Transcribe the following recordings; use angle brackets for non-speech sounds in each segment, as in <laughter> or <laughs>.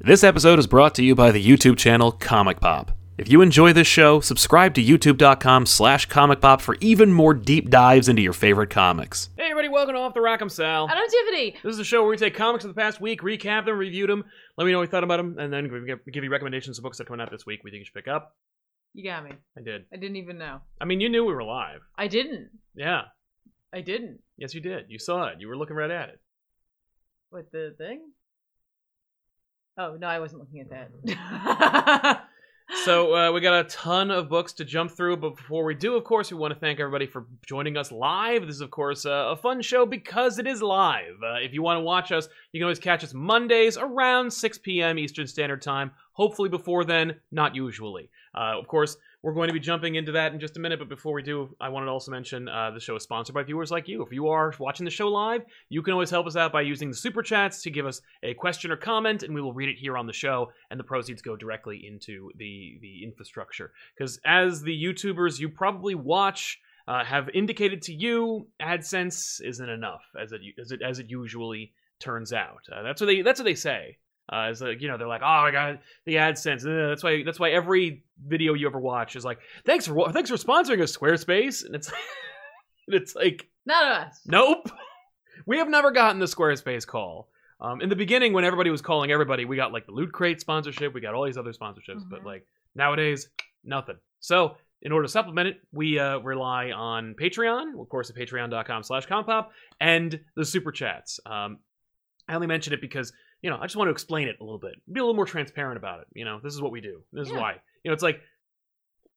This episode is brought to you by the YouTube channel Comic Pop. If you enjoy this show, subscribe to youtube.com slash comic pop for even more deep dives into your favorite comics. Hey everybody, welcome to Off the Rock, I'm Sal. I don't do any. This is a show where we take comics of the past week, recap them, review them, let me know what you thought about them, and then we give- give you recommendations of books that are coming out this week we think you should pick up. You got me. I did. I didn't even know. I mean, you knew we were live. I didn't. Yeah. I didn't. Yes, you did. You saw it. You were looking right at it. What the thing? Oh no, I wasn't looking at that. So uh, we got a ton of books to jump through, but before we do, of course, we want to thank everybody for joining us live. This is, of course, uh, a fun show because it is live. Uh, if you want to watch us, you can always catch us Mondays around 6 p.m. Eastern Standard Time. Hopefully before then, not usually. Uh, of course, we're going to be jumping into that in just a minute, but before we do, I wanted to also mention uh, the show is sponsored by viewers like you. If you are watching the show live, you can always help us out by using the super chats to give us a question or comment, and we will read it here on the show, and the proceeds go directly into the the infrastructure. Because as the YouTubers you probably watch uh, have indicated to you, AdSense isn't enough as it as it as it usually turns out. Uh, that's what they that's what they say. Uh, it's like you know they're like, oh, I got the AdSense. Uh, that's why that's why every video you ever watch is like, thanks for wa- thanks for sponsoring us, Squarespace, and it's <laughs> and it's like. <laughs> Not us. <laughs> Nope. <laughs> We have never gotten the Squarespace call. Um, in the beginning, when everybody was calling everybody, we got like the Loot Crate sponsorship, we got all these other sponsorships, but Mhm. like nowadays, nothing. So in order to supplement it, we uh, rely on Patreon, of course, at patreon.com slash compop, and the super chats. Um, I only mention it because, you know, I just want to explain it a little bit, be a little more transparent about it. You know, this is what we do. This is Yeah. why. You know, it's like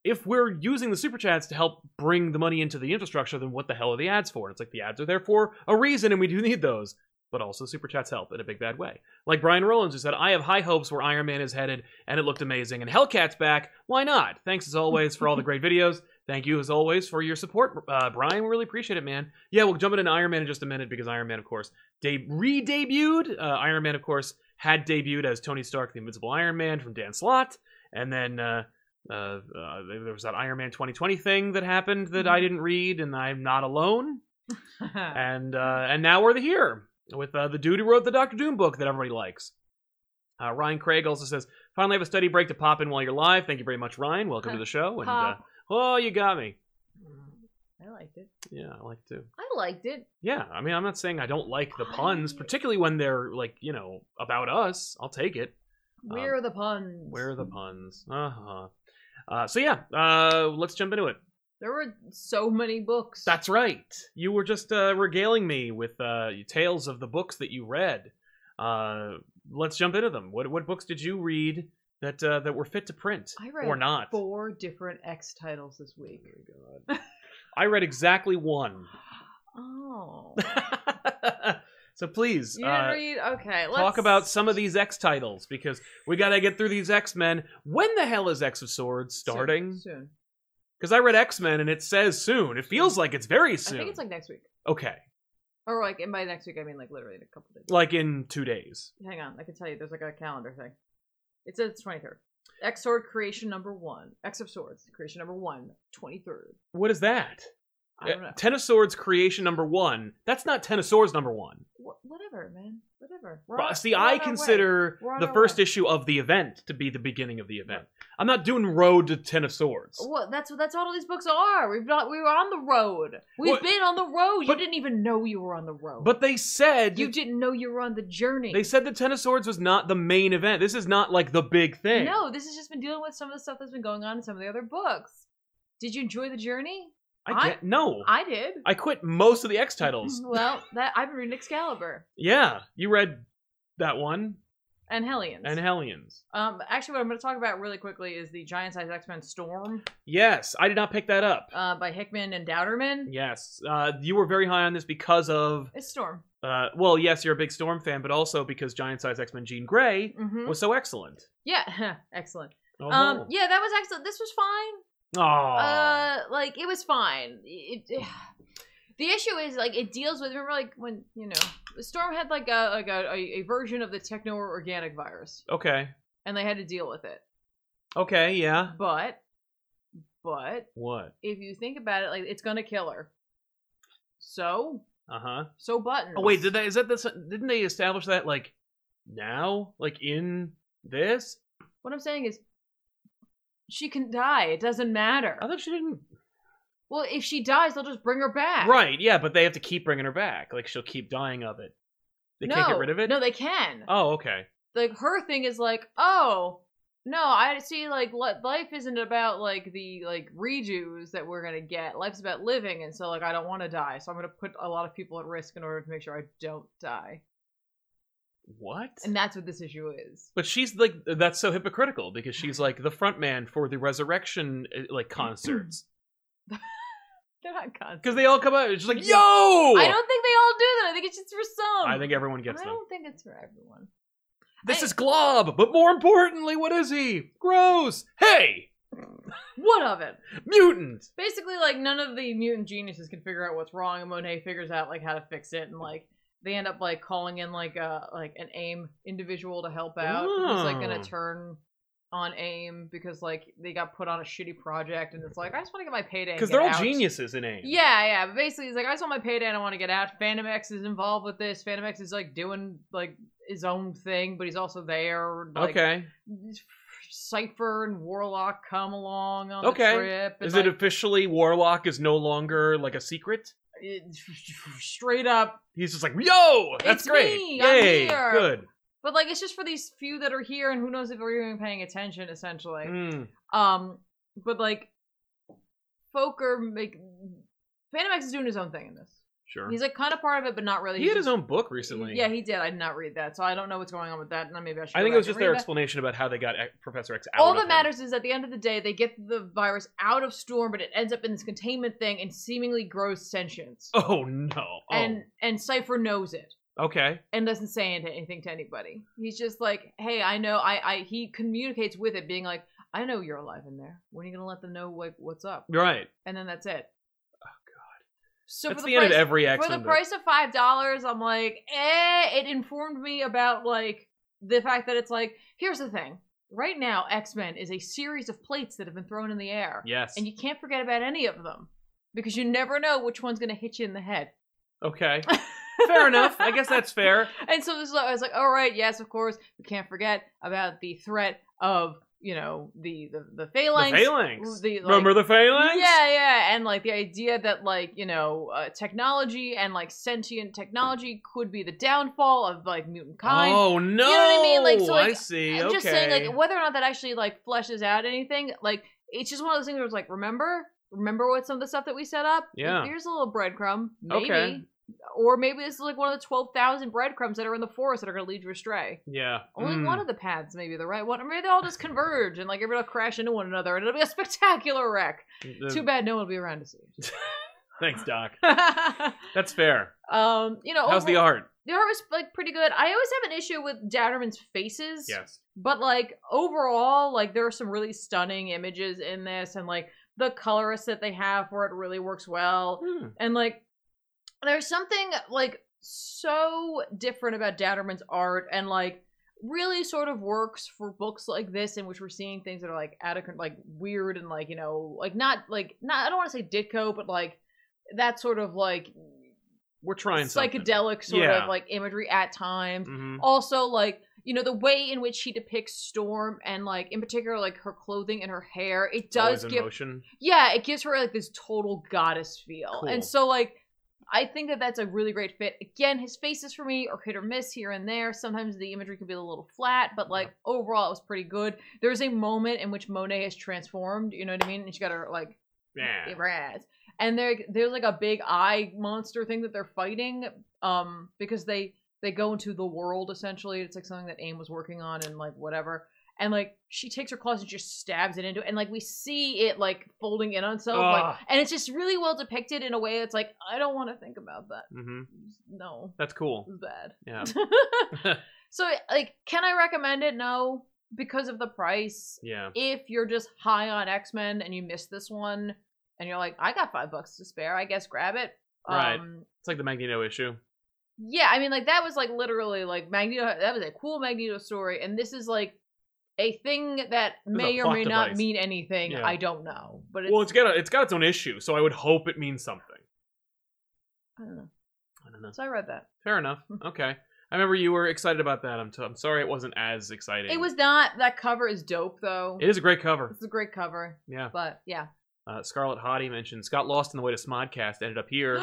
if we're using the super chats to help bring the money into the infrastructure, then what the hell are the ads for? And it's like the ads are there for a reason, and we do need those. But also, super chats help in a big bad way. Like Brian Rollins, who said, "I have high hopes where Iron Man is headed, and it looked amazing. And Hellcat's back. Why not? Thanks as always for all the great videos. Thank you as always for your support, uh, Brian. We really appreciate it, man. Yeah, we'll jump into Iron Man in just a minute because Iron Man, of course, de- re-debuted. Uh, Iron Man, of course, had debuted as Tony Stark, the Invincible Iron Man from Dan Slott, and then." Uh, uh, uh, there was that Iron Man 2020 thing that happened that I didn't read, and I'm not alone. And uh, and now we're here with uh, the dude who wrote the Doctor Doom book that everybody likes. Uh, Ryan Craig also says, "Finally have a study break to pop in while you're live." Thank you very much, Ryan. Welcome to the show. And uh, Pop. oh, you got me. uh, I liked it. Yeah, I like to. I liked it. Yeah, I mean, I'm not saying I don't like the puns, particularly when they're like you know about us. I'll take it. Where are the puns? Um, Where are the puns? Uh-huh. Uh So yeah, uh, let's jump into it. there were so many books. That's right. You were just uh, regaling me with uh, tales of the books that you read. Uh, let's jump into them. What what books did you read that uh, that were fit to print I read or not? four different X titles this week. Oh I read exactly one. <laughs> <laughs> Oh. so please You didn't uh, read? Okay. Let's talk about some of these X titles because we got to get through these X Men. When the hell is X of Swords Soon, starting? soon. Because I read X Men and it says soon. It feels like it's very soon. I think it's like next week. okay, Or like, and by next week I mean like literally in a couple days. like in two days. Hang on, I can tell you. There's like a calendar thing. It says it's 23rd. X Sword creation number one. X of Swords creation number one. 23rd. What is that? I don't know. Eh, Ten of Swords creation number one. That's not Ten of Swords number one. Wh- whatever, man. Whatever. We're But on- See, we're on I our way. consider We're on the our first way. issue of the event to be the beginning of the event. I'm not doing Road to Ten of Swords. What? That's what. That's what all these books are. We've not. We were on the road. We've What- been on the road. but- you didn't even know you were on the road. But they said you didn't know you were on the journey. they said the Ten of Swords was not the main event. This is not like the big thing. No, this has just been dealing with some of the stuff that's been going on in some of the other books. Did you enjoy the journey? I I- can't, no. I, I did. quit most of the X titles. <laughs> Well, that I've been reading Excalibur yeah, you read that one and Hellions. and Hellions. Um, actually, what I'm going to talk about really quickly is the Giant Size X Men Storm Yes, I did not pick that <laughs> up. uh, by Hickman and Dowderman. yes, uh, you were very high on this because of It's Storm. uh, well, yes, you're a big Storm fan, but also because Giant Size X Men Jean gray hmm was so excellent. Yeah, <laughs> excellent. Oh, Um, yeah, that was excellent. This was fine. Aw. Uh, like it was fine. It, it- <sighs> the issue is like it deals with remember like when you know Storm had like a like a, a, a version of the techno organic virus, okay, and they had to deal with it. okay, yeah. But but What? if you think about it, like it's gonna kill her. So Uh huh. so buttons. Oh wait, did they? Is that this? Didn't they establish that like now? Like in This? What I'm saying is, she can die. It doesn't matter. I thought she didn't. Well, if she dies, they'll just bring her back. Right, yeah, but they have to keep bringing her back. Like, she'll keep dying of it. They no, can't get rid of it? No, they can. Oh, okay. Like her thing is like, oh no, I see. Like li- life isn't about like the like redos that we're gonna get. Life's about living, and so like I don't want to die, so I'm gonna put a lot of people at risk in order to make sure I don't die. What? And that's what this issue is. <laughs> But she's like that's so hypocritical because she's like the front man for the resurrection uh, <clears throat> like concerts They're not cons- because they all come out. It's just like Yeah. yo. I I don't think they all do that. I think it's just for some. I think everyone gets I them. don't think it's for everyone. This I- is Glob, but more importantly, what is he? Gross. Hey, What of it? mutant. Basically, like none of the mutant geniuses can figure out what's wrong, and Monet figures out like how to fix it, and like they end up like calling in like a like an AIM individual to help out, who's like Oh. gonna turn on AIM because like they got put on a shitty project, and it's like I just want to get my payday and Because they're all get out. geniuses in AIM. Yeah, yeah. But basically, he's like, I just want my payday and I want to get out. Phantom X is involved with this. Phantom X is like doing like his own thing, but he's also there. Like, okay. Cipher and Warlock come along on Okay. the trip. And Is like, it officially Warlock is no longer like a secret? it- <laughs> straight up? He's just like, yo, that's It's great. me, I'm Yay, here. good. But like, it's just for these few that are here, and who knows if we're even paying attention. Essentially, Mm. um, but like, Foker make Phantom X is doing his own thing in this. Sure. He's like kind of part of it, but not really. he He's had his just- own book recently. Yeah, he did. I did not read that, so I don't know what's going on with that. And maybe I should. I go think back it was just and read their that. explanation about how they got X- Professor X out. All of that him. matters is at the end of the day, they get the virus out of Storm, but it ends up in this containment thing and seemingly grows sentience. Oh no. Oh. And and Cipher knows it okay. and doesn't say any- anything to anybody. He's just like, hey, I know. I, I he communicates with it, being like, I know you're alive in there. When are you gonna let them know like what's up? Right. And then that's it. Oh god. So That's for the, the, end price, of every X. for the Men book. price of five dollars, I'm like, eh. It informed me about like the fact that it's like, here's the thing. Right now, X Men is a series of plates that have been thrown in the air, Yes. and you can't forget about any of them because you never know which one's gonna hit you in the head. Okay. Fair enough. I <laughs> guess that's fair. And so this is, I was like, all right, yes, of course, we can't forget about the threat of you know the the the phalanx. The phalanx. The, like- Remember the phalanx? Yeah, yeah, and like the idea that like you know uh, technology and like sentient technology could be the downfall of like mutant kind. Oh no. what I mean? Like, so, I like, see. I'm okay. just saying like whether or not that actually like fleshes out anything, like it's just one of those things where it's like remember, remember what some of the stuff that we set up. Yeah. here's a little breadcrumb, maybe. Okay. Or maybe this is like one of the twelve thousand breadcrumbs that are in the forest that are going to lead you astray. yeah. Only Mm. one of the paths, maybe the right one, or maybe they all just converge and like everybody will crash into one another, and it'll be a <laughs> spectacular wreck. The- Too bad no one will be around to see it. Thanks, Doc. <laughs> um, That's fair. you know, How's the overall- art? the art was like pretty good. I always have an issue with Datterman's faces. Yes. But like overall, like there are some really stunning images in this, and like the colorist that they have for it really works well. Hmm. And like there's something like so different about Datterman's art, and like really sort of works for books like this in which we're seeing things that are like out of con- like weird and like you know like not like not I don't want to say Ditko, but like that sort of like We're trying something. psychedelic sort Yeah. of like imagery at times. Mhm. Also, like you know, the way in which she depicts Storm and like in particular like her clothing and her hair, it Always does in give motion. yeah, it gives her like this total goddess feel, Cool. and so like. I think that that's a really great fit. Again, his faces for me are hit or miss here and there. Sometimes the imagery can be a little flat, but like overall, it was pretty good. There's a moment in which Monet is transformed. You know what I mean? And she got her like Yeah. Rad. And there, there's like a big eye monster thing that they're fighting, um, because they they go into the world essentially. It's like something that AIM was working on and like whatever. And like she takes her claws and just stabs it into it, and like we see it like folding in on itself, like, Ah. and it's just really well depicted in a way that's like I don't want to think about that. hmm No, That's cool. this is bad. <laughs> Yeah. so like, can I recommend it? No, because of the price Yeah. if you're just high on X Men and you missed this one and you're like, I got five bucks to spare, I guess grab it. Right. Um, It's like the Magneto issue. yeah, I mean, like that was like literally like Magneto. That was a cool Magneto story, and this is like a thing that is a may or plot may not device. mean anything. Yeah. I don't know, but it's, Well, it's got a, it's got its own issue, so I would hope it means something. I don't know. I don't know. So I read that. <laughs> Fair enough. Okay. I remember you were excited about that. I'm, t- I'm sorry it wasn't as exciting. It was not. That cover is dope though. It is a great cover. It's a great cover, Yeah. but yeah. Uh, Scarlet Hottie mentions got lost on the way to Smodcast. Ended up <gasps> here.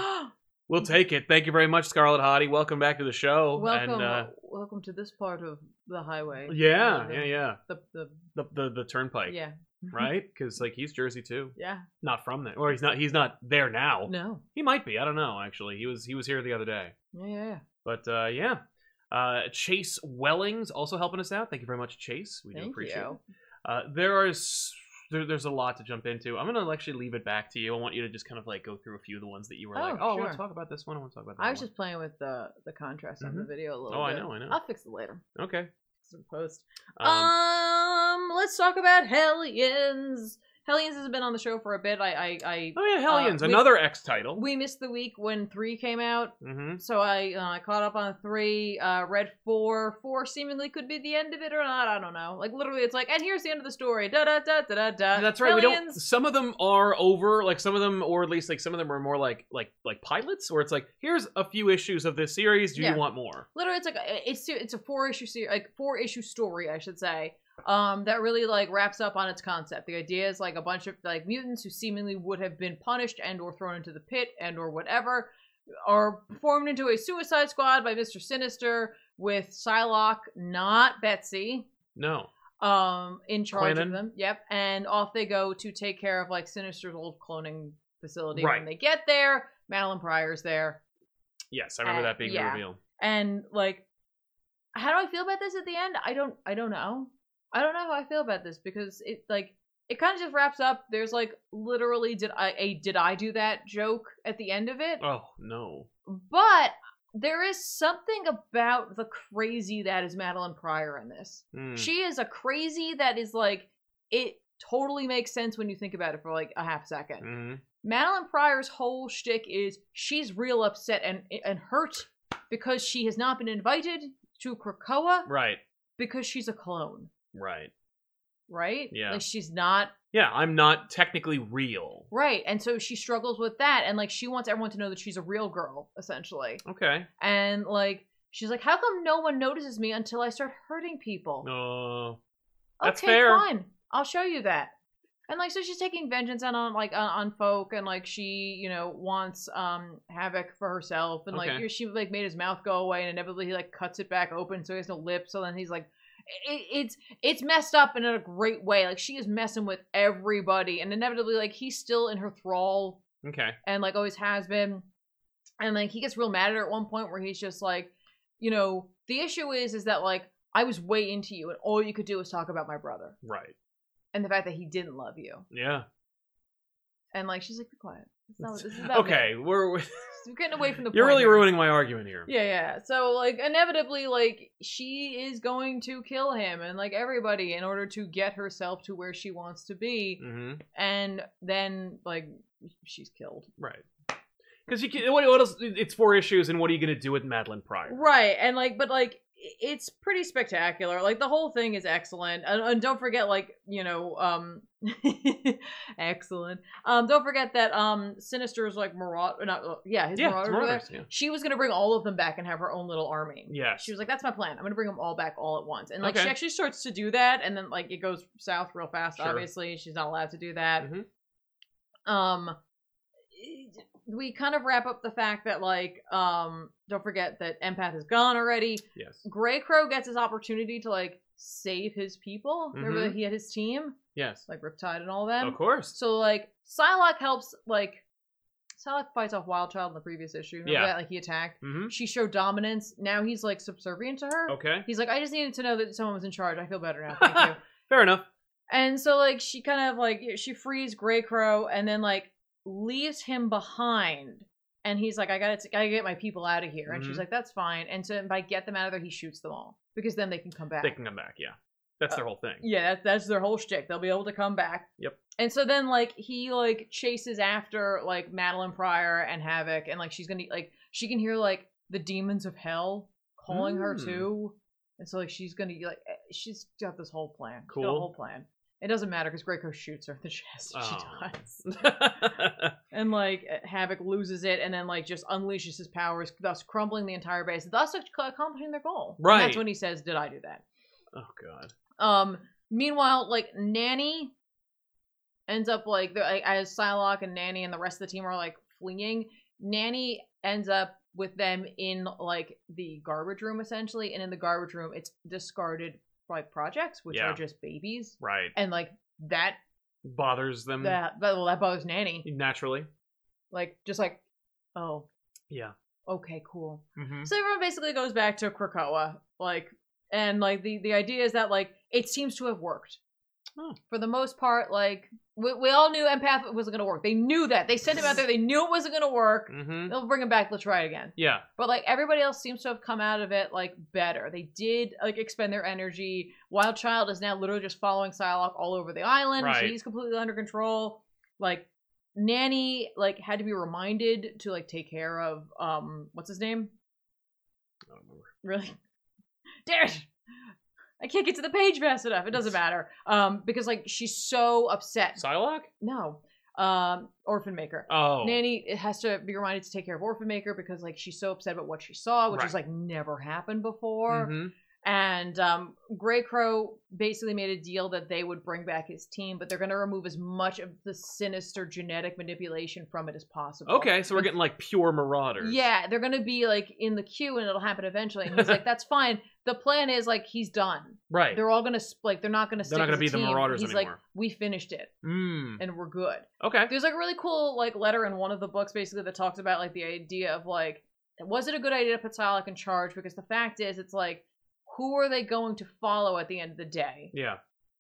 We'll take it. Thank you very much, Scarlet Hottie. Welcome back to the show. welcome, And, uh, welcome to this part of the highway. yeah, The- yeah, yeah. The, the, The the, the turnpike, yeah, <laughs> <laughs> right? Because like he's Jersey too. yeah. Not from there, or he's not. He's not there now. No, He might be. I don't know. Actually, he was he was here the other day. yeah, yeah, yeah. But uh, yeah, uh, Chase Wellings also helping us out. Thank you very much, Chase. We do Thank appreciate you. it. Uh, there are s- there, there's a lot to jump into. I'm gonna actually leave it back to you. I want you to just kind of like go through a few of the ones that you were like, oh, Oh, I want to sure. talk about this one. I want to talk about that. I was one." just playing with the the contrast on the video a little. Oh, I bit. know, I know. I'll fix it later. okay. Some post. Um, Um, let's talk about Hellions. Hellions has been on the show for a bit. I, I, I oh yeah, Hellions, uh, we- another X title. we missed the week when three came out, mm-hmm. so I uh, caught up on three. Uh, read four. Four seemingly could be the end of it or not. I don't know. Like literally, it's like, and here's the end of the story. Da da da da da da. That's right. We don't. Uh, Hellions. Some of them are over. Like some of them, or at least like some of them are more like like like pilots, where it's like, here's a few issues of this series. Do Yeah. you want more? literally it's like a- it's it's a four issue series like four issue story i should say um that really like wraps up on its concept the idea is like a bunch of like mutants who seemingly would have been punished and or thrown into the pit and or whatever are formed into a suicide squad by mr sinister with psylocke not betsy No. um in charge Quinnan. of them yep and off they go to take care of like sinister's old cloning facility Right. when they get there madeline pryor's there Yes, I remember Uh, that being the yeah. reveal. and like how do i feel about this at the end i don't i don't know i don't know how i feel about this because it like it kind of just wraps up there's like literally did i a did i do that joke at the end of it Oh no. but there is something about the crazy that is madeline pryor in this Hmm. she is a crazy that is like it totally makes sense when you think about it for like a half second Mhm. Madeline Pryor's whole shtick is she's real upset and and hurt because she has not been invited to Krakoa Right, because she's a clone, right. right? Yeah. Like she's not Yeah, I'm not technically real. right, and so she struggles with that, and like she wants everyone to know that she's a real girl, essentially, Okay. and like. She's like, how come no one notices me until I start hurting people? No. That's okay, fair. fine. I'll show you that. And like, so she's taking vengeance on on like on, on folk, and like she, you know, wants um havoc for herself, and like Okay. you know, she like made his mouth go away, and inevitably he like cuts it back open, so he has no lips. So then he's like, it, it's it's messed up in a great way. Like she is messing with everybody, and inevitably like he's still in her thrall okay. and like always has been. And like he gets real mad at her at one point where he's just like, you know, the issue is is that like I was way into you and all you could do was talk about my brother Right. and the fact that he didn't love you. Yeah. And like she's like, be quiet. It's not, this is about me." Okay. We're <laughs> we're- We're getting away from the you're point really here. ruining my argument here. Yeah, yeah. So like inevitably like she is going to kill him and like everybody in order to get herself to where she wants to be hmm and then like she's killed. Right. Because you can, what, what else? It's four issues, and what are you gonna do with Madeline Pryor? Right, and like, but like, i- it's pretty spectacular. Like the whole thing is excellent, and, and don't forget, like you know, um, <laughs> excellent. Um, don't forget that um, Sinister's like Marauder, not uh, yeah, his yeah. Marauder. It's over there, murders, yeah. She was gonna bring all of them back and have her own little army. Yes. She was like, "That's my plan. I'm gonna bring them all back all at once." And like, Okay. she actually starts to do that, and then like it goes south real fast. Sure. Obviously, she's not allowed to do that. Mhm. Um, we kind of wrap up the fact that like, um, don't forget that empath is gone already. yes. Gray Crow gets his opportunity to like save his people. Remember Mhm. that he had his team, Yes. like um, Riptide and all them. of course. So like, Psylocke helps like. Psylocke fights off Wildchild in the previous issue. Remember Yeah. that? Like he attacked hmm she showed dominance. Now he's like subservient to her. Okay. He's like, I just needed to know that someone was in charge. I feel better <laughs> now. Thank you. Fair enough. And so like she kind of like she frees Grey Crow and then like leaves him behind. And he's like, I gotta, t- gotta get my people out of here. And Mhm. she's like, that's fine. And so by get them out of there, he shoots them all because then they can come back. They can come back. Yeah. That's their whole thing. Yeah, that's that's their whole shtick. They'll be able to come back. Yep. And so then like he like chases after like Madeline Pryor and Havoc, and like she's gonna like she can hear like the demons of hell calling her Mm. too, and so like she's gonna like eh, she's got this whole plan. She's got a Cool. whole plan. It doesn't matter because Greco shoots her in the <laughs> chest and Oh. she dies. And like eh, Havoc loses it and then like just unleashes his powers, thus crumbling the entire base, thus ac- accomplishing their goal. And Right. that's when he says, Did I do that? <laughs> oh god. Um, meanwhile, like Nanny ends up like, they're, like as Psylocke and Nanny and the rest of the team are like fleeing. Nanny ends up with them in like the garbage room essentially, and in the garbage room, it's discarded like projects, which Yeah. are just babies, Right. and like that Bothers them that that, well, that bothers Nanny, naturally. like just like, oh, Yeah. okay, cool. Mm-hmm. So everyone basically goes back to Krakoa, like, and like the the idea is that like it seems to have worked. Hmm. For the most part, like we, we all knew empath wasn't gonna work. They knew that. They sent him out there. They knew it wasn't gonna work. Mm-hmm. They'll bring him back. They'll try it again. Yeah. But like everybody else seems to have come out of it like better. They did like expend their energy. Wild Child is now literally just following Psylocke all over the island. Right. She's completely under control. Like Nanny like had to be reminded to like take care of um what's his name? I don't remember. really <laughs> damn it i can't get to the page fast enough it doesn't matter um because like she's so upset Psylocke? no um orphan maker Oh. nanny it has to be reminded to take care of orphan maker because like she's so upset about what she saw which has like never happened before Mhm. and um gray crow basically made a deal that they would bring back his team but they're going to remove as much of the sinister genetic manipulation from it as possible Okay, so we're getting like pure marauders. yeah, they're gonna be like in the queue, and it'll happen eventually. And he's <laughs> like, "That's fine." The plan is like he's done. Right. They're all gonna sp- like they're not gonna. They're Stick not gonna as a be the team. Marauders He's like, anymore. "We finished it, Mm. and we're good." Okay. There's like a really cool like letter in one of the books, basically that talks about like the idea of like, was it a good idea to put Psylocke in charge? Because the fact is, it's like, who are they going to follow at the end of the day? Yeah.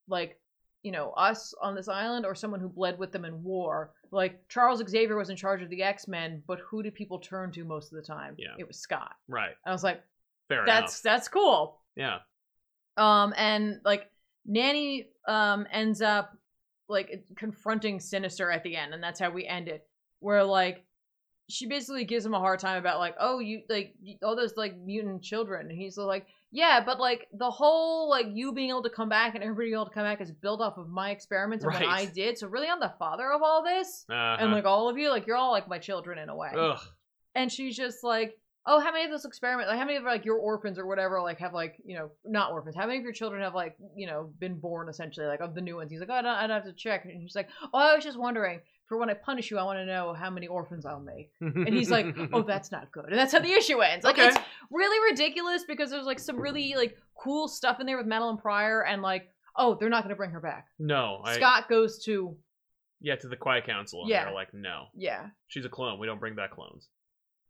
like you know us on this island or someone who bled with them in war like charles xavier was in charge of the x-men but who did people turn to most of the time Yeah. it was scott Right. i was like Fair that's that's cool enough. um and like nanny um ends up like confronting sinister at the end and that's how we end it where like she basically gives him a hard time about like oh you like you- all those like mutant children and he's like yeah but like the whole like you being able to come back and everybody being able to come back is built off of my experiments and what Right. i did so really i'm the father of all this Yeah. Uh-huh. and like all of you like you're all like my children in a way Ugh. and she's just like oh how many of those experiments like how many of like your orphans or whatever like have like you know not orphans how many of your children have like you know been born essentially like of the new ones he's like oh, i don't, I don't have to check and she's like oh i was just wondering for when i punish you i want to know how many orphans i'll make and he's <laughs> like oh that's not good and that's how the issue ends like Okay. it's really ridiculous because there's like some really like cool stuff in there with madeline pryor and like oh they're not going to bring her back no. I, scott goes to yeah, to the Quiet Council. And Yeah. They're like, no, yeah she's a clone. We don't bring back clones.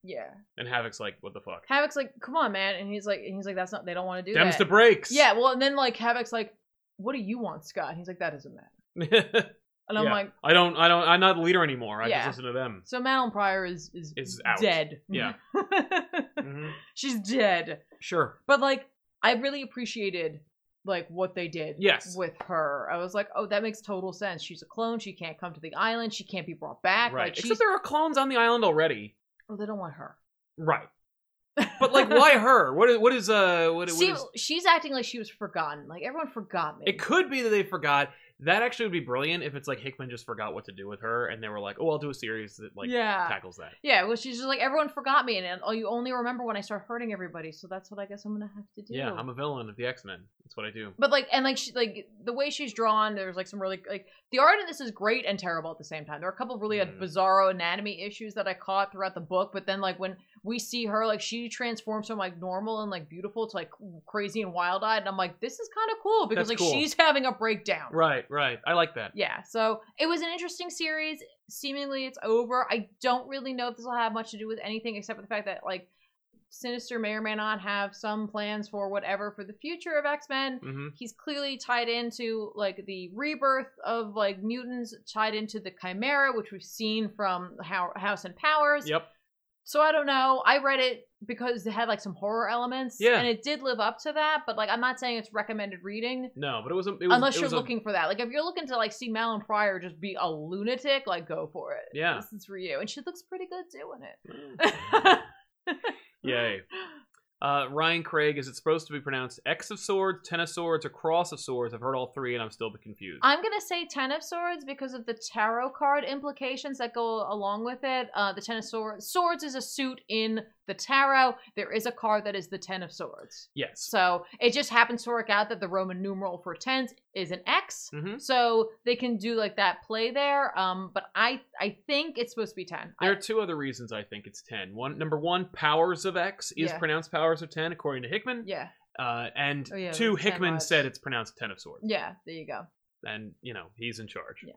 yeah And Havoc's like, what the fuck? havoc's like come on man and he's like and he's like that's not they don't want to do Dems that to breaks. <laughs> Yeah, well, and then like Havoc's like, "What do you want, Scott?" And he's like, "That doesn't matter." And I'm Yeah. like, I don't. I don't. I'm not the leader anymore. I Yeah. just listen to them. "So Madeline Pryor is is, Is out. dead. Yeah. Mhm. <laughs> she's dead." Sure. But like, I really appreciated like what they did. Yes. With her, I was like, "Oh, that makes total sense. She's a clone. She can't come to the island. She can't be brought back. Right. Like, she's Except there are clones on the island already. oh, they don't want her." Right. But like, <laughs> why her? What is? What is? Uh. What, what See, is- she's acting like she was forgotten. Like everyone forgot me. It could be that they forgot. That actually would be brilliant if it's like Hickman just forgot what to do with her, and they were like, "Oh, I'll do a series that like yeah. tackles that." Yeah, well, she's just like everyone forgot me, and oh, you only remember when I start hurting everybody. So that's what I guess I'm gonna have to do. Yeah, I'm a villain of the X Men. That's what I do. but like, and like, she, like the way she's drawn, there's like some really like the art in this is great and terrible at the same time. There are a couple of really uh, Mhm. bizarro anatomy issues that I caught throughout the book, but then like when we see her, like she transforms from like normal and like beautiful to like crazy and wild eyed, and I'm like, this is kind of cool because That's like cool. she's having a breakdown. Right, right. I like that. Yeah, so it was an interesting series. Seemingly, it's over. I don't really know if this will have much to do with anything except for the fact that like Sinister may or may not have some plans for whatever for the future of X Men. hmm He's clearly tied into like the rebirth of like mutants, tied into the Chimera, which we've seen from How- House and Powers. Yep. So I don't know. I read it because it had like some horror elements, Yeah. and it did live up to that. But like, I'm not saying it's recommended reading. No, but it was. A, it was Unless it you're was a- looking for that. Like if you're looking to like see Malin Pryor just be a lunatic, like go for it. Yeah. Mm. <laughs> This is for you. And she looks pretty good doing it. Yay. Uh, Ryan Craig, is it supposed to be pronounced X of Swords, Ten of Swords, or Cross of Swords? I've heard all three and I'm still a bit confused. I'm gonna say Ten of Swords because of the tarot card implications that go along with it. Uh, the Ten of Swords, Swords is a suit in the tarot. There is a card that is the Ten of Swords. yes. So it just happens to work out that the Roman numeral for tens is an X. Mhm. So they can do like that play there. Um, but I I think it's supposed to be ten. There I- are two other reasons I think it's 10. One, number one, powers of X is Yeah. pronounced powers of 10, according to Hickman. yeah, Uh, and Oh, yeah, two, there's 10 Hickman lives. said it's pronounced 10 of Swords. yeah. There you go. And, you know, he's in charge. Yeah.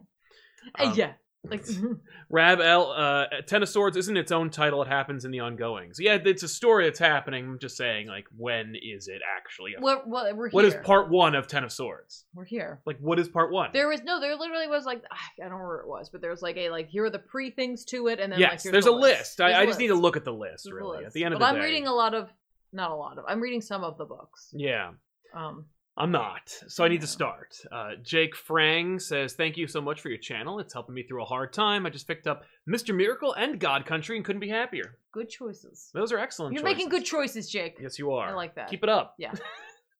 Uh, Um, yeah, <laughs> like mm-hmm. Rab El, uh, Ten of Swords isn't its own title. It happens in the ongoings. Yeah, it's a story that's happening. I'm just saying, like, when is it actually? we're, we're, we're here. What is part one of Ten of Swords? We're here. Like, what is part one? There was no, there literally was like I don't remember what it was, but there was like a like here are the pre things to it, and then like yes, here's there's a the list. I, There's a I just need to list. look at the list, There's a really. At list. the end of but the I'm day. reading a lot of, not a lot of. I'm reading some of the books. yeah. Um, I'm not, so I need to Yeah. start. Uh, Jake Frang says, "Thank you so much for your channel. It's helping me through a hard time. I just picked up Mr. Miracle and God Country and couldn't be happier. good choices. Those are excellent. You're making choices. good choices, Jake. Yes, you are. I like that. Keep it up. <laughs> Yeah.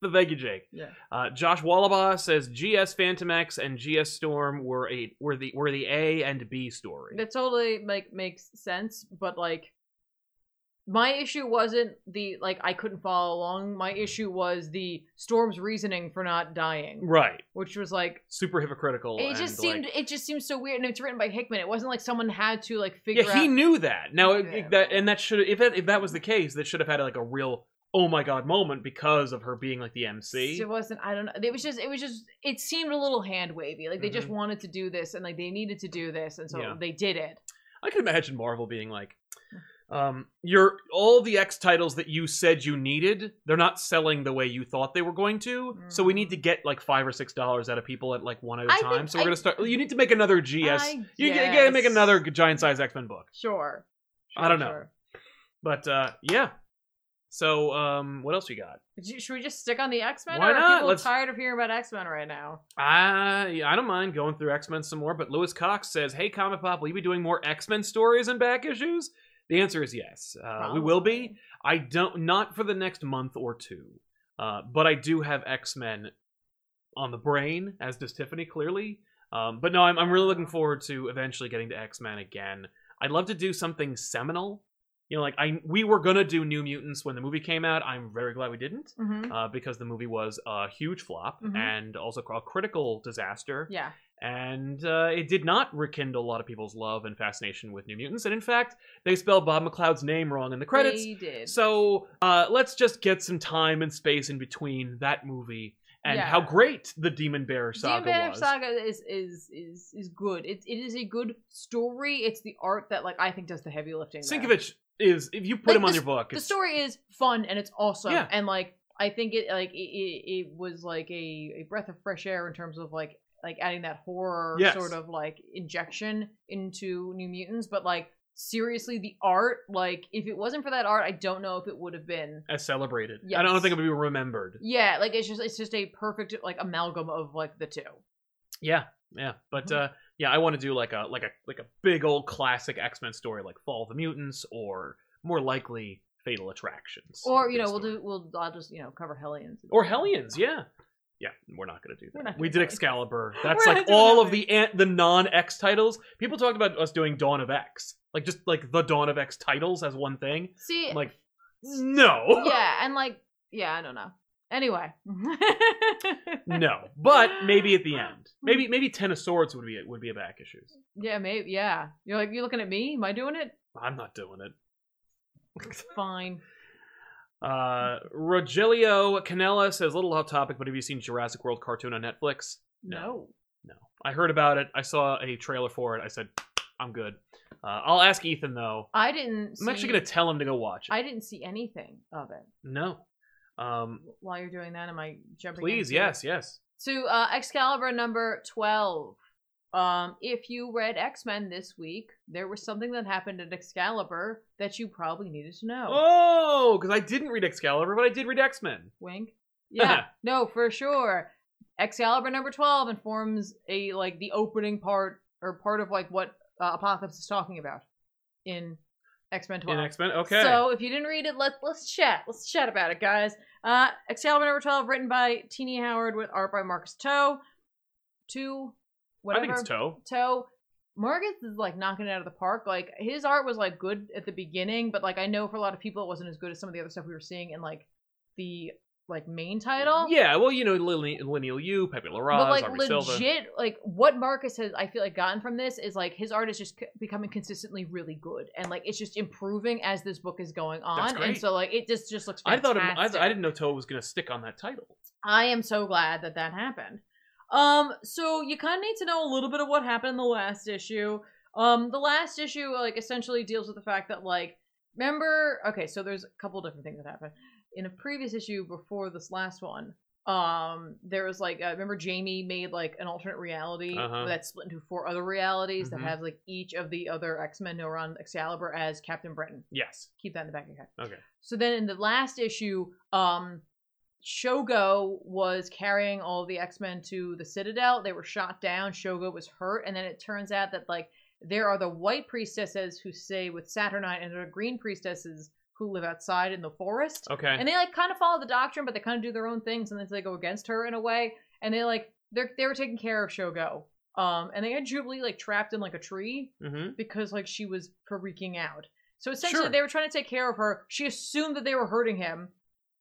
the thank you, Jake. Yeah. Uh, Josh Wallabaugh says, "GS Phantom X and GS Storm were a were the were the A and B story. That totally like makes sense, but like my issue wasn't the like I couldn't follow along. My issue was the storm's reasoning for not dying, right? which was like Super hypocritical. it and, just like- seemed it just seemed so weird, and it's written by Hickman. It wasn't like someone had to like figure yeah, he out. knew that. Now it- Yeah. that and that should if that, if that was the case, that should have had like a real." Oh my god! Moment because of her being like the MC. It wasn't. I don't know. It was just. It was just. It seemed a little hand wavy. Like they just Mhm. wanted to do this, and like they needed to do this, and so Yeah. they did it. I can imagine Marvel being like, um, "Your all the X titles that you said you needed, they're not selling the way you thought they were going to. So we need to get like five or six dollars out of people at like one at a Mm. I time. think so we're I- gonna start. You need to make another GS. I you, you gotta make guess. another giant size X Men book. Sure. I don't know. sure. But uh, yeah. So um, what else we got? J- Should we just stick on the X Men? Why Are not? people Let's- tired of hearing about X Men right now? I I don't mind going through X Men some more. But Lewis Cox says, "Hey, Comic Pop, will you be doing more X Men stories and back issues?" The answer is yes. Uh, we will be. I don't not for the next month or two, uh, but I do have X Men on the brain, as does Tiffany clearly. Um, but no, I'm I'm really looking forward to eventually getting to X Men again. I'd love to do something seminal. You know, like I we were gonna do New Mutants when the movie came out. I'm very glad we didn't hmm uh, because the movie was a huge flop Mhm. and also a critical disaster. Yeah. And uh, it did not rekindle a lot of people's love and fascination with New Mutants. And in fact, they spelled Bob McLeod's name wrong in the credits. They did. So uh, let's just get some time and space in between that movie and Yeah. how great the Demon Bear saga Demon Banner was. Saga is is is is good. It it is a good story. It's the art that like I think does the heavy lifting. there. Sinkovich is if you put Like, him on the- your book, The it's- story is fun and it's awesome. Yeah. And like I think it like it, it, it was like a, a breath of fresh air in terms of like like adding that horror Yes. sort of like injection into New Mutants. But like seriously, the art like if it wasn't for that art, I don't know if it would have been. as celebrated. I Yes. don't think it would be remembered. Yeah, like it's just it's just a perfect like amalgam of like the two. Yeah, yeah, but uh, yeah, I want to do like a like a like a big old classic X Men story, like Fall of the Mutants, or more likely Fatal Attractions, Or would be you a know we'll story. do we'll I'll just you know cover Hellions. or Hellions, yeah. Yeah, we're not gonna do We're that. not We doing did Hellions. <laughs> Excalibur. That's We're like not doing all of Hellions. the an- the non X titles. People talked about us doing Dawn of X, like just like the Dawn of X titles as one thing. See, I'm like, no, <laughs> yeah, and like yeah, I don't know. Anyway, <laughs> no. But maybe at the <laughs> end, maybe maybe Ten of Swords would be would be a back issue. Yeah, maybe. Yeah, you're like you looking at me. Am I doing it? I'm not doing it. Fine. Uh, Rogelio Canella says, little off topic, but have you seen Jurassic World cartoon on Netflix? No. No. I heard about it. I saw a trailer for it. I said, I'm good. Uh, I'll ask Ethan, though. I didn't. See, I'm actually going to tell him to go watch it. I didn't see anything of it. no. Um, While you're doing that, am I jumping? please, into- yes, yes. So, uh, Excalibur number twelve. Um, if you read X Men this week, there was something that happened at Excalibur that you probably needed to know. Oh, because I didn't read Excalibur, but I did read X Men. <laughs> Wink. Yeah. no, for sure. Excalibur number twelve informs a like the opening part or part of like what uh, Apocalypse is talking about in X Men in 12. X Men. Okay. So if you didn't read it, let's let's chat. Let's chat about it, guys. Uh, Excalibur number twelve, written by Teeny Howard with art by Marcus Toe. I Two, whatever. think it's Toe. Toe. Marcus is like knocking it out of the park. Like his art was like good at the beginning, but like I know for a lot of people it wasn't as good as some of the other stuff we were seeing in like the like main title. Yeah. Well, you know, Lin- Lineal U, Pepe Larraz, But like Aubrey legit, Silva. like what Marcus has, I feel like gotten from this is like his art is just c- becoming consistently really good, and like it's just improving as this book is going on, and great. so like it just just looks. I thought it, Fantastic. I, I didn't know Toe was gonna stick on that title. I am so glad that that happened. Um, so you kind of need to know a little bit of what happened in the last issue. Um, the last issue like essentially deals with the fact that like remember okay, so there's a couple different things that happened in a previous issue before this last one. Um, there was like uh, remember Jamie made like an alternate reality Uh-huh. that split into four other realities Mhm. that have like each of the other X Men who are on Excalibur as Captain Britain. Yes. Keep that in the back of your head. Okay. So then in the last issue, um, Shogo was carrying all the X Men to the Citadel. They were shot down. Shogo was hurt, and then it turns out that like there are the white priestesses who stay with Saturnine, and there are green priestesses who live outside in the forest. Okay. And they like kind of follow the doctrine, but they kind of do their own things, and then they go against her in a way. And they like they are they were taking care of Shogo, um, and they had Jubilee like trapped in like a tree mm-hmm. because like she was freaking out. So essentially, Sure. they were trying to take care of her. She assumed that they were hurting him,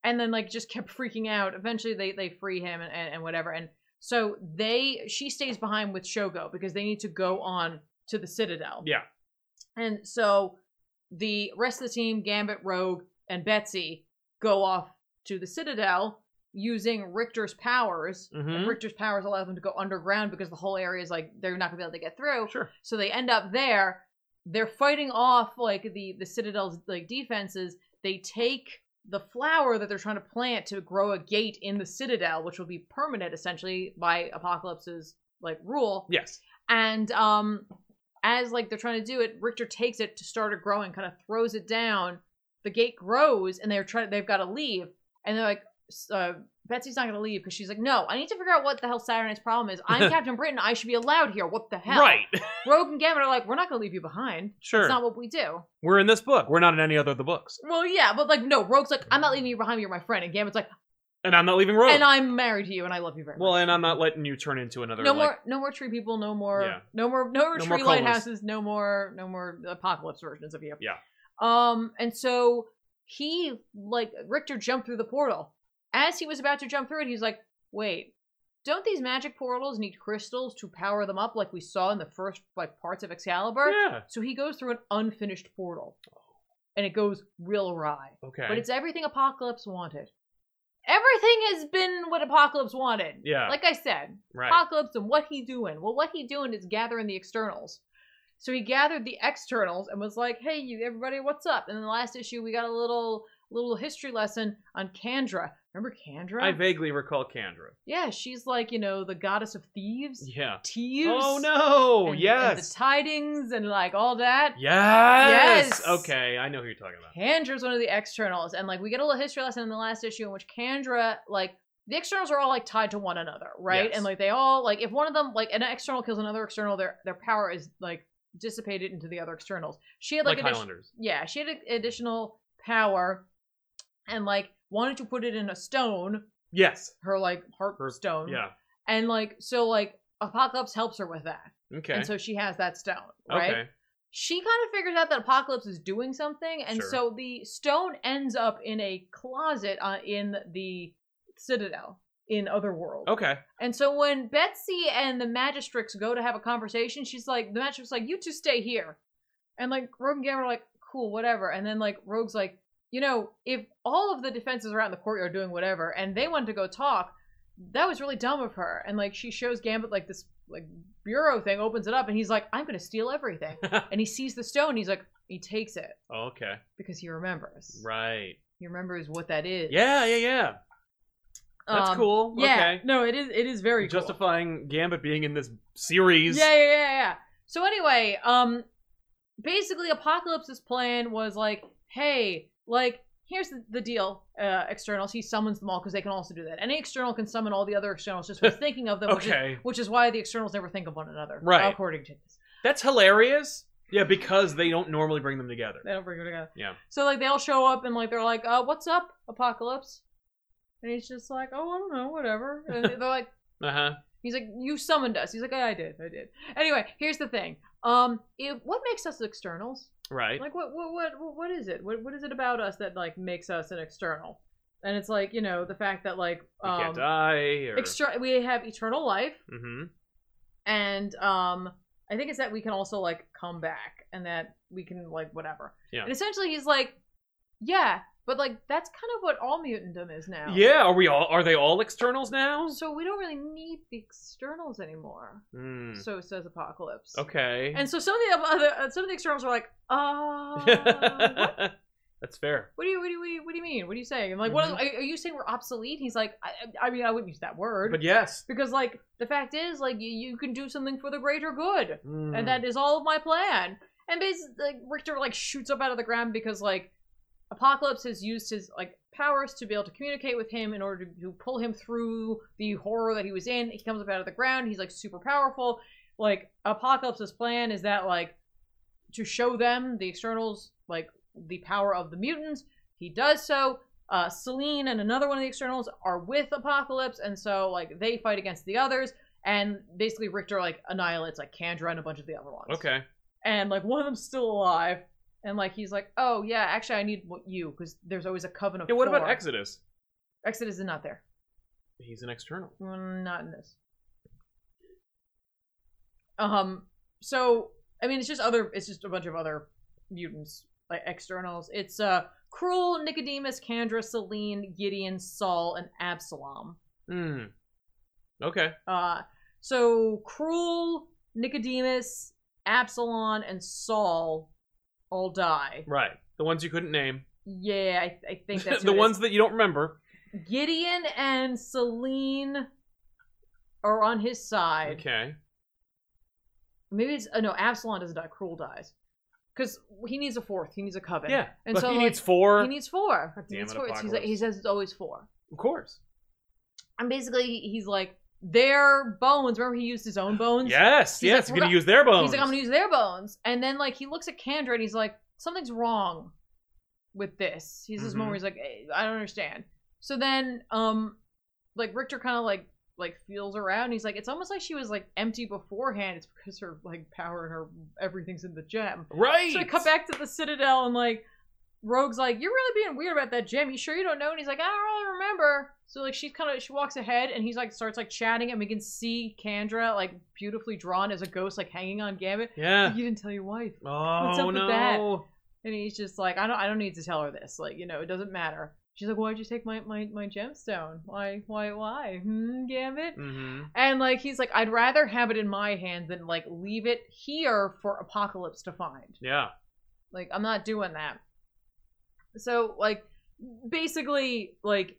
and then like just kept freaking out. Eventually, they they free him and, and, and whatever. And so they she stays behind with Shogo because they need to go on to the Citadel. Yeah. And so the rest of the team, Gambit, Rogue, and Betsy, go off to the Citadel using Richter's powers. And Mm-hmm. Richter's powers allow them to go underground because the whole area is like they're not gonna be able to get through. Sure. So they end up there. They're fighting off like the the citadel's like defenses. They take the flower that they're trying to plant to grow a gate in the citadel, which will be permanent essentially by Apocalypse's like rule. Yes. And um, as like they're trying to do it, Richter takes it to start it growing, kind of throws it down. The gate grows, and they're trying. They've got to leave, and they're like, s- uh, Betsy's not going to leave because she's like, no, I need to figure out what the hell Saturn's problem is. I'm Captain Britain. I should be allowed here. What the hell? Right. Rogue and Gambit are like, we're not going to leave you behind. Sure. It's not what we do. We're in this book. We're not in any other of the books. Well, yeah, but like, no, Rogue's like, I'm not leaving you behind. You're my friend. And Gambit's like, And I'm not leaving Rogue. and I'm married to you, and I love you very well, much. and I'm not letting you turn into another. no like, more, no more tree people. No more, Yeah. no more, no more No tree more colas. lighthouses. No more, no more apocalypse versions of you. Yeah. Um, and so he like Richter jumped through the portal. As he was about to jump through it, he's like, wait. Don't these magic portals need crystals to power them up, like we saw in the first like parts of Excalibur? Yeah. So he goes through an unfinished portal, and it goes real awry. Okay. But it's everything Apocalypse wanted. Everything has been what Apocalypse wanted. Yeah. Like I said, right. Apocalypse and what he doing. Well, what he doing is gathering the externals. So he gathered the externals and was like, "Hey, you everybody, what's up?" And in the last issue, we got a little little history lesson on Candra. Remember Candra? I vaguely recall Candra. yeah, she's like you know the goddess of thieves, Yeah. thieves. oh no! and- and yes. the tidings and like all that. yes. Yes. Okay, I know who you're talking about. Kandra's one of the externals, and like we get a little history lesson in the last issue in which Kandra, like the externals are all like tied to one another, right? Yes. And like they all like if one of them like an external kills another external, their their power is like dissipated into the other externals. She had Like, like, addi- Highlanders. yeah, she had a- additional power, and like wanted to put it in a stone, Yes. her like heart Her- stone, Yeah. and like so like Apocalypse helps her with that, Okay. and so she has that stone, right? Okay. she kind of figures out that Apocalypse is doing something, and Sure. so the stone ends up in a closet uh, in the Citadel in Otherworld. Okay. And so when Betsy and the Magistrix go to have a conversation, she's like, the Magistrix is like, you two stay here. And like Rogue and Gamma are like, cool, whatever. And then like Rogue's like, you know, if all of the defenses are out in the courtyard doing whatever, and they wanted to go talk, that was really dumb of her. And like she shows Gambit like this like bureau thing, opens it up, and he's like, I'm gonna <laughs> steal everything. and he sees the stone, he's like, he takes it Okay. because he remembers. Right. He remembers what that is. Yeah. Yeah. Yeah. That's Um, cool. Yeah, Okay. no, it is. It is very cool. Justifying Gambit being in this series. Yeah, yeah, yeah, yeah. So anyway, um, basically, Apocalypse's plan was like, hey, like here's the, the deal. Uh, externals, he summons them all because they can also do that. Any external can summon all the other externals just <laughs> with thinking of them. Which is, Okay. which is why the externals never think of one another, Right. According to this, That's hilarious. Yeah, because they don't normally bring them together. They don't bring them together. Yeah. So like they'll show up and like they're like, uh, "What's up, Apocalypse?" And he's just like, "Oh, I don't know, whatever." And they're like, <laughs> Uh huh. "He's like, you summoned us." He's like, "I did, I did." Anyway, here's the thing. Um, if, what makes us externals? Right. Like, what, what, what, what- what is it? What, what is it about us that like makes us an external? And it's like you know the fact that like we um, can't die. Or... extra- we have eternal life, hmm and um i think it's that we can also like come back and that we can like whatever Yeah. and essentially he's like yeah but like that's kind of what all mutantdom is now Yeah. Are we all? Are they all externals now? so we don't really need the externals anymore Mm. so says apocalypse Okay. <laughs> and so some of the other uh, some of the externals are like uh what? That's fair. What do you what do you- what do you what do you mean? What are you saying? I'm like, what are, Mm-hmm. are you saying? We're obsolete? He's like, I, I mean, I wouldn't use that word But yes. because like the fact is like you, you can do something for the greater good. Mm. and that is all of my plan. And basically, like Richter like shoots up out of the ground because like Apocalypse has used his like powers to be able to communicate with him in order to, to pull him through the horror that he was in. He comes up out of the ground. He's like super powerful. Like Apocalypse's plan is that like to show them the externals like the power of the mutants. He does so. Uh, Celine and another one of the externals are with Apocalypse, and so like they fight against the others, and basically Richter like annihilates like Candra and a bunch of the other ones. Okay. And like one of them's still alive, and like he's like, oh yeah, actually I need what- you because there's always a coven of. Yeah. What about four." Exodus? Exodus is not there. He's an external. Mm, Not in this. Um. So I mean, it's just other. It's just a bunch of other mutants, like externals. It's uh, Cruel, Nicodemus, Candra, Celine, Gideon, Saul, and Absalom. Hmm. Okay. Uh, so Cruel, Nicodemus, Absalom, and Saul all die. Right. The ones you couldn't name. Yeah, I, I <laughs> think that's who the it is. ones that you don't remember. Gideon and Celine are on his side. Okay. Maybe it's uh, no Absalom doesn't die. Cruel dies because he needs a fourth. He needs a coven. Yeah. and but so he like, needs four. He needs four. he damn needs it, four. It's- he's- Apocalypse. he says it's always four. Of course. And basically, he- he's like their bones. Remember, he used his own bones. Yes. He's like, yes. "We're We're gonna go- use their bones. He's like, I'm gonna use their bones. And then like he looks at Kendra and he's like, something's wrong with this. He's this Mm-hmm. moment where he's like, "Eh, I don't understand. So then um like Richter kind of like like feels around. He's like, it's almost like she was like empty beforehand. It's because her like power and her everything's in the gem. Right. So they come back to the Citadel and like Rogue's like, You're really being weird about that gem. You sure you don't know? And he's like, I don't really remember. So like she kinda she walks ahead and he's like starts like chatting and we can see Candra like beautifully drawn as a ghost, like hanging on Gambit. Yeah. You didn't tell your wife. Oh What's up with no. And he's just like, I don't I don't need to tell her this. Like, you know, it doesn't matter. She's like, Why'd you take my, my, my gemstone? Why why why? Hmm, Gambit? Mm-hmm. And like he's like, I'd rather have it in my hands than like leave it here for Apocalypse to find. Yeah. Like, I'm not doing that. So, like, basically, like,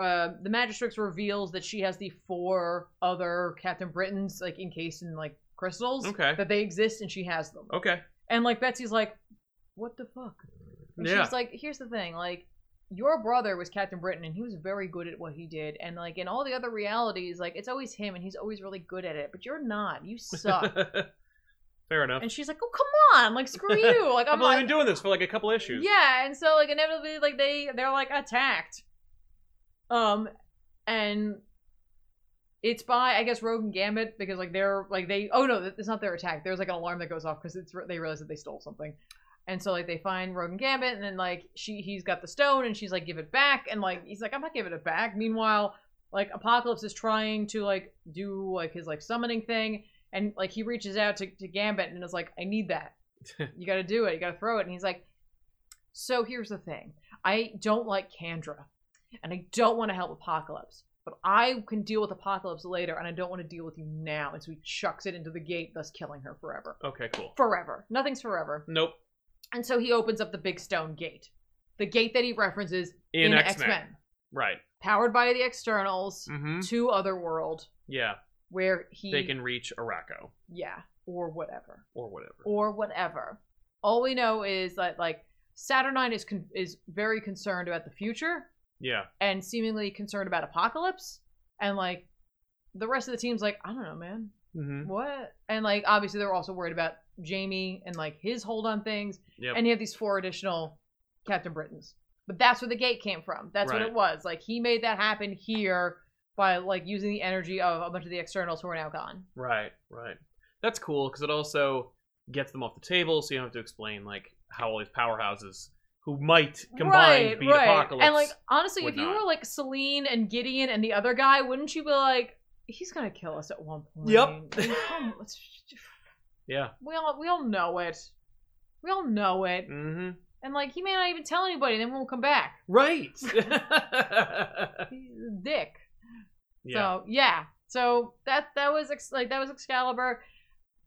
uh, the Magistrix reveals that she has the four other Captain Britons, like, encased in, like, crystals. Okay. Oh. That they exist and she has them. Okay. And, like, Betsy's like, what the fuck? And Yeah. she's like, here's the thing, like, your brother was Captain Britain and he was very good at what he did. And, like, in all the other realities, like, it's always him and he's always really good at it, but you're <laughs> not. You suck. <laughs> Fair enough. and she's like, oh, come on. Like, <laughs> screw you. Like, I'm I've like, only been doing this for like a couple issues. yeah, and so like inevitably like they they're like attacked. Um and it's by I guess Rogue and Gambit because like they're like they oh no it's not their attack there's like an alarm that goes off because it's they realize that they stole something, and so like they find Rogue and Gambit and then like she he's got the stone and she's like give it back and like he's like I'm not giving it back. Meanwhile, like Apocalypse is trying to like do like his like summoning thing and like he reaches out to, to Gambit and is like I need that. you got to do it. You got to throw it. And he's like, so here's the thing. I don't like Candra, and I don't want to help Apocalypse, but I can deal with Apocalypse later, and I don't want to deal with you now. And so he chucks it into the gate, thus killing her forever. Okay. Cool. Forever. Nothing's forever. Nope. And so he opens up the big stone gate. The gate that he references In, in, X X-Men. Men. Right. Powered by the externals Mm-hmm. to Otherworld, Yeah. where he They can reach Araco Yeah. Or whatever. or whatever. or whatever. All we know is that like Saturnine is con- is very concerned about the future Yeah. and seemingly concerned about apocalypse, and like the rest of the team's like, I don't know, man. Mm-hmm. what? And like obviously they were also worried about Jamie and like his hold on things. Yep. And you have these four additional Captain Britons. But that's where the gate came from. That's what Right. it was. Like he made that happen here by like using the energy of a bunch of the externals who are now gone. Right, right. That's cool because it also gets them off the table, so you don't have to explain like how all these powerhouses who might combine beat apocalypse. And like honestly, if would you not. were like Celine and Gideon and the other guy, wouldn't you be like, he's gonna kill us at one point? Yep. Like, come- it's- yeah. we all we all know it. We all know it. Mm-hmm. <laughs> And like he may not even tell anybody, then we'll <laughs> come back. Right. He's a dick. yeah. So yeah. So that that was ex- like that was Excalibur.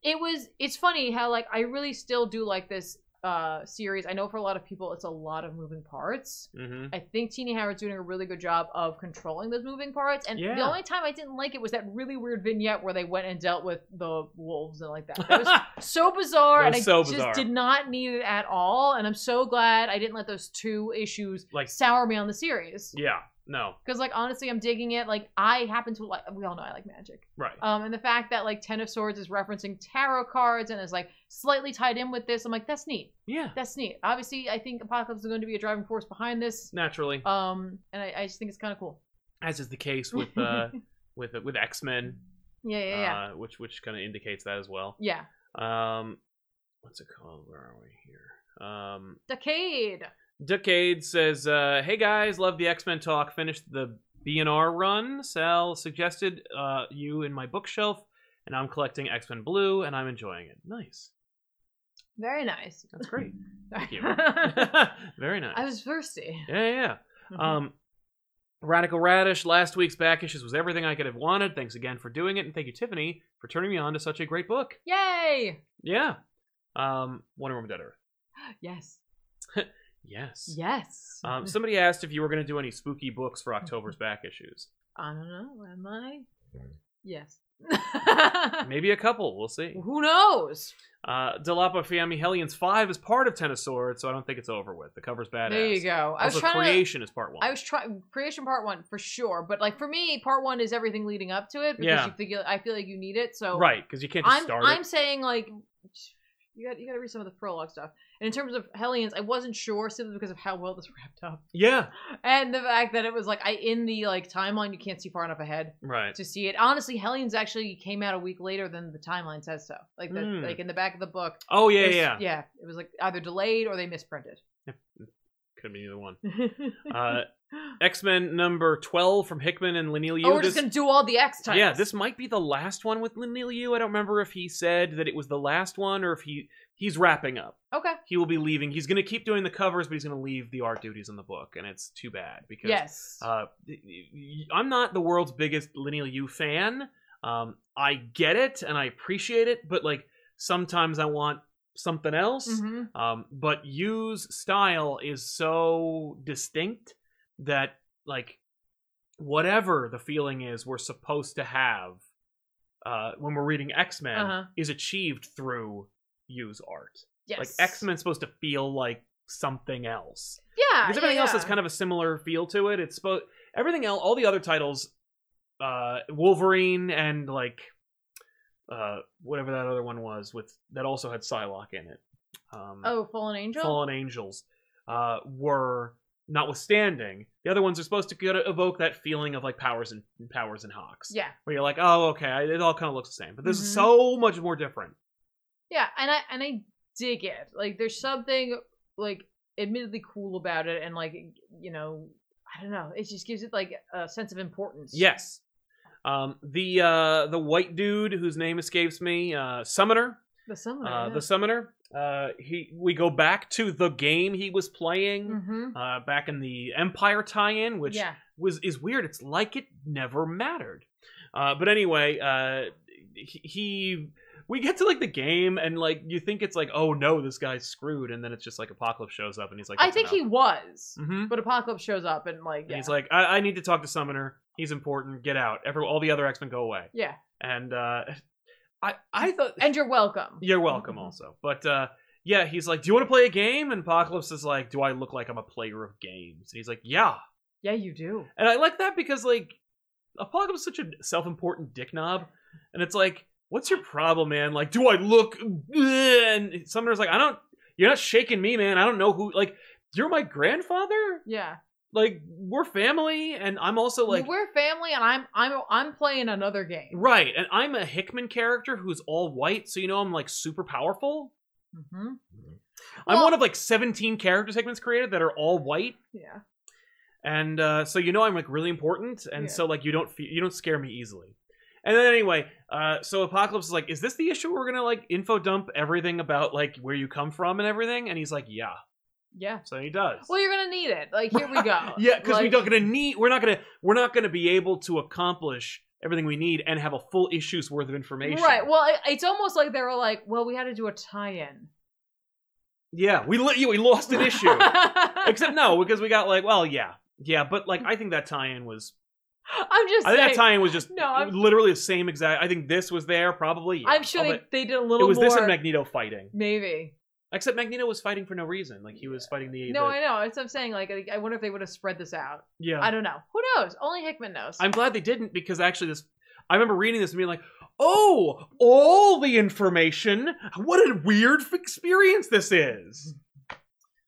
It was. It's funny how like I really still do like this uh series. I know for a lot of people, it's a lot of moving parts. Mm-hmm. I think Teeny Howard's doing a really good job of controlling those moving parts. And the Yeah. only time I didn't like it was that really weird vignette where they went and dealt with the wolves and like that. That <laughs> was so bizarre, That and was I so just bizarre. did not need it at all. And I'm so glad I didn't let those two issues like sour me on the series. yeah. No. Because like honestly, I'm digging it. Like I happen to like we all know I like magic. Right. Um, and the fact that like Ten of Swords is referencing tarot cards and is like slightly tied in with this, I'm like that's neat. Yeah. That's neat. Obviously, I think Apocalypse is going to be a driving force behind this. Naturally, Um, and I, I just think it's kind of cool. as is the case with <laughs> uh, with with X Men, Yeah, yeah, yeah, uh, which which kind of indicates that as well. yeah. Um, what's it called? Where are we here? Um, Decade. Decade says, uh, "Hey guys, love the X Men talk. Finished the BNR run. Sal suggested uh, you in my bookshelf, and I'm collecting X Men Blue, and I'm enjoying it. Nice. Very nice. That's <laughs> great. <laughs> Thank you. I Very nice. was thirsty. Yeah, yeah. yeah. Mm-hmm. Um, Radical Radish. Last week's back issues was everything I could have wanted. Thanks again for doing it, and thank you, Tiffany, for turning me on to such a great book. Yay! Yeah. Um, Wonder Woman Dead Earth. Yes. Yes. Yes. Um, <laughs> somebody asked if you were going to do any spooky books for October's back <laughs> issues. I don't know. Am I? Yes. <laughs> Maybe a couple. We'll see. Who knows? Uh, Delapa Fiamme Hellions 5 is part of Ten of Swords, so I don't think it's over with. The cover's badass. There you go. I Also, was trying to. Creation is part one. I was trying creation part one for sure, but like for me, part one is everything leading up to it because Yeah. you feel I feel like you need it. So right, because you can't just I'm start I'm it. saying like you got you got to read some of the prologue stuff. And in terms of Hellions, I wasn't sure simply because of how well this <laughs> wrapped up Yeah. and the fact that it was like I in the like timeline you can't see far enough ahead Right. to see it. Honestly, Hellions actually came out a week later than the timeline says so. Like the, Hmm. like in the back of the book. Oh, yeah, there's- yeah. yeah. It was like either delayed or they misprinted. <laughs> Could be either one. oh, Uh, X Men number 12 from Hickman and Lineal Yu. Oh, we're just This- gonna do all the X titles. yeah, this might be the last one with Lineal Yu. I don't remember if he said that it was the last one or if he he's wrapping up. Okay. He will be leaving. He's going to keep doing the covers, but he's going to leave the art duties in the book, and it's too bad because Yes. Uh, y- y- I'm not the world's biggest Lineal U fan. Um, I get it and I appreciate it, but like sometimes I want something else. hmm Um, but Yu's style is so distinct that like whatever the feeling is we're supposed to have uh, when we're reading X Men Uh-huh. is achieved through Yu's art. Yes. Like X Men's supposed to feel like something else. Uh, Yeah. Because everything else has kind of a similar feel to it. It's supposed everything else, all the other titles, uh, Wolverine and like uh, whatever that other one was with that also had Psylocke in it. Um, Oh, Fallen Angel. Fallen Angels uh, were notwithstanding the other ones are supposed to get, evoke that feeling of like powers and powers and hawks Yeah. where you're like oh okay I- it all kind of looks the same but this is Mhm. so much more different Yeah, and I and I dig it. Like there's something like admittedly cool about it and like you know, I don't know. It just gives it like a sense of importance. Yes. Um, the uh, the white dude whose name escapes me, uh, Summoner, The summoner. uh, the Summoner. Uh, he we go back to the game he was playing hmm uh, back in the Empire tie-in, which yeah. was is weird. It's like it never mattered. Uh, but anyway, uh, he, he we get to like the game and like you think it's like oh no this guy's screwed and then it's just like Apocalypse shows up and he's like I think he was. hmm But Apocalypse shows up and like yeah. he's like I-, I need to talk to Summoner. He's important. Get out. Every all the other X Men go away yeah. <laughs> and uh, I I thought And Mm-hmm. you're welcome. <laughs> you're welcome also, but uh, yeah, he's like, "Do you want to play a game?" And Apocalypse is like, "Do I look like I'm a player of games?" And he's like, "Yeah," Yeah, you do. and I like that because like Apocalypse is such a self-important dick knob, and it's like what's your problem, man? Like, do I look? And Sumner's like, I don't. You're not shaking me, man. I don't know who. Like, you're my grandfather. Yeah. Like, we're family, and I'm also Well, like, we're family and I'm I'm I'm playing another game. right. And I'm a Hickman character who's all white, so you know I'm like super powerful. Mm-hmm. I'm one of like 17 characters Hickman's created that are all white. yeah. and uh, so you know I'm like really important, and Yeah. so like you don't fe- you don't scare me easily. And then anyway, uh, so Apocalypse is like, "Is this the issue? We're gonna like info dump everything about like where you come from and everything?" And he's like, "Yeah." Yeah. So he does. Well, you're gonna need it. Like here we go. <laughs> yeah, because we Like, don't gonna need we're not gonna we're not gonna be able to accomplish everything we need and have a full issue's worth of information. Right. Well, it, it's almost like they were like, well, we had to do a tie-in. Yeah, we li- we lost an <laughs> issue. Except no, because we got like, well, yeah, yeah, but like I think that tie-in was I'm just I think saying. that tie-in was just No, I'm- literally the same exact. I think this was there probably. yeah, I'm sure but they, they did a little it was more. this and Magneto fighting. maybe. Except Magneto was fighting for no reason. Like he was fighting the. No, the- I know. That's what I'm saying. Like, I- I wonder if they would have spread this out. yeah. I don't know. Who knows? Only Hickman knows. I'm glad they didn't because actually this. I remember reading this and being like, "Oh, all the information! What a weird f- experience this is."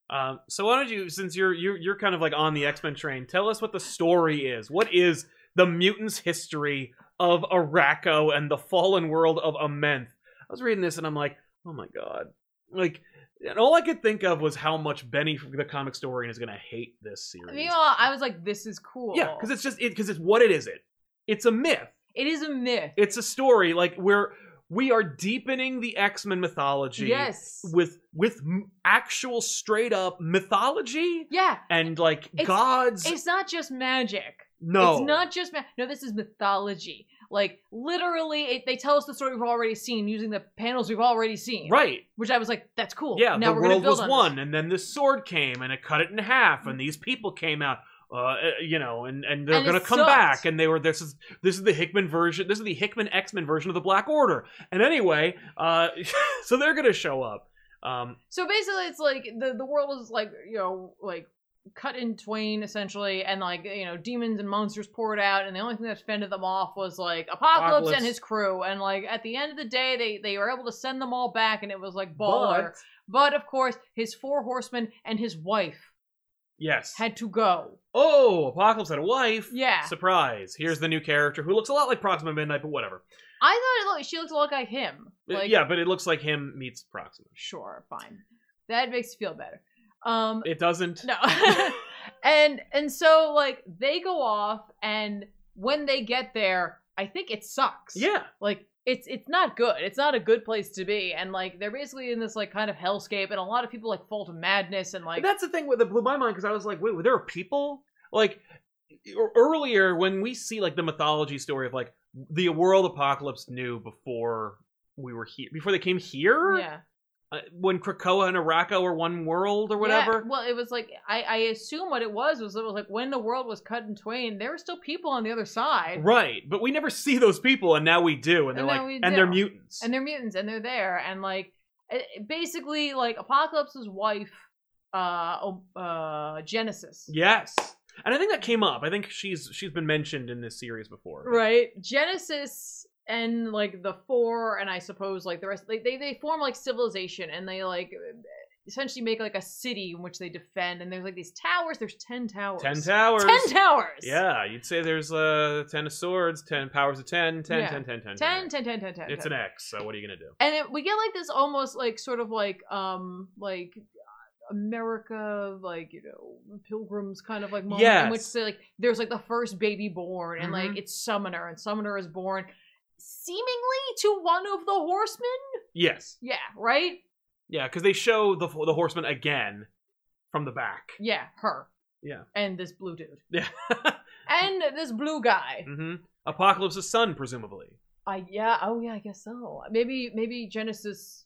Um, so why don't you, since you're you're you're kind of like on the X Men train, tell us what the story is. What is the mutants' history of Araco and the fallen world of Amenth? I was reading this and I'm like, oh my god, like. And all I could think of was how much Benny, the comic historian, is going to hate this series. Meanwhile, I was like, this is cool. Yeah, because it's just because it's what it is. It it's a myth. it is a myth. It's a story. Like we're we are deepening the X Men mythology. Yes. With with m- actual straight up mythology yeah. and like It's- gods. It's not just magic. no. It's not just ma- no. This is mythology. Like literally, it, they tell us the story we've already seen using the panels we've already seen. Right. Which I was like, that's cool. Yeah. Now the we're world gonna build was on one, and then this sword came and it cut it in half, and these people came out. Uh, you know, and and they're And it gonna come sucked. back, and they were this is this is the Hickman version, this is the Hickman X Men version of the Black Order, and anyway, uh, <laughs> so they're gonna show up. Um, This. So basically, it's like the the world is like you know like cut in twain essentially, and like you know demons and monsters poured out, and the only thing that fended them off was like Apocalypse, Apocalypse. and his crew, and like at the end of the day, they they were able to send them all back, and it was like baller. But- But, of course, his four horsemen and his wife yes. had to go. oh, Apocalypse had a wife. Yeah. Surprise. Here's the new character who looks a lot like Proxima Midnight, but whatever. I thought it looked, she looked a lot like him. Uh, Like, yeah, but it looks like him meets Proxima. Sure, fine. That makes you feel better. <laughs> Um, It doesn't. no. <laughs> and and so like they go off, and when they get there, I think it sucks. Yeah. Like it's it's not good. It's not a good place to be. And like they're basically in this like kind of hellscape, and a lot of people like fall to madness and like That's the thing that blew my mind because I was like, wait, there are people? Like, e- earlier when we see, like, the mythology story of, like, the world apocalypse knew before we were here, before they came here? yeah Uh, when Krakoa and Arako were one world or whatever? Yeah, well, it was like I I assume what it was was it was like when the world was cut in twain, there were still people on the other side. Right. But we never see those people, and now we do. And they're And now like, we and they're do. mutants. and they're mutants and they're there and like it- it- basically like apocalypse's wife uh oh, uh genesis Yes. And I think that came up. I think she's she's been mentioned in this series before. right genesis and like the four and i suppose like the rest like, they they form like civilization and they like essentially make like a city in which they defend and there's like these towers there's 10 towers Ten towers. 10 towers Yeah, you'd say there's uh ten of swords, ten powers of ten, ten, Yeah. ten, ten, ten, 10 10 10 10 10 It's an X, so what are you gonna do? and it, we get like this almost like sort of like um like America like you know pilgrims kind of like moment in which Yes. they like there's like the first baby born and Mhm. like it's Summoner and Summoner is born seemingly to one of the horsemen Yes. yeah right Yeah, because they show the the horseman again from the back. yeah her Yeah. and this blue dude Yeah. <laughs> and this blue guy hmm Apocalypse's son, presumably. I yeah oh yeah I guess so maybe maybe Genesis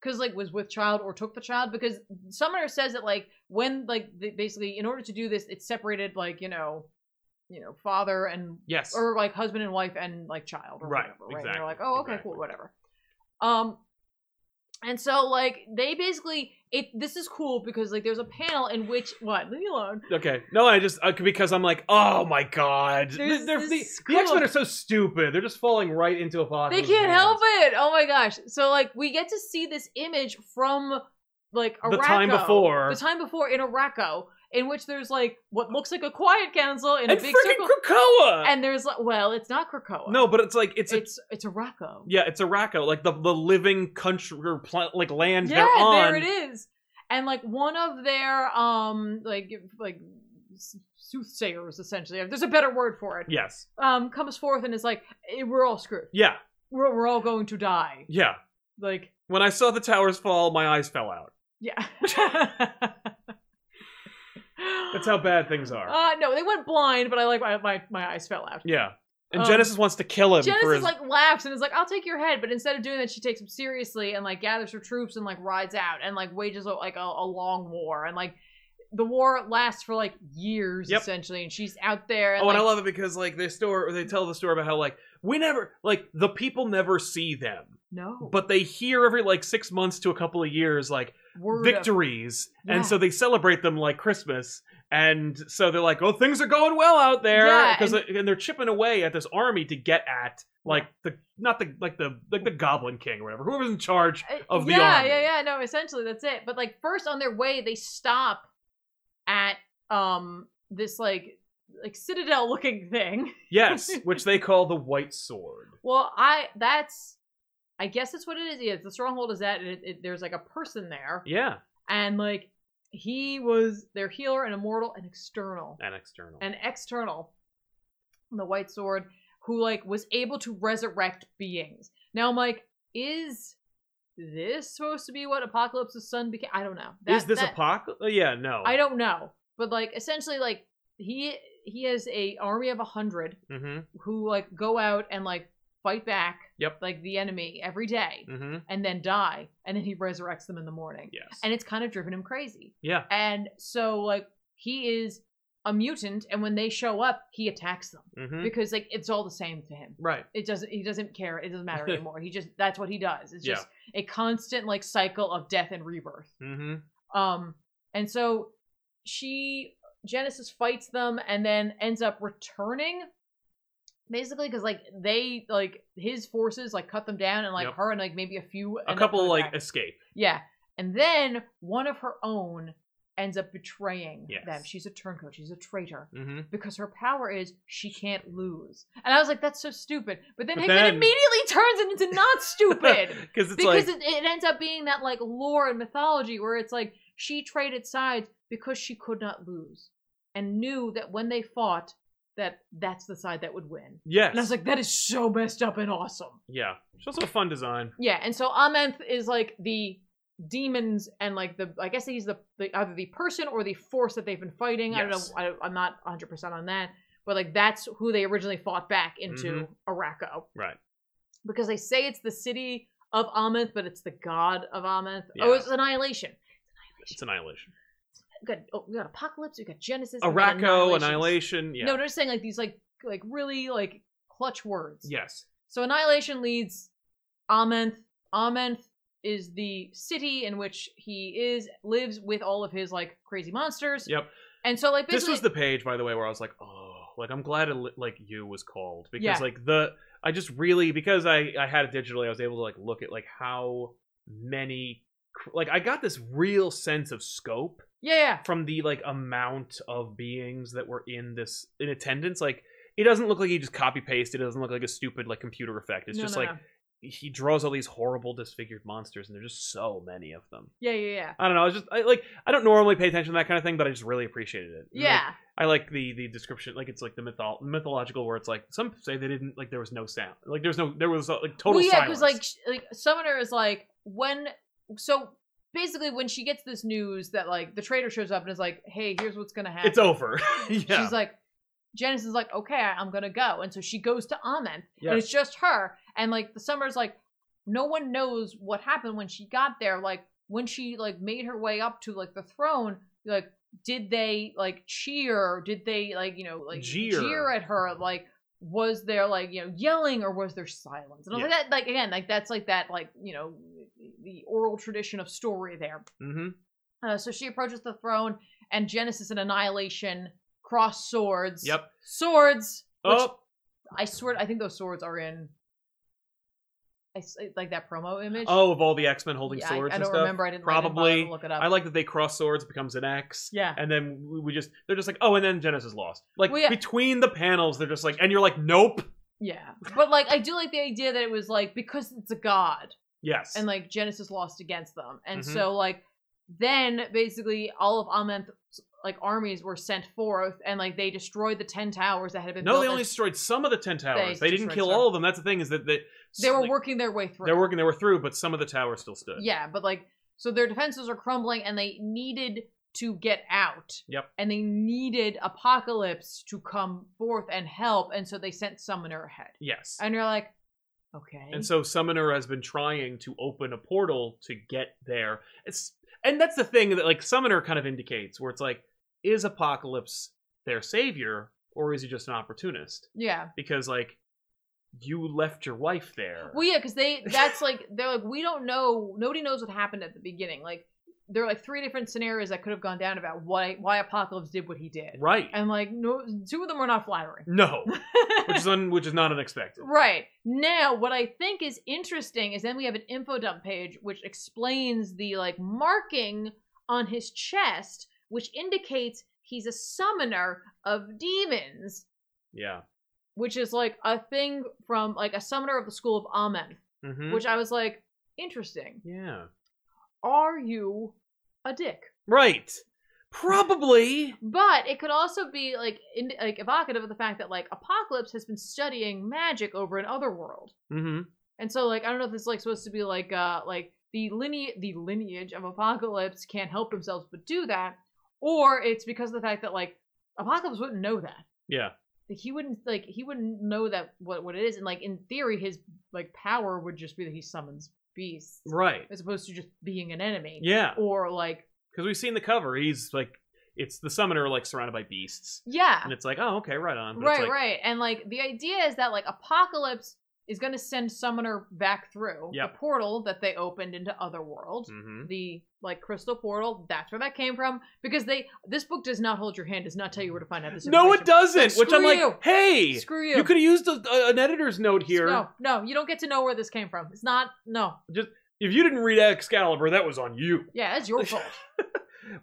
because like was with child or took the child because Summoner says that like when like they basically in order to do this it separated like you know you know father and Yes. or like husband and wife and like child or Right, whatever right And they're like exactly, oh okay exactly. cool whatever um And so like they basically it this is cool because like there's a panel in which what leave me alone Okay. No, I just uh, because I'm like, oh my god, There's They're- this the, screw X Men up. are so stupid. They're just falling right into a they can't help it oh my gosh so like we get to see this image from like Araco, The time before. the time before in Araco in which there's like what looks like a quiet council in And a freaking big circle Krakoa. and there's like well it's not Krakoa no, but it's like it's it's a it's, Araco yeah, it's Araco, like the the living country or pla- like land yeah they're on. there it is and like one of their um like like soothsayers essentially there's a better word for it Yes. um, comes forth and is like, "Eh, "We're all screwed. Yeah. We're, we're all going to die." Yeah. Like, When I saw the towers fall, my eyes fell out. <laughs> yeah. That's how bad things are. <laughs> <gasps> Uh, no, they went blind, but I like my my, my eyes fell out. yeah. And um, Genesis wants to kill him for Genesis his like laughs and is like, "I'll take your head," but instead of doing that, she takes him seriously and like gathers her troops and like rides out and like wages a, like a, a long war and like the war lasts for like years Yep. essentially, and she's out there. And, Oh, and I like, love it because like they store they tell the story about how like we never like the people never see them, no, but they hear every like six months to a couple of years like word of- victories, Yeah. and so they celebrate them like Christmas. And so they're like, "Oh, things are going well out there," Yeah, because and, they're chipping away at this army to get at like the not the like the like the Goblin King or whatever, whoever's in charge. Uh, of the yeah, army. Yeah, yeah, no, essentially that's it. But like first on their way, they stop at um this like like citadel looking thing. <laughs> Yes, which they call the White Sword. Well, I that's I guess that's what it is. Yeah, the stronghold is that and it, it, there's like a person there, Yeah, and like he was their healer and immortal and external and external. and external, the White Sword, who like was able to resurrect beings. Now I'm like, is this supposed to be what Apocalypse's son became? I don't know. Is That- this that- apocalypse? Yeah, no. I don't know, but like essentially, like he he has a army of a hundred Mm-hmm. who like go out and like fight back, Yep. like the enemy every day, Mm-hmm. and then die, and then he resurrects them in the morning, Yes. and it's kind of driven him crazy. yeah. And so like he is a mutant, and when they show up, he attacks them Mm-hmm. because like it's all the same to him. Right. It doesn't. He doesn't care. It <laughs> doesn't matter anymore. he just that's what he does. It's just a constant like cycle of death and rebirth. Mm-hmm. Um, and so she Genesis fights them and then ends up returning, basically because like they like his forces like cut them down and like Yep. her and like maybe a few end A up couple coming like back. escape. yeah, and then one of her own ends up betraying Yes. them. She's a turncoat. She's a traitor Mm-hmm. <laughs> because her power is she can't lose. And I was like, that's so stupid. But then But Hickman then- immediately turns it <laughs> into not stupid Because it's because like it, it ends up being that like lore and mythology where it's like she traded sides because she could not lose and knew that when they fought that that's the side that would win. yes. And I was like, that is so messed up and awesome. yeah. It's also a fun design. Yeah, and so Amenth is like the demons and like the I guess he's the, the either the person or the force that they've been fighting. Yes. I don't know. I, I'm not 100 percent on that, but like that's who they originally fought back into Araco. Mm-hmm. Right. Because they say it's the city of Amenth, but it's the god of Amenth. Oh, Yeah. it's annihilation. It's annihilation. We got oh, we got apocalypse. We got Genesis. we got Araco, Annihilations. annihilation. Yeah. No, they're saying like these like like really like clutch words. Yes. So Annihilation leads Amenth. Amenth is the city in which he is lives with all of his like crazy monsters. Yep. And so like This basically was the page, by the way, where I was like, oh, like I'm glad it, li- like you was called because Yeah. like the I just really because I I had it digitally, I was able to like look at like how many cr- like I got this real sense of scope yeah yeah from the like amount of beings that were in this in attendance like it doesn't look like he just copy pasted it doesn't look like a stupid like computer effect it's No, just no, like no. he draws all these horrible disfigured monsters and there's just so many of them yeah yeah yeah i don't know i was just I, like i don't normally pay attention to that kind of thing but i just really appreciated it And, like, yeah i like the the description like it's like the mytho- mythological where it's like some say they didn't like there was no sound like there was no there was uh, like total well, yeah silence because like sh- like Summoner is like when so basically when she gets this news that like the traitor shows up and is like hey here's what's gonna happen it's over <laughs> yeah <laughs> she's like Janice is like okay I- I'm gonna go and so she goes to Amenth yeah and it's just her. And like the summer's like, no one knows what happened when she got there. Like when she like made her way up to like the throne, like did they like cheer? Did they like you know like Jeer. at her? Like was there like you know yelling or was there silence? And I was like that like again like that's like that like you know the oral tradition of story there. Mm-hmm. Uh, so she approaches the throne, and Genesis and Annihilation cross swords. Yep. Swords. Which Oh, I swear, I think those swords are in. I s- like that promo image. oh, of all the X Men holding Yeah, I- swords I, and don't stuff. remember. I didn't I didn't bother Probably. to look it up. I like that they cross swords, becomes an X. yeah. And then we we just, they're just like, oh, and then Genesis lost. Like, Well, yeah. between the panels, they're just like, and you're like, nope. Yeah. But like I do like the idea that it was like because it's a god Yes. and like Genesis lost against them. And Mhm. so like then basically all of Amen's like armies were sent forth and like they destroyed the 10 towers that had been no, built they and only destroyed some of the 10 towers. They, didn't destroyed kill some. all of them. That's the thing, is that they, they were like, working their way through. They were working their way through, but some of the towers still stood. Yeah, but like so their defenses are crumbling and they needed to get out. Yep. And they needed Apocalypse to come forth and help and so they sent Summoner ahead. Yes. And you're like okay. And so Summoner has been trying to open a portal to get there. It's and that's the thing that like Summoner kind of indicates where it's like, is Apocalypse their savior or is he just an opportunist? yeah. Because like you left your wife there. Well, yeah, because they that's like they're like we don't know. Nobody knows what happened at the beginning. Like there are like three different scenarios that could have gone down about why why Apocalypse did what he did, right. and like no, two of them were not flattering. <laughs> no. which is un, which is not unexpected. right now, what I think is interesting is then we have an info dump page which explains the like marking on his chest, which indicates he's a summoner of demons, Yeah. which is like a thing from like a summoner of the school of Amen, hmm which I was like interesting. yeah. are you a dick? Right. Probably. But it could also be like in, like evocative of the fact that like Apocalypse has been studying magic over in Otherworld, mm-hmm. and so like I don't know if it's like supposed to be like uh like the lineage the lineage of Apocalypse can't help themselves but do that, or it's because of the fact that like Apocalypse wouldn't know that. Yeah. Like, He wouldn't like he wouldn't know that what what it is, and like in theory his like power would just be that he summons beasts Right. as opposed to just being an enemy. Yeah. Or like Because we've seen the cover. He's like it's the summoner like surrounded by beasts. yeah, And it's like, oh, okay, right on. But it's right like, right and like the idea is that like apocalypse is going to send summoner back through Yep. the portal that they opened into otherworld Mm-hmm. the like crystal portal that's where that came from because they this book does not hold your hand does not tell you where to find out this No, it information. doesn't. So which I'm screw like, you. hey, screw you, you could have used a, a- an editor's note here. no no you don't get to know where this came from it's not no If you didn't read Excalibur, that was on you. yeah <laughs> it's your fault <laughs>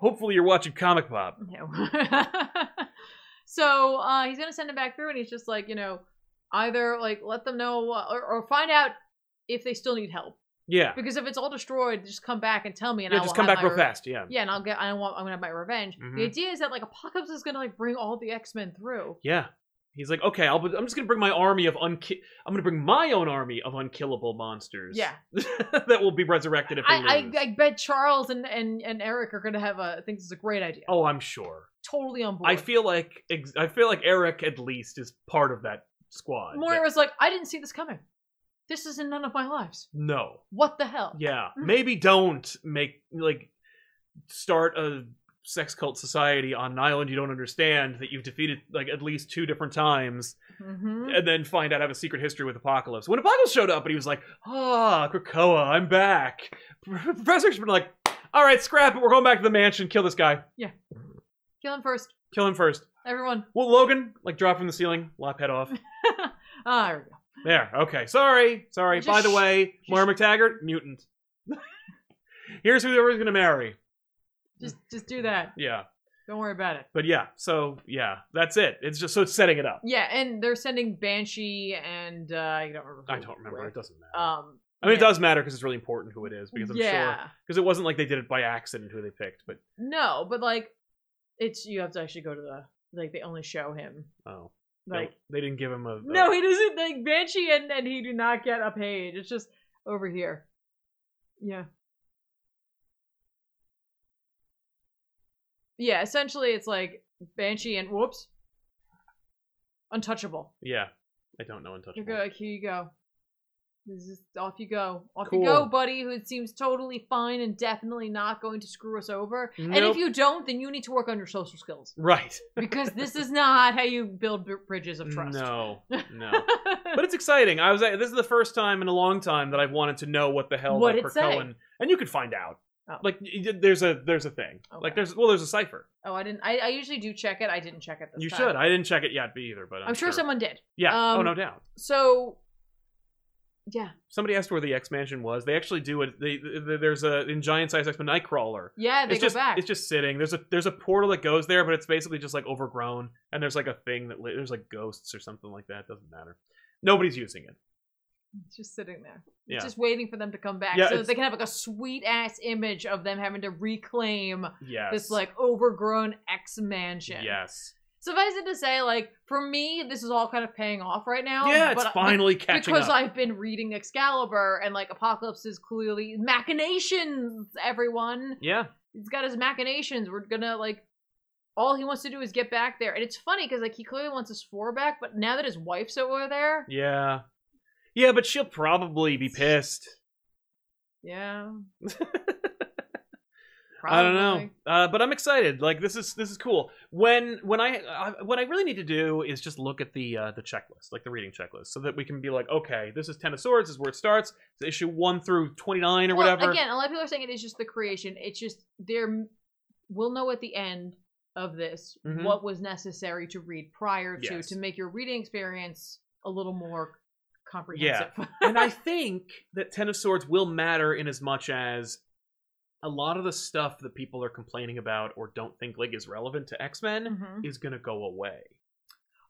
Hopefully, you're watching Comic Pop. No. so uh, he's gonna send it back through, and he's just like, you know, either like let them know uh, or, or find out if they still need help. Yeah, Because if it's all destroyed, just come back and tell me, and yeah. I Just will come have back my real re- fast. Yeah. Yeah, and I'll get. I want. I'm gonna have my revenge. Mhm. The idea is that like Apocalypse is gonna like bring all the X Men through. Yeah. He's like, okay, I'll, I'm just gonna bring my army of unki- I'm gonna bring my own army of unkillable monsters. Yeah. <laughs> that will be resurrected if they I, lose. I I bet Charles and, and and Eric are gonna have a. I think this is a great idea. oh, I'm sure. Totally on board. I feel like ex- I feel like Eric at least is part of that squad. Moira That- was like, I didn't see this coming. This is in none of my lives. no. What the hell? Yeah, Mm. maybe don't make like start a sex cult society on an island you don't understand that you've defeated like at least two different times, hmm and then find out I have a secret history with Apocalypse. When Apocalypse showed up and he was like, "Ah, Krakoa, I'm back," <laughs> Professor X been like, "All right, scrap it. We're going back to the mansion. Kill this guy. Kill him first, Kill him first. everyone. Well, Logan, like, drop from the ceiling, lop head off. Ah, there we go. There. Okay. Sorry. Sorry. Just By the sh- way, just- Moira McTaggart, mutant. <laughs> Here's who everyone's gonna marry. Just Hmm. just do that. Yeah. Don't worry about it. But yeah, so yeah, that's it. It's just so it's setting it up. Yeah, and they're sending Banshee and uh, I don't remember. I who don't remember. were. It doesn't matter. Um, I mean, yeah. it does matter because it's really important who it is because I'm yeah. sure because it wasn't like they did it by accident who they picked. But No, but like, it's you have to actually go to the like they only show him oh, they- like they, didn't give him a, a- no he doesn't like Banshee and and he do not get a page. It's just over here. Yeah. Yeah, essentially it's like Banshee and whoops, untouchable. yeah, I don't know You're untouchable. good. Like, here you go. This is off you go. Off Cool. you go, buddy, who seems totally fine and definitely not going to screw us over. And Nope. if you don't, then you need to work on your social skills right? because this is not how you build br- <laughs> bridges of trust. No, <laughs> no. but it's exciting. I was this is the first time in a long time that I've wanted to know what the hell What like it say? Krakoan and you could find out. Oh. Like y- y- there's a there's a thing. Okay. Like there's well there's a cipher. Oh, I didn't. I, I usually do check it. I didn't check it this You time. should. I didn't check it yet either, but I'm, I'm, sure, someone did. Yeah. oh um, no doubt. So, yeah, Somebody asked where the X Mansion was. They actually do it. They, they, there's a in giant size X Men Nightcrawler. yeah, they it's go just back. it's just sitting. There's a there's a portal that goes there, but it's basically just like overgrown, and there's like a thing that li- there's like ghosts or something like that. Doesn't matter. Nobody's using it. It's just sitting there. Yeah. It's just waiting for them to come back Yeah, so that it's- they can have like a sweet ass image of them having to reclaim Yes. this like overgrown X mansion. Yes. Suffice it to say, like for me, this is all kind of paying off right now. yeah, but it's I- <laughs> finally catching because up. I've been reading Excalibur and like Apocalypse is clearly machinations. Everyone, yeah. he's got his machinations. We're gonna like all he wants to do is get back there, and it's funny because like he clearly wants his four back, but now that his wife's over there, Yeah. Yeah, but she'll probably be pissed. yeah. <laughs> I don't know, Probably. uh, but I'm excited. Like this is this is cool. When when I, I what I really need to do is just look at the uh, the checklist, like the reading checklist, so that we can be like, okay, this is Ten of Swords. This is where it starts. It's issue one through twenty nine or Well, whatever. Again, a lot of people are saying it is just the creation. It's just there. We'll know at the end of this Mhm. what was necessary to read prior to Yes. to make your reading experience a little more comprehensive. <laughs> and I think that Ten of Swords will matter in as much as a lot of the stuff that people are complaining about or don't think like is relevant to X Men Mhm. is gonna go away.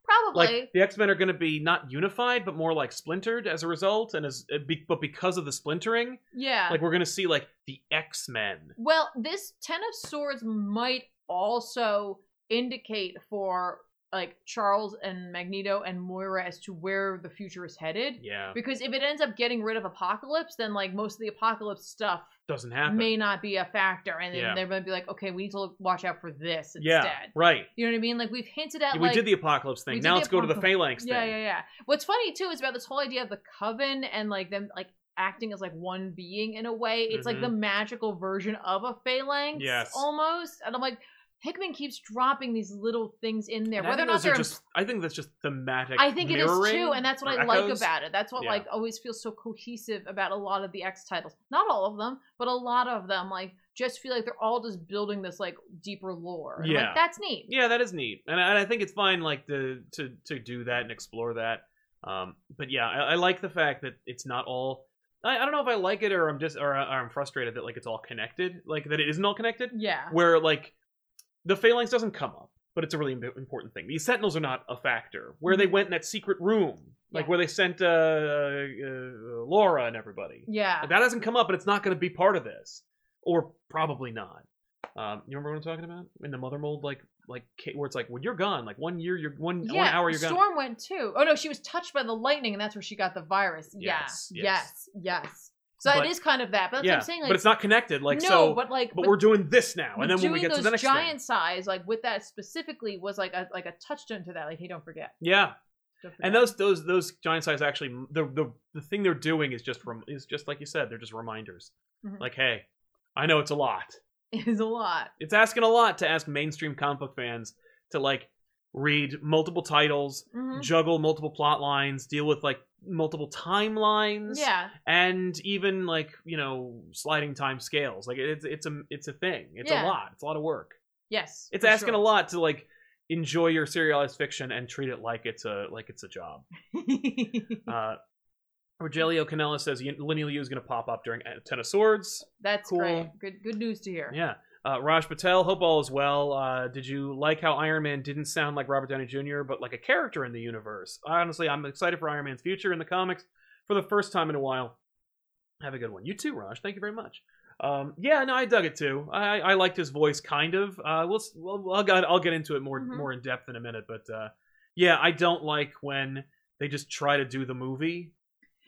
Probably. like the x-men are going to be not unified but more like splintered as a result and as uh, be, but because of the splintering yeah. like we're going to see like the x-men well, this Ten of Swords might also indicate for like Charles and Magneto and Moira as to where the future is headed. yeah Because if it ends up getting rid of Apocalypse, then like most of the Apocalypse stuff doesn't happen may not be a factor, and then Yeah. they're going to be like, okay, we need to look- watch out for this instead. yeah right You know what I mean? Like we've hinted at Yeah, we like did the apocalypse thing we did now the let's go to the apocalypse- phalanx yeah, thing yeah, yeah. What's funny too is about this whole idea of the coven and like them like acting as like one being in a way. It's like the magical version of a phalanx, Mm-hmm. Yes. almost. And I'm like, Hickman keeps dropping these little things in there, And I whether or think not those they're. are just i think that's just thematic I think it is too, mirroring and that's what or I like echoes. about it. That's what Yeah. like always feels so cohesive about a lot of the X titles. Not all of them, but a lot of them like just feel like they're all just building this like deeper lore. And I'm Yeah. like, that's neat. yeah that is neat and I, and I think it's fine like to to to do that and explore that um but yeah i, I like the fact that it's not all I, I don't know if i like it or i'm just or, I- or i'm frustrated that like it's all connected like that it isn't all connected Yeah, where like the phalanx doesn't come up but it's a really im- important thing these sentinels are not a factor where they went in that secret room like Mm-hmm. Yeah. where they sent uh, uh laura and everybody yeah. that hasn't come up and it's not going to be part of this or probably not um you remember what i'm talking about in the mother mold like like ca- where it's like when you're gone like one year you're one, yeah, one hour you're gone Storm went too. Oh no, she was touched by the lightning, and that's where she got the virus. Yeah, yes, Yes, yes. yes. So But- it is kind of that, but that's yeah what I'm saying. Like, but it's not connected like no, so but, but like, we're doing this now and then when doing we get those to the next giant thing, size, like with that specifically, was like a like a touchstone to that. Like, hey, don't forget. yeah Don't forget. And those those those giant size actually the the the thing they're doing is just rem- is just like you said they're just reminders. Mhm. Like hey, I know it's a lot. <laughs> is a lot. It's asking a lot to ask mainstream comic book fans to like read multiple titles, Mhm. juggle multiple plot lines, deal with like multiple timelines, Yeah, and even like you know sliding time scales. Like it's it's a it's a thing. It's Yeah. a lot. It's a lot of work. yes. It's asking a lot to like enjoy your serialized fiction and treat it like it's a like it's a <laughs> job. lot. Uh, Rogelio Canella says Lenny Liu is going to pop up during Ten of Swords. <laughs> That's Cool. great. Good good news to hear. Yeah. Uh, Raj Patel, hope all is well. Uh, did you like how Iron Man didn't sound like Robert Downey Jr., but like a character in the universe? Honestly, I'm excited for Iron Man's future in the comics for the first time in a while. Have a good one. You too, Raj. Thank you very much. Um, yeah, no, I dug it too. I, I liked his voice, kind of. Uh, we'll, s- we'll I'll get I'll get into it more Mhm. more in depth in a minute, but uh, yeah, I don't like when they just try to do the movie.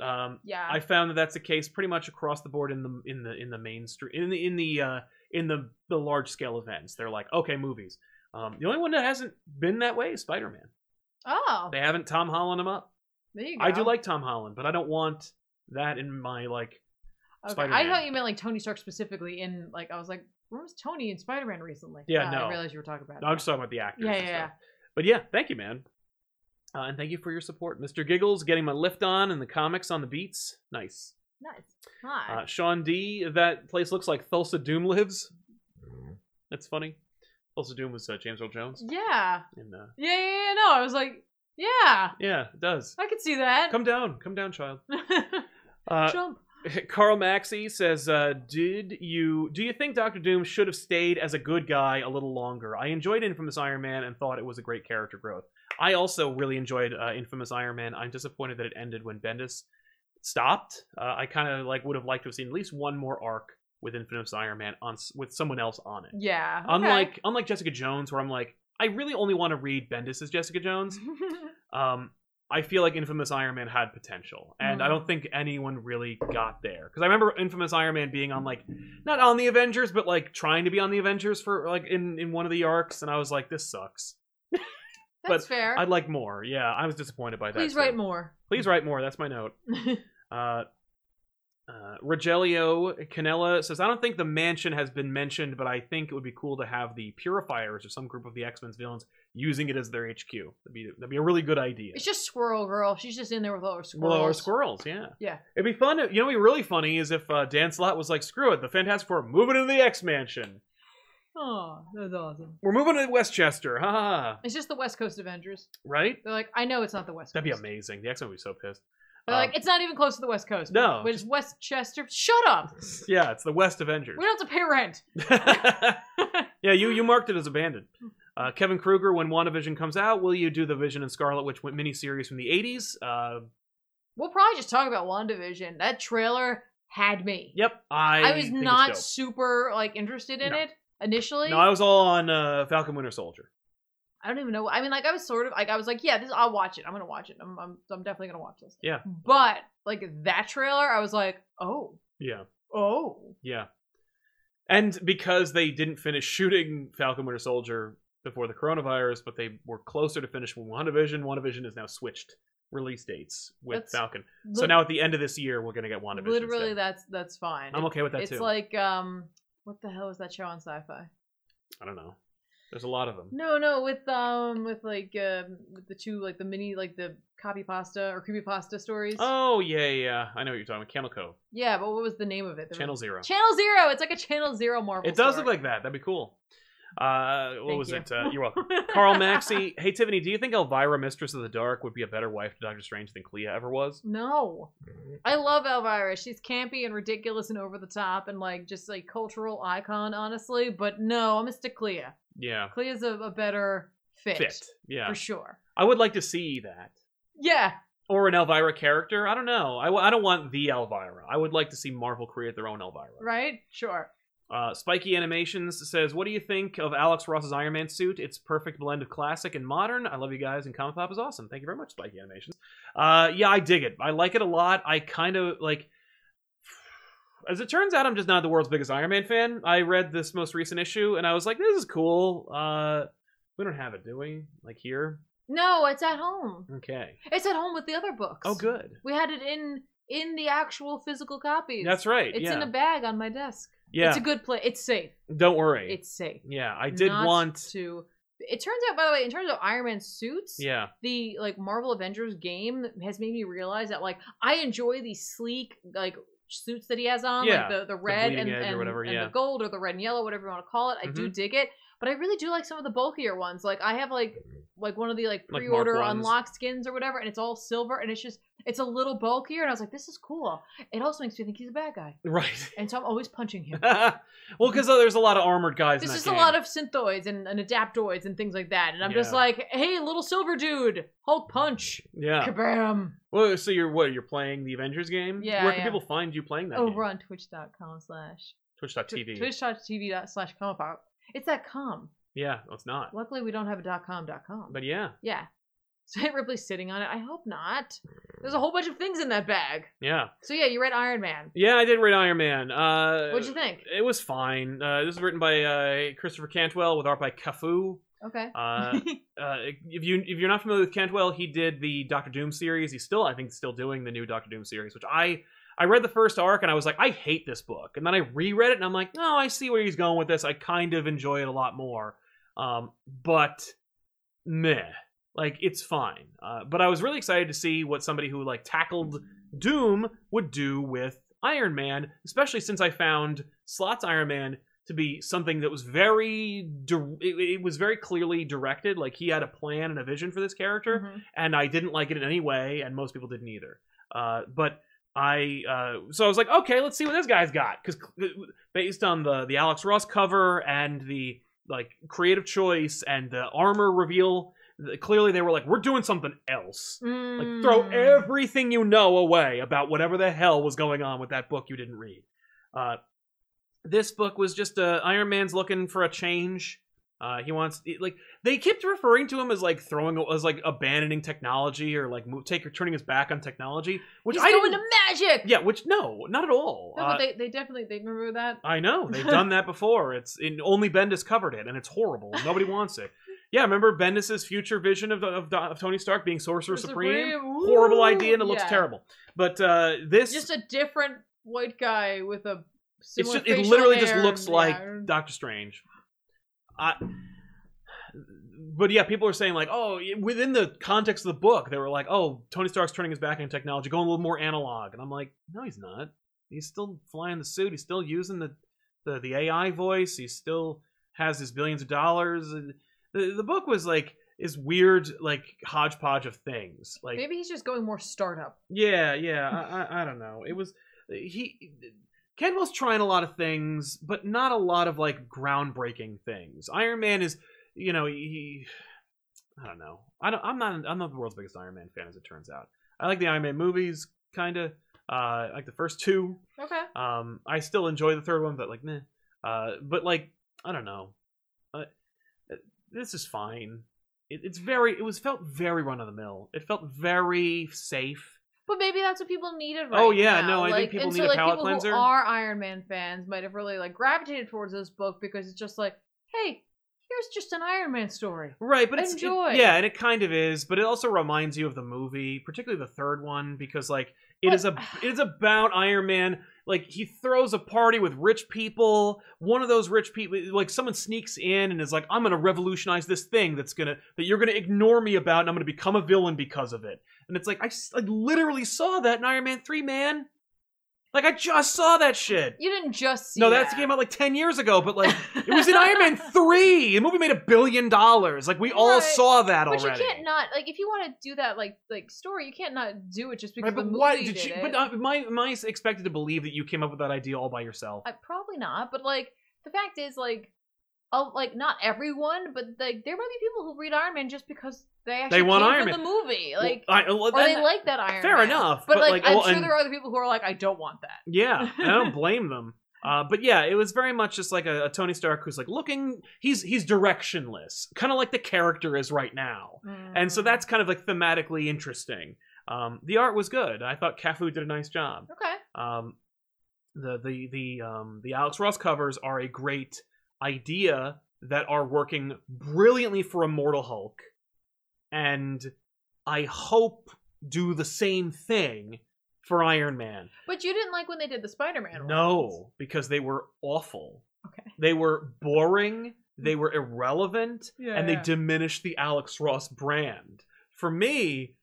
Um, Yeah. I found that that's the case pretty much across the board in the in the in the mainstream in the in the uh, in the the large scale events. They're like, okay, movies. Um, the only one that hasn't been that way is Spider Man. oh, They haven't Tom Holland him up. there you go. I do like Tom Holland, but I don't want that in my like. Okay, I Spider-Man. thought you meant like Tony Stark specifically. In like, I was like, where was Tony in Spider Man recently? Yeah, Ah, I no. realized you were talking about. No, I'm that. just talking about the actors. Yeah, and yeah, stuff. But yeah, thank you, man, uh, and thank you for your support, Mr. Giggles, getting my lift on and the comics on the beats. Nice. Nice. Hi. Uh, Sean D, that place looks like Thulsa Doom lives. That's funny. Thulsa Doom was uh, James Earl Jones. yeah. And, uh, Yeah, yeah, yeah. No, I was like, yeah, yeah, it does. I could see that. Come down. Come down, child. <laughs> Uh, Jump. Carl Maxey says, uh, "Did you do you think Doctor Doom should have stayed as a good guy a little longer? I enjoyed Infamous Iron Man and thought it was a great character growth. I also really enjoyed uh, Infamous Iron Man. I'm disappointed that it ended when Bendis stopped. Uh, I kind of like would have liked to have seen at least one more arc with Infamous Iron Man on s- with someone else on it. Yeah. okay. <laughs> Unlike unlike Jessica Jones, where I'm like, I really only want to read Bendis as Jessica Jones um, I feel like Infamous Iron Man had potential, and I Mhm. don't think anyone really got there. Because I remember Infamous Iron Man being on like, not on the Avengers, but like trying to be on the Avengers for like in in one of the arcs, and I was like, this sucks. That's fair. I'd like more. Yeah, I was disappointed by that. Please too. write more. Please write more. That's my <laughs> note. Uh, uh, Rogelio Canella says, I don't think the mansion has been mentioned, but I think it would be cool to have the Purifiers or some group of the X Men's villains using it as their HQ. That'd be, that'd be a really good idea. It's just Squirrel Girl. She's just in there with all her squirrels. Well, or squirrels, yeah. Yeah. It'd be fun. If, you know, what would be really funny is if uh, Dan Slott was like, "Screw it, the Fantastic Four, moving to the X Mansion. Oh, that's awesome. We're moving to Westchester." Ha ha. ha." It's just the West Coast Avengers. Right? They're like, I know it's not the West That'd be Coast. amazing. The X Men would be so pissed. They're like, it's not even close to the West Coast. No, Which is Westchester. Shut up. Yeah, it's the West Avengers. <laughs> We don't have to pay rent. yeah, you you marked it as abandoned. Hmm. Uh, Kevin Kruger, when WandaVision comes out, will you do the Vision and Scarlet Witch miniseries from the '80s? Uh, We'll probably just talk about WandaVision. That trailer had me. yep, I. I was think it's not dope. super like interested in No. it initially. No, I was all on uh, Falcon Winter Soldier. I don't even know. I mean, like I was sort of like I was like, yeah, this I'll watch it. I'm gonna watch it. I'm I'm, I'm definitely gonna watch this. Yeah. But like that trailer, I was like, oh, Yeah. oh, Yeah. And because they didn't finish shooting Falcon Winter Soldier before the coronavirus, but they were closer to finish with WandaVision, WandaVision is now switched release dates with That's- Falcon. So now at the end of this year, we're going to get WandaVision. literally instead. that's that's fine. I'm okay with that it's too. like um, what the hell is that show on Sci-Fi? I don't know. There's a lot of them. No, no, with um, with like um, with the two like the mini like the copy pasta or creepy pasta stories. Oh, yeah, yeah. I know what you're talking about. Camel Cove. Yeah, but what was the name of it? There was- Channel Zero. Channel Zero. It's like a Channel Zero Marvel. It does story. look like that. That'd be cool. Uh, what Thank was you. it? Uh, <laughs> you're welcome. Carl Maxey. Hey, Tiffany, do you think Elvira, Mistress of the Dark, would be a better wife to Doctor Strange than Clea ever was? No. I love Elvira. She's campy and ridiculous and over the top and like just like cultural icon, honestly. But no, I'm gonna stick Clea. Yeah. Clea's a, a better fit, Fit. Yeah. for sure. I would like to see that. Yeah, Or an Elvira character. I don't know. I, w- I don't want the Elvira. I would like to see Marvel create their own Elvira. right? Sure. Uh, Spiky Animations says, What do you think of Alex Ross's Iron Man suit? It's perfect blend of classic and modern. I love you guys, and Comic Pop is awesome. Thank you very much, Spiky Animations. Uh, yeah, I dig it. I like it a lot. I kind of like. <sighs> As it turns out, I'm just not the world's biggest Iron Man fan. I read this most recent issue, and I was like, This is cool. Uh, we don't have it, do we? Like here? No, it's at home. Okay. It's at home with the other books. Oh, good. We had it in in the actual physical copies. That's right. It's yeah. in a bag on my desk. yeah. It's a good place. It's safe. Don't worry. It's safe. yeah, I did Not want. to. It turns out, by the way, in terms of Iron Man suits, Yeah, <laughs> the like Marvel Avengers game has made me realize that like I enjoy these sleek like suits that he has on, Yeah, like the, the red bleeding and, edge or and, whatever, and yeah. Mm-hmm. the gold or the red and yellow, whatever you want to call it. I do dig it. But I really do like some of the bulkier ones. Like I have like like one of the like Like Mark pre-order ones. unlocked skins or whatever, and it's all silver and it's just it's a little bulkier, and I was like, this is cool. It also makes me think he's a bad guy. right. <laughs> And so I'm always punching him. well, because there's a lot of armored guys. in There's that just a game. lot of synthoids and, and adaptoids and things like that. And I'm just Yeah. like, hey, little silver dude, Hulk punch. Yeah. Kabam. Well, so you're what? You're playing the Avengers game. Yeah, Where can yeah. Oh, people find you playing that? over game? on twitch.com slash Twitch.tv. twitch.tv dot slash com pop. It's that com. Yeah, well, it's not. Luckily, we don't have a dot com dot com. But yeah, yeah. <laughs> So Ripley's sitting on it. I hope not. There's a whole bunch of things in that bag. yeah, So yeah, you read Iron Man. yeah. I did read Iron Man. Uh, What'd you think? It was fine. Uh, this is written by uh, Christopher Cantwell with art by Cafu. Okay. Uh, uh, if you if you're not familiar with Cantwell, he did the Doctor Doom series. He's still, I think, still doing the new Doctor Doom series, which I I read the first arc and I was like, I hate this book, and then I reread it and I'm like, no, I see where he's going with this. I kind of enjoy it a lot more, um, but meh, like it's fine. Uh, but I was really excited to see what somebody who like tackled Doom would do with Iron Man, especially since I found Slot's Iron Man to be something that was very di- it, it was very clearly directed. Like he had a plan and a vision for this character, Mhm. and I didn't like it in any way, and most people didn't either. Uh, but I uh, so I was like, okay, let's see what this guy's got because based on the the Alex Ross cover and the like creative choice and the armor reveal, th- clearly they were like, we're doing something else. Like throw Mm. everything you know away about whatever the hell was going on with that book you didn't read. Uh, this book was just uh, Iron Man's looking for a change. Uh, he wants it- like they kept referring to him as like throwing as like abandoning technology or like move, take turning his back on technology, which He's I going didn't. to magic. yeah, which no, not at all. No, Uh, but they, they definitely they remember that. I <laughs> know they've done that before. It's in, only Bendis covered it, and it's horrible. Nobody wants it. Yeah, remember Bendis's future vision of, of, of Tony Stark being Sorcerer Supreme? Woo! Horrible idea, and it looks Yeah. terrible. But uh, this, Just a different white guy with a. it's Similar just, it facial literally just hair looks and- like yeah. Doctor Strange. I, but yeah, people are saying like, oh, within the context of the book, they were like, oh, Tony Stark's turning his back on technology, going a little more analog, and I'm like, no, he's not. He's still flying the suit. He's still using the the, the AI voice. He still has his billions of dollars. And the the book was like is weird like hodgepodge of things. Like Maybe he's just going more startup. yeah, yeah. I, I, I don't know. It was he. Kenwell's trying a lot of things, but not a lot of like groundbreaking things. Iron Man is, you know, he. I don't know. I don't. I'm not. I'm not the world's biggest Iron Man fan, as it turns out. I like the Iron Man movies, kind of. Uh, I like the first two. Okay. Um, I still enjoy the third one, but like, meh. Uh, but like, I don't know. Uh, this is fine. It, it's very. It was felt very run of the mill. It felt very safe. But maybe that's what people needed right Oh, yeah, now. no, I think like, people and need so, a like, palate people cleanser. Who are Iron Man fans might have really like gravitated towards this book because it's just like, hey, here's just an Iron Man story. Right, but it's it- Enjoy. yeah, and it kind of is, but it also reminds you of the movie, particularly the third one, because like it But- is a it is about Iron Man. Like he throws a party with rich people. One of those rich people, like someone sneaks in and is like, "I'm gonna revolutionize this thing that's gonna that you're gonna ignore me about, and I'm gonna become a villain because of it." And it's like I, s- I literally saw that in Iron Man three, man. Like I just saw that shit. You didn't just see no, that that came out like ten years ago, but like it <laughs> was in Iron Man three. The movie made a billion dollars. Like we all Right. saw that But already. you can't not like if you want to do that like like story, you can't not do it just because Right, but the movie why did, did you? it. But uh, am I am I expected to believe that you came up with that idea all by yourself? I, probably not. But like the fact is like, oh, like not everyone, but like there might be people who read Iron Man just because they actually want came Iron from Man. the movie, Well, like I- well, or then- they like that Iron fair Man. enough, But, but, like, like, I'm well, sure and- there are other people who are like, I don't want that. yeah, I <laughs> don't blame them. Uh, but yeah, it was very much just like a, a Tony Stark who's like looking. He's he's directionless, kind of like the character is right now, and Mm-hmm. so that's kind of like thematically interesting. Um, the art was good. I thought Cafu did a nice job. Mm. okay. um, the the the um, the Alex Ross covers are a great idea that are working brilliantly for Immortal Hulk, and I hope do the same thing for Iron Man. But you didn't like when they did the Spider-Man. ones. No, because they were awful. Okay. Mm-hmm. They were boring. They were irrelevant Yeah. and they diminish the Alex Ross brand. For me,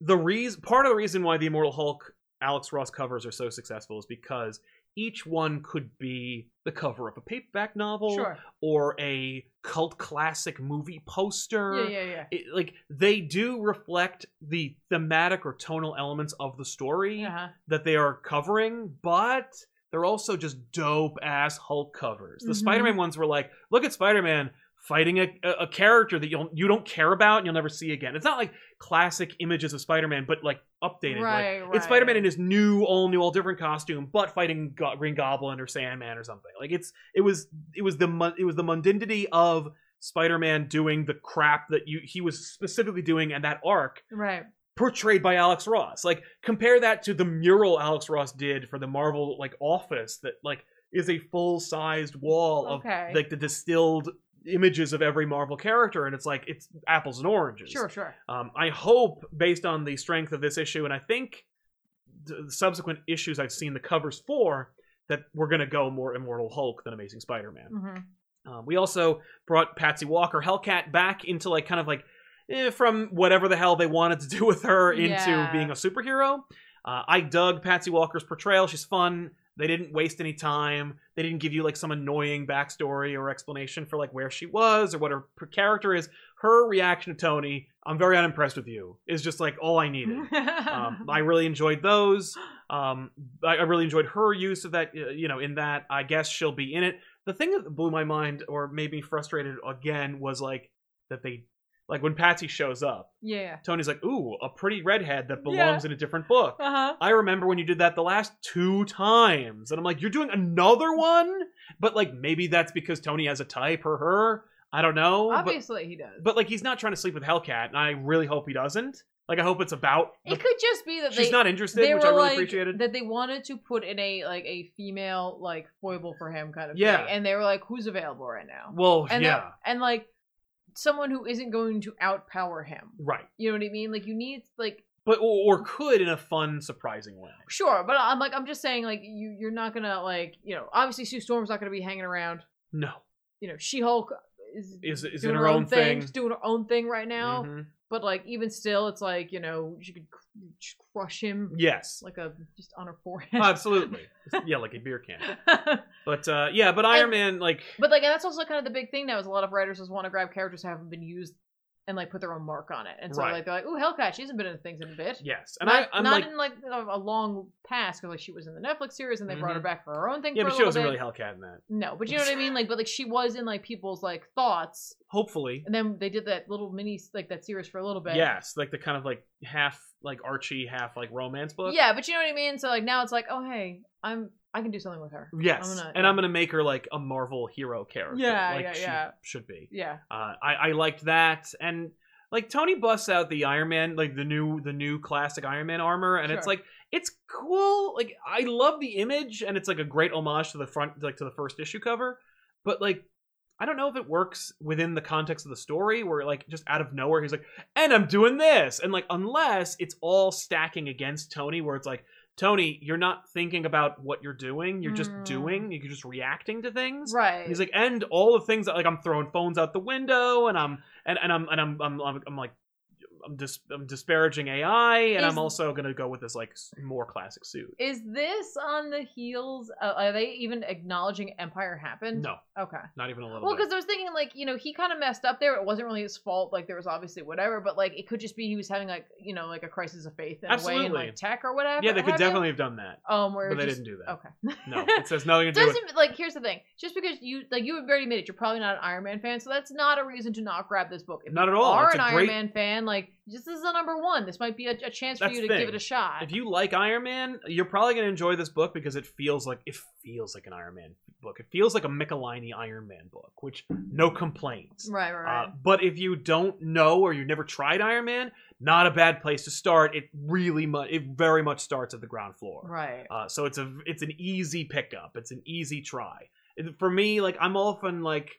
the reason part of the reason why the Immortal Hulk Alex Ross covers are so successful is because each one could be the cover of a paperback novel Sure. or a cult classic movie poster. Yeah, yeah, yeah. It- like they do reflect the thematic or tonal elements of the story Uh-huh. that they are covering, but they're also just dope ass Hulk covers. The Mhm. Spider-Man ones were like, look at Spider-Man fighting a, a, a character that you'll you don't care about and you'll never see again. It's not like classic images of Spider-Man, but like updated. Like, Right, right. It's Spider-Man in his new, all new, all different costume, but fighting Go- Green Goblin or Sandman or something. Like it's it was it was the mon- it was the mundanity of Spider-Man doing the crap that you he was specifically doing and that arc Right. portrayed by Alex Ross. Like compare that to the mural Alex Ross did for the Marvel like office that like is a full sized wall Okay. of like the distilled images of every Marvel character, and it's like it's apples and oranges. Sure, sure. Um, I hope based on the strength of this issue, and I think the subsequent issues I've seen the covers for. That we're gonna go more Immortal Hulk than Amazing Spider-Man. hmm Um, we also brought Patsy Walker, Hellcat, back into like kind of like eh, from whatever the hell they wanted to do with her into Yeah. being a superhero. Uh, I dug Patsy Walker's portrayal. She's fun. They didn't waste any time. They didn't give you like some annoying backstory or explanation for like where she was or what her p- character is. Her reaction to Tony, I'm very unimpressed with you, is just like all I needed. <laughs> um, I really enjoyed those. Um, I, I really enjoyed her use of that. uh, You know, in that I guess she'll be in it. The thing that blew my mind or made me frustrated again was like that they, like when Patsy shows up, yeah. Tony's like, "Ooh, a pretty redhead that Yeah. belongs in a different book." Uh huh. I remember when you did that the last two times, and I'm like, "You're doing another one," but like maybe that's because Tony has a type or her. I don't know. but- Obviously, he does. but like he's not trying to sleep with Hellcat, and I really hope he doesn't. Like I hope it's about the- it could just be that she's they not interested, they which were I really like appreciated. that they wanted to put in a like a female like foible for him kind of Yeah. thing, and they were like, who's available right now? well, and yeah, that- and like someone who isn't going to outpower him. right, You know what I mean? Like you need like but or, or could in a fun, surprising way. sure, but I'm like I'm just saying like you you're not gonna like you know obviously Sue Storm's not gonna be hanging around. No, You know She Hulk is is is doing in her own thing. she's doing her own thing right now. Mhm. But like even still, it's like you know she could cr- just crush him <laughs> Yes, like a just on her forehead. absolutely. yeah, like a beer can. <laughs> but But uh, yeah, but Iron Man, And- like like, and that's also kind of the big thing now is a lot of writers just want to grab characters who haven't been used and like put their own mark on it. And so Right. like they're like, "Ooh, Hellcat, she hasn't been in things in a bit." yes, and not I, I'm not like, in like a a long past because like she was in the Netflix series and they brought her Mhm. back for her own thing. yeah, for but a she little wasn't bit. really Hellcat in that. No, but you know what I mean. Like, but like she was in like people's like thoughts, Hopefully, and then they did that little mini like that series for a little bit. yes, like the kind of like half like Archie, half like romance book. yeah, but you know what I mean. So like now it's like, oh hey, I'm I can do something with her. Yes, I'm gonna- and yeah. I'm gonna make her like a Marvel hero character. Yeah, like yeah, she yeah. should be. Yeah, Uh, I I liked that, and like Tony busts out the Iron Man, like the new the new classic Iron Man armor, and it's Sure. like it's cool. Like I love the image, and it's like a great homage to the front, like to the first issue cover. But like, I don't know if it works within the context of the story, where like just out of nowhere he's like, and I'm doing this, and like unless it's all stacking against Tony, where it's like. Tony, you're not thinking about what you're doing. You're just Mm. doing. You're just reacting to things. right. He's like, and all of things that like I'm throwing phones out the window, and I'm and, and I'm and I'm I'm, I'm, I'm like. I'm, dis- I'm disparaging AI, and Is- I'm also gonna go with this like s- more classic suit. Is this on the heels? Of, are they even acknowledging Empire happened? No, Okay. not even a little Well, bit. because I was thinking, like, you know, he kind of messed up there. It wasn't really his fault. Like, there was obviously whatever, but like, it could just be he was having like, you know, like a crisis of faith in a way in Absolutely. like tech or whatever. yeah, they could have you. definitely have done that, Um, where but they just- didn't do that. Okay. <laughs> No, it says nothing to do with. Doesn't like. Here's the thing. Just because you like you have already admitted you're probably not an Iron Man fan, so that's not a reason to not grab this book. If Not you at all. Are It's an a Iron great- Man fan? Like this is the number one. This might be a, a chance for That's you the to thing. give it a shot. If you like Iron Man, you're probably gonna enjoy this book because it feels like it feels like an Iron Man book. It feels like a Michelini Iron Man book, which no complaints. right, right, right. Uh, but if you don't know or you've never tried Iron Man, not a bad place to start. It really much, it very much starts at the ground floor. right. Uh, so it's a it's an easy pickup. It's an easy try. And for me, like I'm often like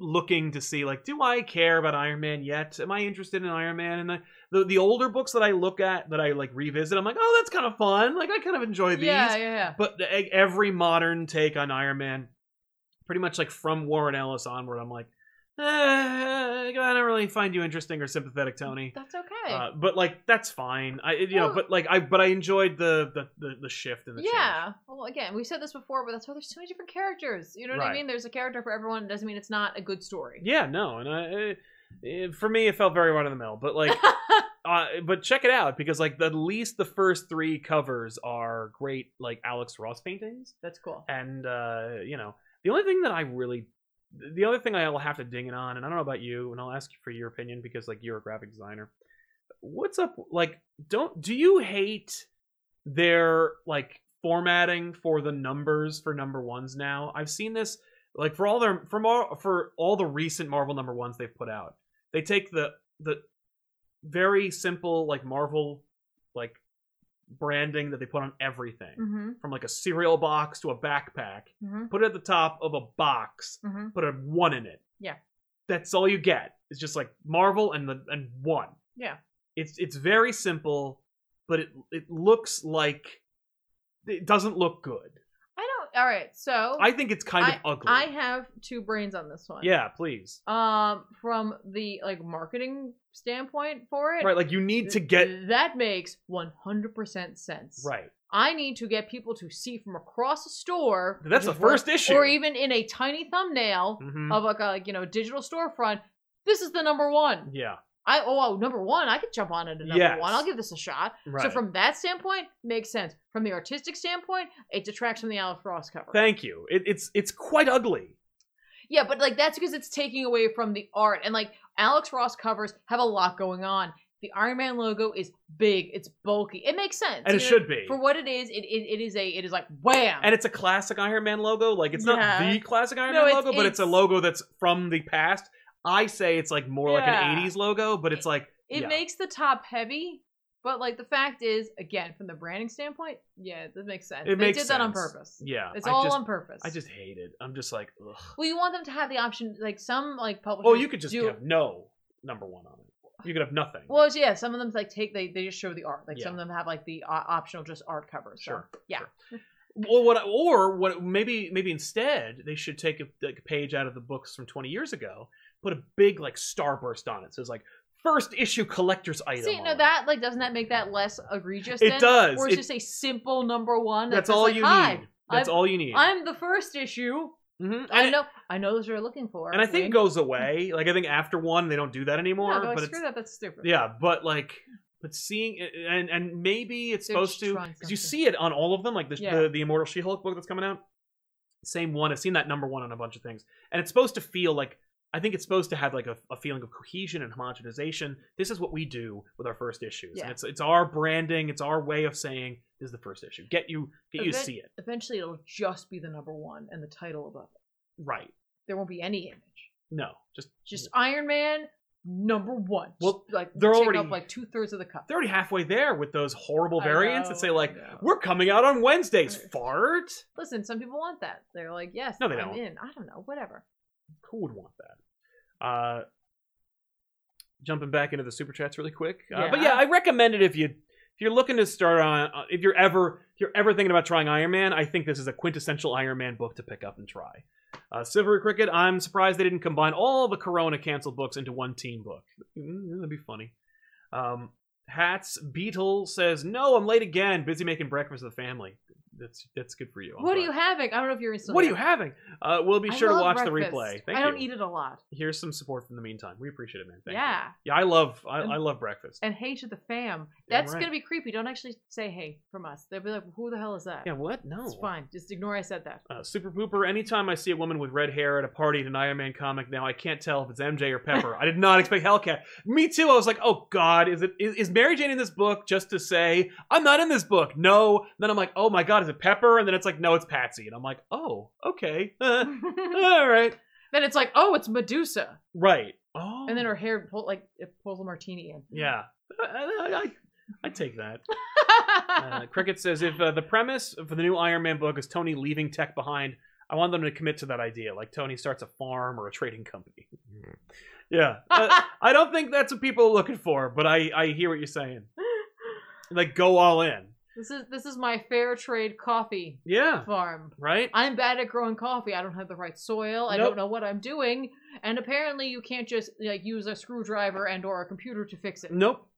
looking to see like do I care about Iron Man yet? Am I interested in Iron Man? And the the, the older books that I look at that I like revisit, I'm like, oh, that's kind of fun. Like I kind of enjoy these. yeah, yeah, yeah. But the, e- every modern take on Iron Man, pretty much like from Warren Ellis onward, I'm like, eh, I don't really find you interesting or sympathetic, Tony. That's okay. Uh, but like that's fine. I it- you know, Well- but like I but I enjoyed the the the, the shift in the change. Yeah. Well, again, we've said this before, but that's why there's so many different characters. You know what Right. I mean? There's a character for everyone. It doesn't mean it's not a good story. Yeah, no, and I. eh, eh, for me, it felt very run of the mill, but <laughs> like, uh, but check it out because like at least the first three covers are great, like Alex Ross paintings. <laughs> That's cool. and uh, you know the only thing that i really the other thing i'll have to ding it on and i don't know about you and i'll ask you for your opinion because like you're a graphic designer what's up like don't do you hate their like formatting for the numbers for number ones now i've seen this like for all their from all for all the recent marvel number ones they've put out they take the the very simple like marvel like branding that they put on everything Mm-hmm. from like a cereal box to a backpack, Mm-hmm. put it at the top of a box, Mm-hmm. put a one in it. Yeah. That's all you get. It's just like Marvel and the and one. Yeah. It's it's very simple, but it it looks like it doesn't look good. I don't. all right. So I think it's kind of ugly. I have two brains on this one. yeah, please. Um, from the like marketing standpoint for it, Right, like you need to get that makes one hundred percent sense. right. I need to get people to see from across a store. That's which the is where- first issue. Or even in a tiny thumbnail Mhm. of like a like, you know digital storefront. This is the number one. Yeah, I oh, oh number one. I could jump on it to number Yes. one. I'll give this a shot. right. So from that standpoint, makes sense. From the artistic standpoint, it detracts from the Alice Ross cover. Thank you. It, it's it's quite ugly. yeah, but like that's because it's taking away from the art. And like Alex Ross covers have a lot going on. The Iron Man logo is big. It's bulky. It makes sense. And it you know? should be. For what it is, it, it, it is a it is like wham. and it's a classic Iron Man logo. Like it's not Yeah. the classic Iron No, Man it's- logo, but it's, a it's- logo that's from the past. I say it's like more like Yeah. an '80s logo, but it's like it yeah. makes the top heavy, but like the fact is, again, from the branding standpoint, yeah, that makes sense. It they makes did that on sense. purpose. yeah. It's I all just, on purpose. I just hate it. I'm just like, ugh. well, you want them to have the option, like some like publishers. oh, you could just do have no number one on it. You could have nothing. Well, it's- yeah, some of them like take they, they just show the art. Like some of them have like the uh, optional just art covers. So. Sure, Yeah. sure. Well, what or what maybe maybe instead they should take a, like, a page out of the books from 20 years ago, put a big like starburst on it. So it's like first issue collector's item. See, on no, it. that like doesn't that make that less egregious? It then? does. Or it's It- just a simple number one. that's just all like, you Hi, need. That's I'm- all you need. I'm the first issue. Mhm. And I it- know. I know those you're looking for. and I think it Wink. goes away. Like I think after one they don't do that No, anymore. they're like, but screw it's, that. That's stupid. yeah, but like but seeing it- and and maybe it's They're supposed just to trying because you something. see it on all of them. Like the, Yeah. the the Immortal She Hulk book that's coming out, same one. I've seen that number one on a bunch of things, and it's supposed to feel like. I think it's supposed to have like a, a feeling of cohesion and homogenization. This is what we do with our first issues, Yeah. and it's it's our branding, it's our way of saying this is the first issue. Get you get you to Event- see it Eventually, it'll just be the number one and the title above it. right. There won't be any image. No, just Just Iron Man number one. Just, Well, like they're take already- up like two thirds of the cup. they're already halfway there with those horrible I variants know, that say I like know. we're coming out on Wednesdays. Fart. Listen, some people want that. They're like, yes, No, they I'm don't. in. I don't know, whatever. Who would want that? Uh, jumping back into the super chats really quick, uh, but Yeah. yeah, I recommend it if you if you're looking to start on uh, if you're ever if you're ever thinking about trying Iron Man. I think this is a quintessential Iron Man book to pick up and try. Uh, Silvery Cricket. I'm surprised they didn't combine all the Corona canceled books into one team book. Mm, that'd be funny. Um, Hats Beetle says, "No, I'm late again. Busy making breakfast with the family. That's that's good for you. I'm what are glad. you having? I don't know if you're in. What are you having? Uh, we'll be I sure to love watch breakfast. the replay. Thank I you. don't eat it a lot. Here's some support from the meantime. We appreciate it, man. Thank yeah. You. Yeah, I love I, And- I love breakfast. And hey to the fam. That's right. gonna be creepy. Don't actually say hey from us. They'll be like, who the hell is that? yeah, what? No. It's fine. Just ignore I <laughs> said that. Uh, Super Pooper, anytime I see a woman with red hair at a party in an Iron Man comic now, I can't tell if it's MJ or <laughs> Pepper. I did not expect Hellcat. Me too. I was like, oh god, is it is, is Mary Jane in this book just to say, I'm not in this book? No. then I'm like, oh my god, is it Pepper? And then it's like, no, it's Patsy. And I'm like, oh, okay. <laughs> all then right. it's like, oh, it's Medusa. Right. Oh. And then her hair pull, like it pulls a martini in. <laughs> Yeah. I, I, I, I take that. Uh, Cricket says if uh, the premise for the new Iron Man book is Tony leaving tech behind, I want them to commit to that idea. Like Tony starts a farm or a trading company. yeah. Uh, I don't think that's what people are looking for, but I, I hear what you're saying. Like, go all in. this is this is my fair trade coffee Yeah. farm. Right? I'm bad at growing coffee. I don't have the right soil. I Nope. don't know what I'm doing. And apparently, you can't just like use a screwdriver and or a computer to fix it. Nope.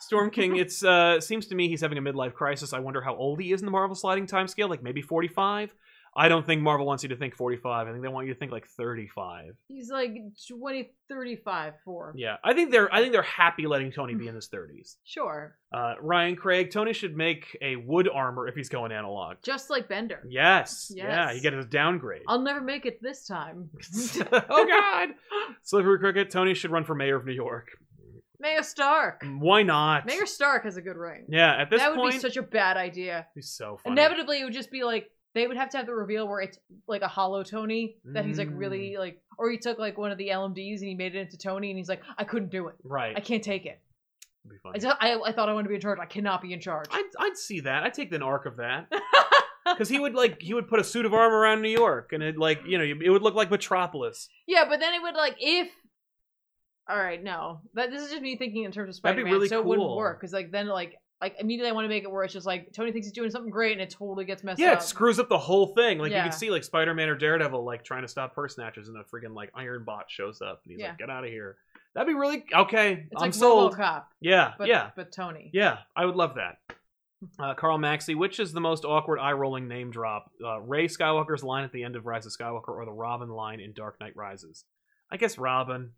Storm King, it's uh seems to me he's having a midlife crisis. I wonder how old he is in the Marvel sliding timescale, like maybe 45. I don't think Marvel wants you to think 45. I think they want you to think like 35. He's like 20, 35, 4. Yeah, I think they're I think they're happy letting Tony be in his 30s. Sure. Uh, Ryan Craig, Tony should make a wood armor if he's going analog. Just like Bender. Yes, yeah, Yes. you get a downgrade. I'll never make it this time. <laughs> <laughs> oh God, Slippery Cricket, Tony should run for mayor of New York. Mayor Stark. Why not? Mayor Stark has a good ring. Yeah, at this that would point, be such a bad idea. he's so funny. Inevitably, it would just be like they would have to have the reveal where it's like a hollow Tony that he's like Mm. really like, or he took like one of the LMDs and he made it into Tony, and he's like, I couldn't do it. right? I can't take it. It'd be I, funny. just, I, I thought I wanted to be in charge. I cannot be in charge. I'd, I'd see that. I'd take an arc of that. Because he would like he would put a suit of armor around New York, and it like you know it would look like Metropolis. <laughs> yeah, but then it would like if. All right, no, that this is just me thinking in terms of That'd be Spider-Man, really so it wouldn't cool. work because like then like like immediately I want to make it where it's just like Tony thinks he's doing something great and it totally gets messed Yeah, up. it screws up the whole thing. Like you Yeah. can see like Spider Man or Daredevil like trying to stop purse snatchers and a freaking like iron bot shows up and he's like, Get out of here. That'd be really okay. it's I'm like sold. RoboCop, Yeah, but yeah. but Tony. Yeah, I would love that. Uh, Carl Maxey, which is the most awkward eye rolling name drop? Uh, Ray Skywalker's line at the end of Rise of Skywalker or the Robin line in Dark Knight Rises? I guess Robin.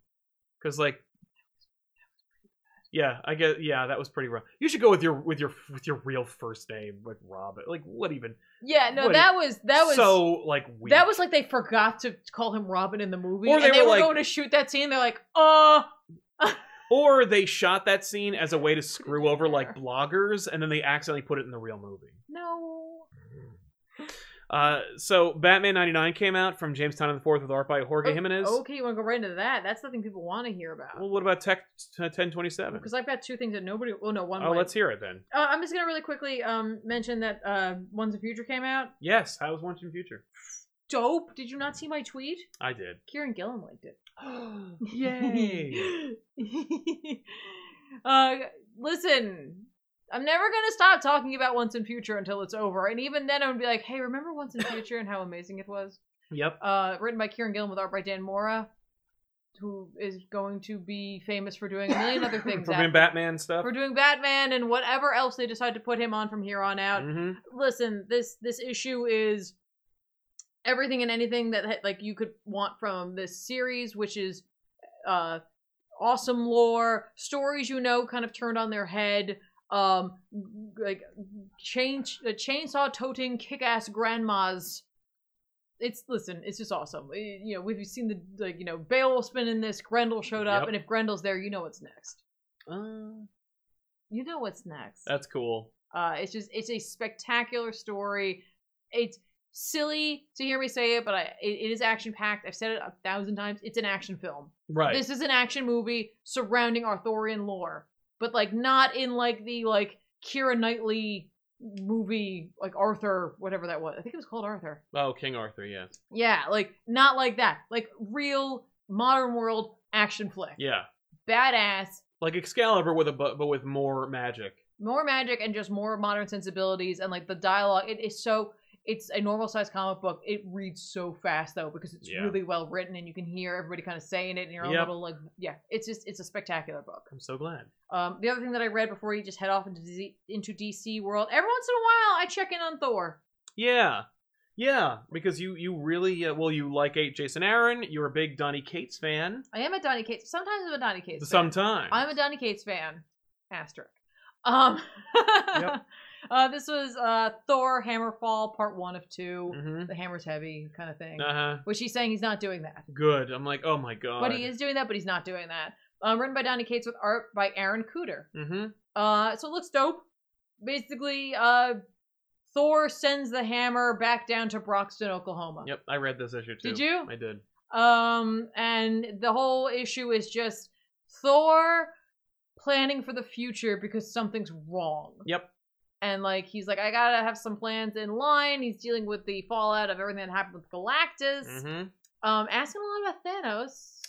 Because, like. Yeah, I guess yeah, that was pretty rough. You should go with your with your with your real first name, like Robin. Like what even? Yeah, no, What that was that was so like weird. that was like they forgot to call him Robin in the movie, Or and they they, were were, like- going to shoot that scene. They're like, "Uh, or they shot that scene as a way to screw over like bloggers, and then they accidentally put it in the real movie. no." Uh, so Batman '99 came out from Jamestown in the Fourth with art by Jorge Oh, Jimenez. Okay, you want to go right into that? That's the thing people want to hear Well, about. what about Tech t- 1027? Because I've got two things that nobody. Well, no, one. Oh, went. let's hear it then. Uh, I'm just gonna really quickly um mention that uh, One's a Future came out. Yes, how was Once in Future? Dope. Did you not see my tweet? I <gasps> did. Kieran Gillen liked it. Yay! <laughs> uh, listen, I'm never gonna stop talking about Once in Future until it's over, and even then, I'm gonna be like, "Hey, remember Once in Future and how amazing it was?" yep. Uh, written by Kieran Gillen with art by Dan Mora, who is going to be famous for doing a million other <laughs> things. For being after- Batman stuff. for doing Batman and whatever else they decide to put him on from here on out. hmm listen this this issue is everything and anything that like you could want from this series which is uh awesome lore stories you know kind of turned on their head um like change uh, chainsaw toting kick-ass grandmas it's listen it's just awesome Uh, you know we've seen the like you know Beowulfman in this grendel showed up Yep. and if grendel's there you know what's next Uh, you know what's next Mm-hmm. that's cool. uh, it's just it's a spectacular story. It's silly to hear me say it, but I, it, it is action packed. I've said it a thousand times. It's an action film. Right. This is an action movie surrounding Arthurian lore, but like not in like the like Kira Knightley movie, like Arthur, whatever that was. I think it was called Arthur. oh, King Arthur. Yeah. Yeah, like not like that. Like real modern world action flick. Yeah. Badass. Like Excalibur with a bu- but with more magic. more magic and just more modern sensibilities and like the dialogue it is so it's a normal sized comic book it reads so fast though because it's Yeah. really well written and you can hear everybody kind of saying it in your own Yep. little like yeah it's just it's a spectacular book I'm so glad. um the other thing that i read before you just head off into DC, into dc world every once in a while i check in on thor Yeah. Yeah, because you you really uh, well you like eight Jason Aaron. You're a big Donny Cates fan. i am a donny cates sometimes i'm a donny cates fan. Sometimes I'm a Donny Cates fan. Asterisk. Um, <laughs> Yep. uh, this was uh, Thor Hammerfall Part One of 2 hmm The hammer's heavy kind of thing. Uh huh. Which he's saying he's not doing that. Good. I'm like, oh my god. But he is doing that, but he's not doing that. Um, written by Donny Cates with art by Aaron Cooter. Mm-hmm. Uh, so it looks dope. Basically, uh, Thor sends the hammer back down to Broxton, Oklahoma. Yep. I read this issue too. Did you? I did. Um, and the whole issue is just Thor planning for the future because something's wrong. Yep. And like he's like, I gotta have some plans in line. He's dealing with the fallout of everything that happened with Galactus. Mm-hmm. Um, asking a lot about Thanos.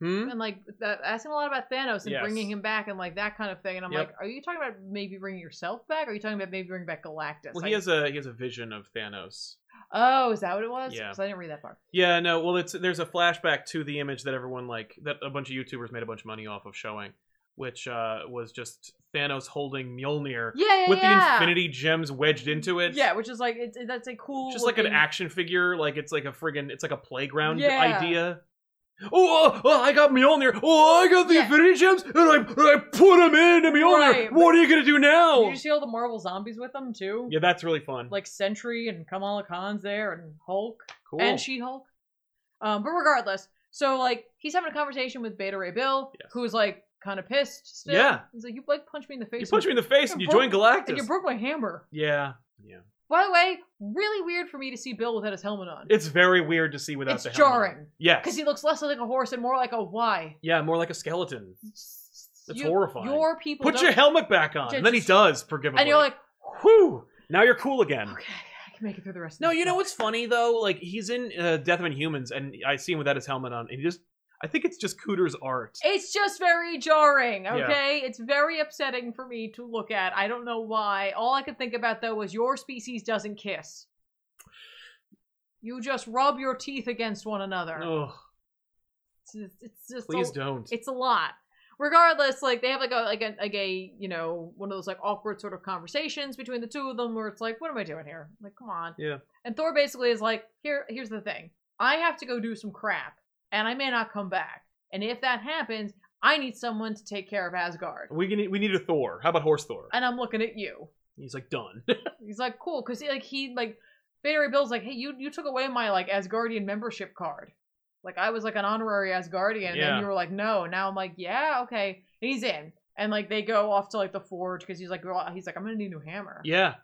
Hmm. and like that, asking a lot about Thanos and Yes. bringing him back and like that kind of thing. And I'm Yep. like, are you talking about maybe bringing yourself back? Or are you talking about maybe bringing back Galactus? Well, I- he has a he has a vision of Thanos. oh, is that what it was? Yeah. 'Cause I didn't read that far. Yeah, no. Well, it's there's a flashback to the image that everyone like that a bunch of YouTubers made a bunch of money off of showing, which uh, was just Thanos holding Mjolnir Yeah, yeah, with yeah. the Infinity Gems wedged into it. Yeah, which is like it's that's a cool. It's just like an looking- action figure. Like it's like a friggin' it's like a playground Yeah. idea. Oh, oh, oh, I got Mjolnir. Oh, I got the Yeah. Infinity Gems, and I, and I put them into Mjolnir. Right, what are you gonna do Did now? you see all the Marvel zombies with them too? Yeah, that's really fun. Like Sentry and Kamala Khan's there and Hulk cool. and She Hulk. Um, but regardless, so like he's having a conversation with Beta Ray Bill, Yes. who's like kind of pissed. Still. Yeah. he's like, you like punch me in the face. you punch me in the face and you Bro- join Galactus. and you broke my hammer. yeah, yeah. By the way, really weird for me to see Bill without his helmet on. It's very weird to see without It's the helmet. jarring Yes. because he looks less like a horse and more like a why. Yeah, more like a skeleton. It's horrifying. Your people Put don't- your helmet back on. Just- and then he does, forgivably. and you're like, whew, now you're cool again. okay, I can make it through the rest. of No, this you know book." what's funny, though? Like, he's in uh, Death of Inhumans, and I see him without his helmet on, and he just, I think it's just Cooter's art. It's just very jarring, Yeah. okay? It's very upsetting for me to look at. I don't know why. All I could think about though was your species doesn't kiss. You just rub your teeth against one another. Oh, It's just, it's just a- please don't. it's a lot. Regardless, like they have like a like a like a you know one of those like awkward sort of conversations between the two of them where it's like, what am I doing here? Like, come on. Yeah. And Thor basically is like, here here's the thing. I have to go do some crap, and I may not come back. And if that happens, I need someone to take care of Asgard. We need, we need a Thor. How about Horse Thor? And I'm looking at you. He's like <laughs> done. <laughs> He's like, cool, because like he like Battery Bill's like, hey, you you took away my like Asgardian membership card. Like I was like an honorary Asgardian, Yeah. and you were like, no. Now I'm like, yeah, okay. And he's in, and like they go off to like the forge because he's like, "Well," he's like, I'm gonna need a new hammer. yeah.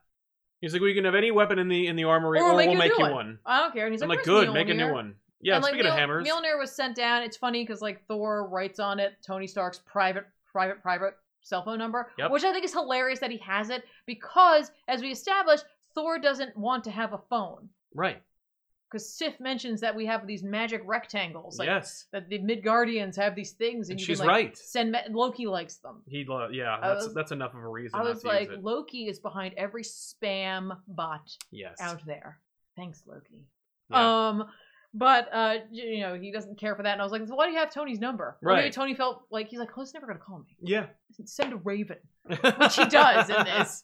He's like, we can have any weapon in the in the armory, Or or, we'll make we'll you a make new you one." one. I don't care. And he's I'm like, like, "Where's good, make a new Mjolnir?" one. Yeah. and, like, speaking Mjol- of hammers, Mjolnir was sent down. It's funny because like Thor writes on it Tony Stark's private, private, private cell phone number, Yep. which I think is hilarious that he has it because, as we established, Thor doesn't want to have a phone. right? because Sif mentions that we have these magic rectangles, like yes. that the Midgardians have these things, and, And you she's can, like, right. Send me- Loki likes them. He, lo- yeah. I That's was- that's enough of a reason. I not was to use like, it. Loki is behind every spam bot yes. out there. Thanks, Loki. Yeah. Um, but uh, y- you know he doesn't care for that, and I was like, so why do you have Tony's number? Or maybe Right. Tony felt like he's like, oh, he's never gonna call me. yeah. Send a Raven, which he <laughs> does in this.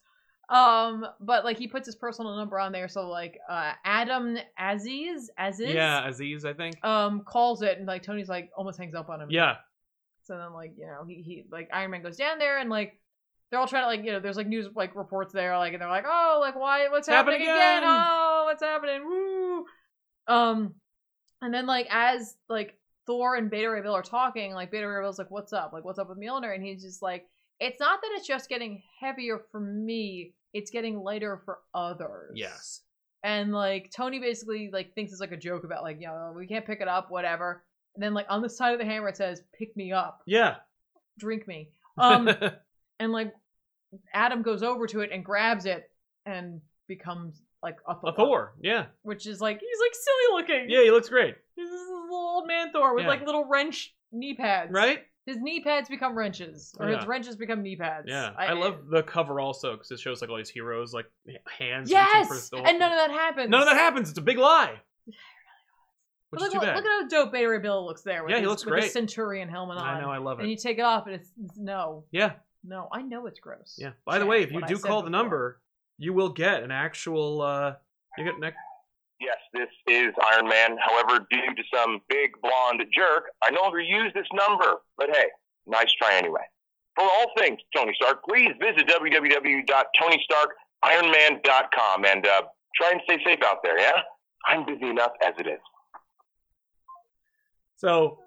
Um, but like he puts his personal number on there, so like uh, Adam Aziz Aziz Yeah, Aziz, I think. um calls it and like Tony's like almost hangs up on him. yeah. So then like, you know, he he like Iron Man goes down there and like they're all trying to like, you know, there's like news like reports there, like and they're like, Oh, like why what's It's happened happening again? again!" Oh, what's happening? Woo Um and then like as like Thor and Beta Ray Bill are talking, like Beta Ray Bill's like, What's up? Like what's up with Mjolnir? And he's just like, It's not that it's just getting heavier for me, it's getting lighter for others Yes. and like Tony basically like thinks it's like a joke about like you know we can't pick it up whatever and then like on the side of the hammer it says pick me up Yeah. <laughs> drink me um and like Adam goes over to it and grabs it and becomes like a Thor, a Thor. Yeah. which is like he's like silly looking Yeah, he looks great. this is a little old man Thor with Yeah. like little wrench knee pads Right? his knee pads become wrenches or his Yeah. wrenches become knee pads Yeah. I, love the cover also because it shows like all these heroes like h- hands. reaching for yes Thor. and none of that happens None of that happens. It's a big lie. But Which look, is too look- bad. look at how dope Beta Ray Bill looks there. With Yeah, he his, looks with his great. Centurion helmet on. I know. I love and it. you take it off, and it's, it's no, Yeah. no. I know it's gross. Yeah. By the Check way, if you what I do said call the before. number, you will get an actual. uh You get an. ex- Yes, this is Iron Man. However, due to some big blonde jerk, I no longer use this number. But hey, nice try anyway. For all things Tony Stark, please visit www.tonystarkironman.com and uh, try and stay safe out there, yeah? I'm busy enough as it is. <gasps> So.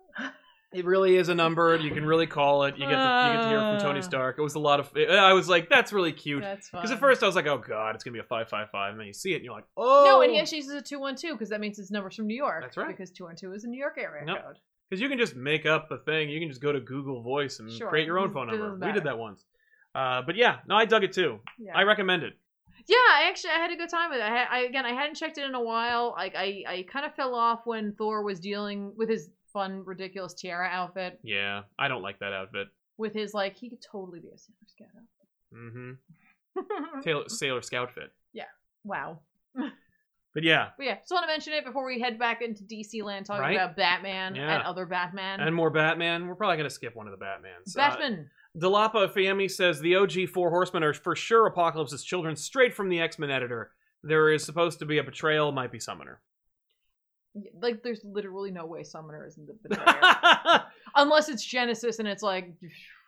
It really is a number. You can really call it. You get to, you get to hear from Uh. Tony Stark. It was a lot of. I was like, that's really cute. That's fine. Because at first I was like, oh god, it's gonna be a five five five, and then you see it and you're like, oh no, and he actually uses a two one two because that means his number's from New York. That's right. Because two one two is a New York area Yep. code. because you can just make up a thing. You can just go to Google Voice and Sure. create your own phone Doesn't number. We matter. did that once. Uh, but yeah, no, I dug it too. Yeah. I recommend it. Yeah, I actually I had a good time with it. I, had- I again I hadn't checked it in a while. Like I I kind of fell off when Thor was dealing with his fun ridiculous tiara outfit Yeah, I don't like that outfit. with his like he could totally be a Sailor Scout. Mm-hmm. outfit. Taylor, Sailor Scout fit. <laughs> wow. But yeah, But yeah, just want to mention it before we head back into DC land talking Right? about Batman Yeah. and other Batman. and more Batman. We're probably gonna skip one of the Batmans. Uh, Batman. Dalapa Fiammi says the OG Four Horsemen are for sure Apocalypse's children, straight from the X Men editor. There is supposed to be a betrayal, might be Summoner. <laughs> like, there's literally no way Summoner isn't the <laughs> betrayer. Unless it's Genesis and it's like,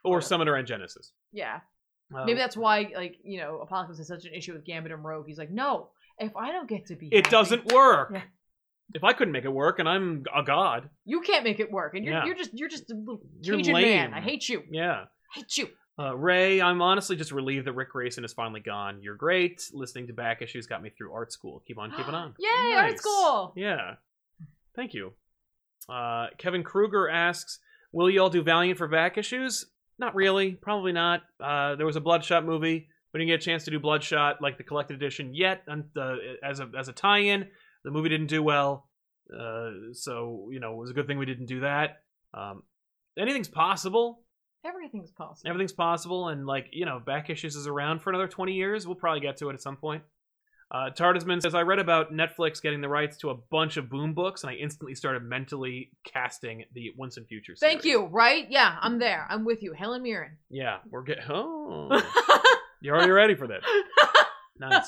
or Summoner and Genesis. yeah. Um, Maybe that's why, like, you know, Apocalypse has such an issue with Gambit and Rogue. He's like, no, if I don't get to be. It happy, doesn't work. Yeah. If I couldn't make it work, and I'm a god, You can't make it work. And you're, Yeah. you're just you're just a little You're Cajun man. lame. I hate you. yeah. hate you. Uh, Ray, I'm honestly just relieved that Rick Grayson is finally gone. You're great. Listening to back issues got me through art school. Keep on keeping on. <gasps> Yay, art school! Yeah. Thank you. Uh, Kevin Kruger asks, "Will y'all do Valiant for back issues?" Not really. Probably not. Uh, there was a Bloodshot movie. We didn't get a chance to do Bloodshot like the collected edition yet. And uh, as a as a tie-in, the movie didn't do well. Uh, so you know, it was a good thing we didn't do that. Um, anything's possible. Everything's possible. Everything's possible, and like you know, back issues is around for another twenty years. We'll probably get to it at some point. Uh, Tardisman says, I read about Netflix getting the rights to a bunch of Boom books, and I instantly started mentally casting the Once in Future series. Thank you. Right? Yeah, I'm there. I'm with you, Helen Mirren. <laughs> Yeah, we're getting. <laughs> Oh, you're already ready for that. <laughs> Nice.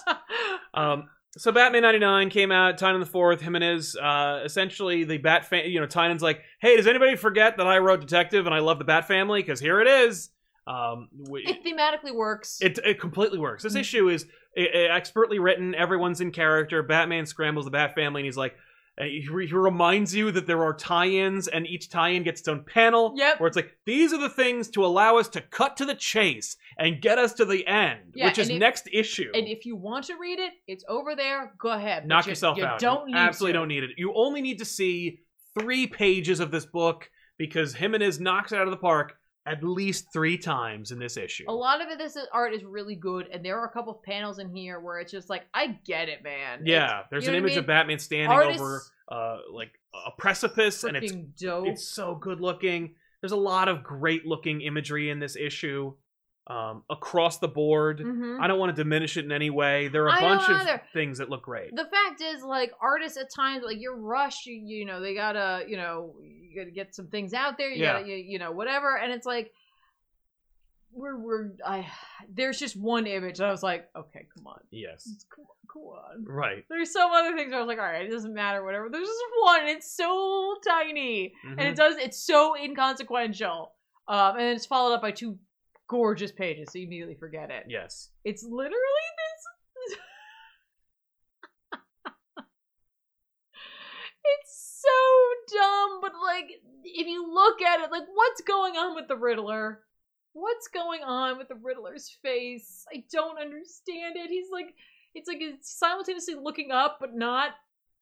Um, so Batman 99 came out, Tynan the Fourth, Jimenez, uh, essentially the Bat fan, you know, Tynan's like, hey, does anybody forget that I wrote Detective and I love the Bat family? Because here it is. Um, we, <laughs> it thematically works. it, it completely works. This Mm. issue is i i- expertly written. Everyone's in character. Batman scrambles the Bat family, and he's like, uh, he, re- he reminds you that there are tie-ins, and each tie-in gets its own panel. Yep. Where it's like, these are the things to allow us to cut to the chase and get us to the end, Yeah, which is and if- next issue. and if you want to read it, it's over there. Go ahead. But Knock you- yourself you out. Don't you need absolutely to. don't need it. You only need to see three pages of this book because Jimenez knocks it out of the park at least three times in this issue. A lot of it, this is- art is really good, and there are a couple of panels in here where it's just like, I get it, man. Yeah, there's you an know what I image mean? of Batman standing Artists- over uh, like a precipice, It's and it's freaking dope. it's so good looking. There's a lot of great looking imagery in this issue um, across the board. Mhm. I don't want to diminish it in any way. There are a I don't bunch of either. things that look great. the fact is like artists at times like you're rushed you, you know they gotta you know you gotta get some things out there you Yeah. gotta you, you know whatever and it's like we're we're i there's just one image and i was like okay come on yes, Just come on, come on. right. there's some other things where i was like all right it doesn't matter whatever there's just one and it's so tiny and Mhm. it does it's so inconsequential um and it's followed up by two gorgeous pages so you immediately forget it yes, it's literally this. <laughs> it's so dumb, but like, if you look at it, like, what's going on with the Riddler? What's going on with the Riddler's face? I don't understand it. He's like, it's like he's simultaneously looking up, but not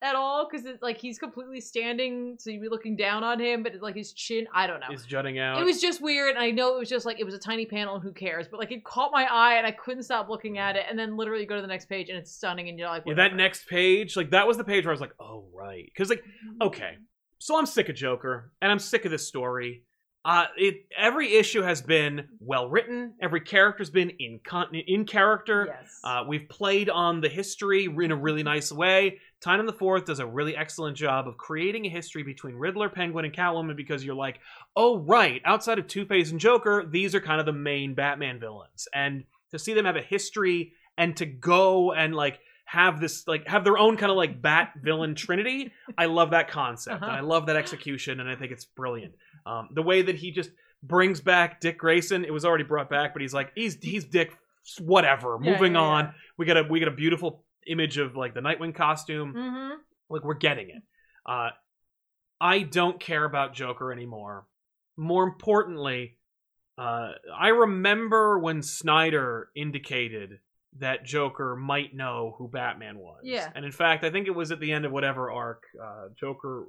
at all, because it's like he's completely standing, so you'd be looking down on him, but it's like his chin, I don't know. it's jutting out. It was just weird. and I know it was just like it was a tiny panel, and who cares? But like it caught my eye, and I couldn't stop looking at it. And then literally go to the next page, and it's stunning, and you're like, Yeah, that whatever. next page, like that was the page where I was like, oh right, because like okay, so I'm sick of Joker and I'm sick of this story. Uh, it every issue has been well written. Every character's been in con- in character. Yes. Uh, we've played on the history in a really nice way. Tynan the Fourth does a really excellent job of creating a history between Riddler, Penguin, and Catwoman because you're like, oh right, outside of Two Face and Joker, these are kind of the main Batman villains, and to see them have a history and to go and like have this like have their own kind of like bat villain trinity i love that concept and i love that execution and i think it's brilliant um the way that he just brings back dick grayson it was already brought back but he's like he's he's dick whatever Yeah, moving yeah, on yeah. we got a we got a beautiful image of like the nightwing costume Mhm. like we're getting it uh i don't care about joker anymore more importantly uh i remember when snyder indicated that joker might know who batman was Yeah. and in fact i think it was at the end of whatever arc uh joker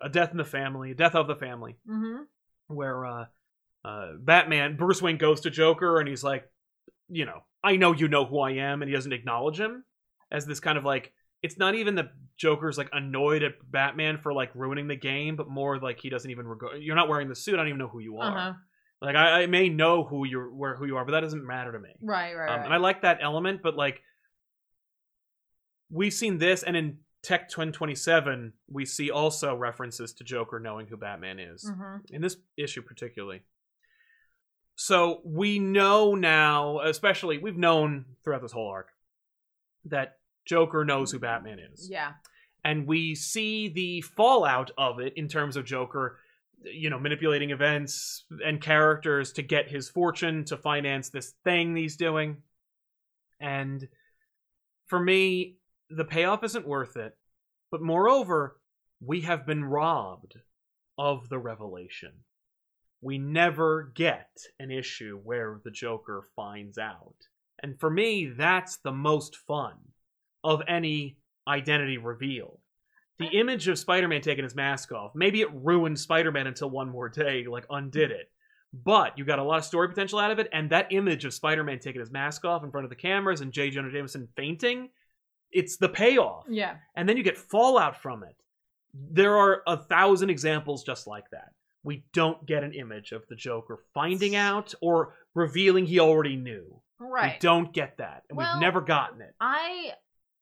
uh, a death in the family a death of the family Mhm. where uh, uh, Batman Bruce Wayne goes to Joker and he's like, you know, I know you know who I am, and he doesn't acknowledge him as this kind of like. It's not even that Joker's like annoyed at Batman for like ruining the game, but more like he doesn't even regard. You're not wearing the suit. I don't even know who you are. Uh-huh. Like I, I may know who you're, where who you are, but that doesn't matter to me. Right. Right. Um, right. and I like that element, but like we've seen this, and in Tech Twin Twenty Seven, we see also references to Joker knowing who Batman is Mhm. in this issue particularly. So we know now, especially we've known throughout this whole arc, that Joker knows who Batman is. Yeah. And we see the fallout of it in terms of Joker, you know, manipulating events and characters to get his fortune to finance this thing he's doing. And for me, the payoff isn't worth it. But moreover, we have been robbed of the revelation. We never get an issue where the Joker finds out. And for me, that's the most fun of any identity reveal. The image of Spider Man taking his mask off, maybe it ruined Spider Man until one more day, like undid it. But you got a lot of story potential out of it, and that image of Spider Man taking his mask off in front of the cameras and J. Jonah Jameson fainting, it's the payoff Yeah. and then you get fallout from it There are a thousand examples just like that. We don't get an image of the Joker finding out or revealing he already knew. We Right. don't get that, and Well- we've never gotten it. I,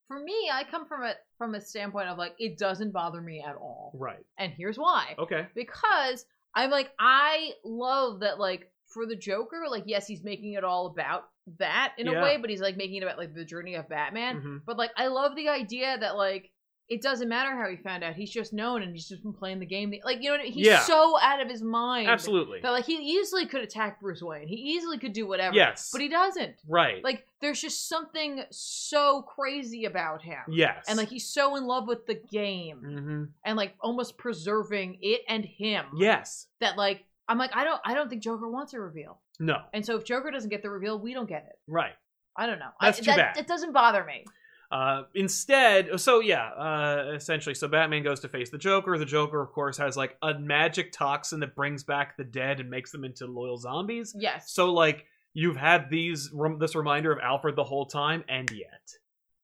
for me, I come from a from a standpoint of like it doesn't bother me at all, Right. and here's why. Okay. Because I'm like I love that like for the Joker, like yes, he's making it all about that in Yeah. a way, but he's like making it about like the journey of Batman. Mhm. But like I love the idea that like it doesn't matter how he found out; he's just known and he's just been playing the game. Like you know, what I mean? he's Yeah. so out of his mind. Absolutely. That like he easily could attack Bruce Wayne. He easily could do whatever. Yes. But he doesn't. right. Like there's just something so crazy about him. yes. And like he's so in love with the game hmm and like almost preserving it and him. Yes. That like I'm like I don't I don't think Joker wants a reveal. No. And so if Joker doesn't get the reveal, we don't get it. Right. I don't know. That's I, too that, bad. It doesn't bother me. Uh, instead, so yeah, uh, essentially, so Batman goes to face the Joker. The Joker, of course, has like a magic toxin that brings back the dead and makes them into loyal zombies. Yes. So like, you've had these rem- this reminder of Alfred the whole time, and yet,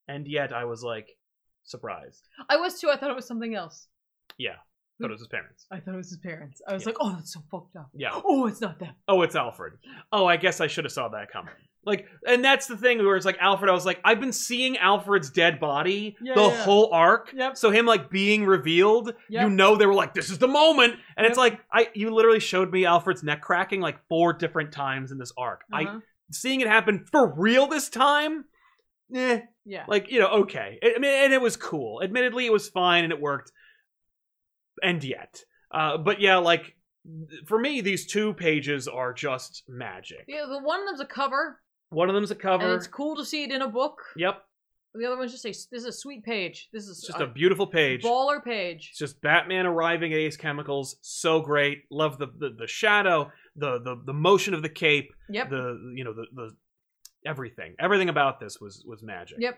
and yet, I was like surprised. I was too. I thought it was something else. Thought it was his parents. I thought it was his parents. I was Yeah. like, oh, that's so fucked up. Yeah. Oh, it's not them. Oh, it's Alfred. Oh, I guess I should have saw that coming. Like, and that's the thing where it's like Alfred. I was like, I've been seeing Alfred's dead body Yeah, the yeah, yeah. whole arc. Yep. So him like being revealed, you Yep. know, they were like, "This is the moment," and it's Yep. like, I you literally showed me Alfred's neck cracking like four different times in this arc. I Uh-huh. seeing it happen for real this time. Eh, yeah. like you know, okay. I I mean, and it was cool. Admittedly, it was fine and it worked. And yet, uh, but yeah, like for me, these two pages are just magic. yeah. The one of them's a cover, One of them's a and cover. it's cool to see it in a book. Yep, The other one's just a. This is a sweet page. This is it's just a beautiful page. baller page. It's just Batman arriving at Ace Chemicals. So great. Love the the, the shadow, the, the the motion of the cape, Yep. the you know the the everything. Everything about this was was magic. Yep.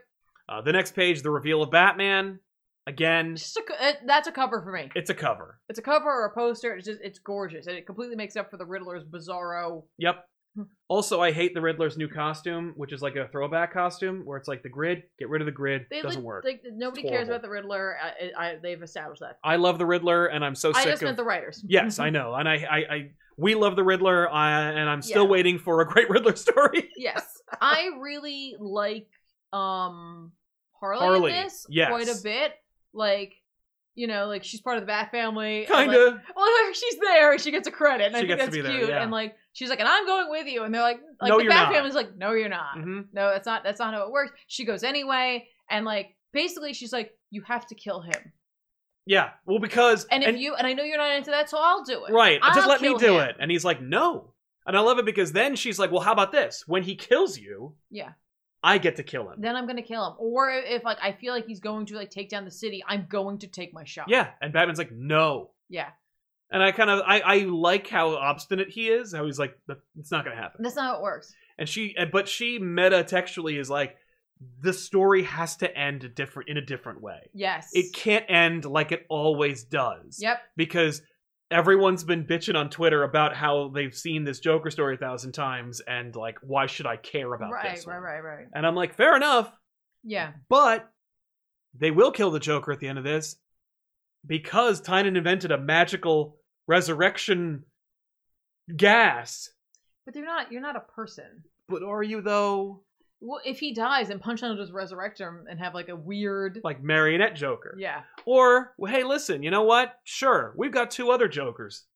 Uh, the next page, the reveal of Batman. Again, It's just a, co- uh, that's a cover for me. it's a cover. It's a cover or a poster. It's just it's gorgeous, and it completely makes up for the Riddler's bizarro. Yep. Hmm. Also, I hate the Riddler's new costume, which is like a throwback costume where it's like the grid. Get rid of the grid. They Doesn't like, work. Like, nobody It's cares horrible. about the Riddler. uh, I, I, they've established that. I love the Riddler, and I'm so I sick just of. meant the Mm-hmm. writers. <laughs> yes, <laughs> I know, and I, I, I we love the Riddler, I, and I'm still Yeah. waiting for a great Riddler <laughs> story. yes i really like um harley, Harley, in this yes. quite a bit like you know like she's part of the bat family and, kind like, of. <laughs> well she's there and she gets a credit and i She think gets to that's be there, cute yeah. and like she's like and i'm going with you and they're like like No, the you're bat not. family's like no you're not hmm no that's not that's not how it works she goes anyway and like basically she's like you have to kill him Yeah. Well, because and if you and i know you're not into that so i'll do <laughs> it right, I'll just let me kill do him. it, and he's like, no, and I love it because then she's like, well, how about this? When he kills you, yeah I get to kill him. then i'm gonna kill him or if like i feel like he's going to like take down the city i'm going to take my shot yeah, and Batman's like, no, yeah and I kind of I, I like how obstinate he is. How he's like, "That- it's not gonna happen. That's not how it works. and she and- but she meta textually is like the story has to end a different in a different way Yes. it can't end like it always does Yep. because everyone's been bitching on twitter about how they've seen this joker story a thousand times and like why should i care about Right, this right, one? right, right. and i'm like fair enough Yeah. but they will kill the joker at the end of this because tynan invented a magical resurrection gas But they're not you're not a person. but are you though Well, if he dies and Punch Out will just resurrect him and have like a weird like marionette joker Yeah. Or, well, hey, listen, you know what? Sure, we've got two other Jokers,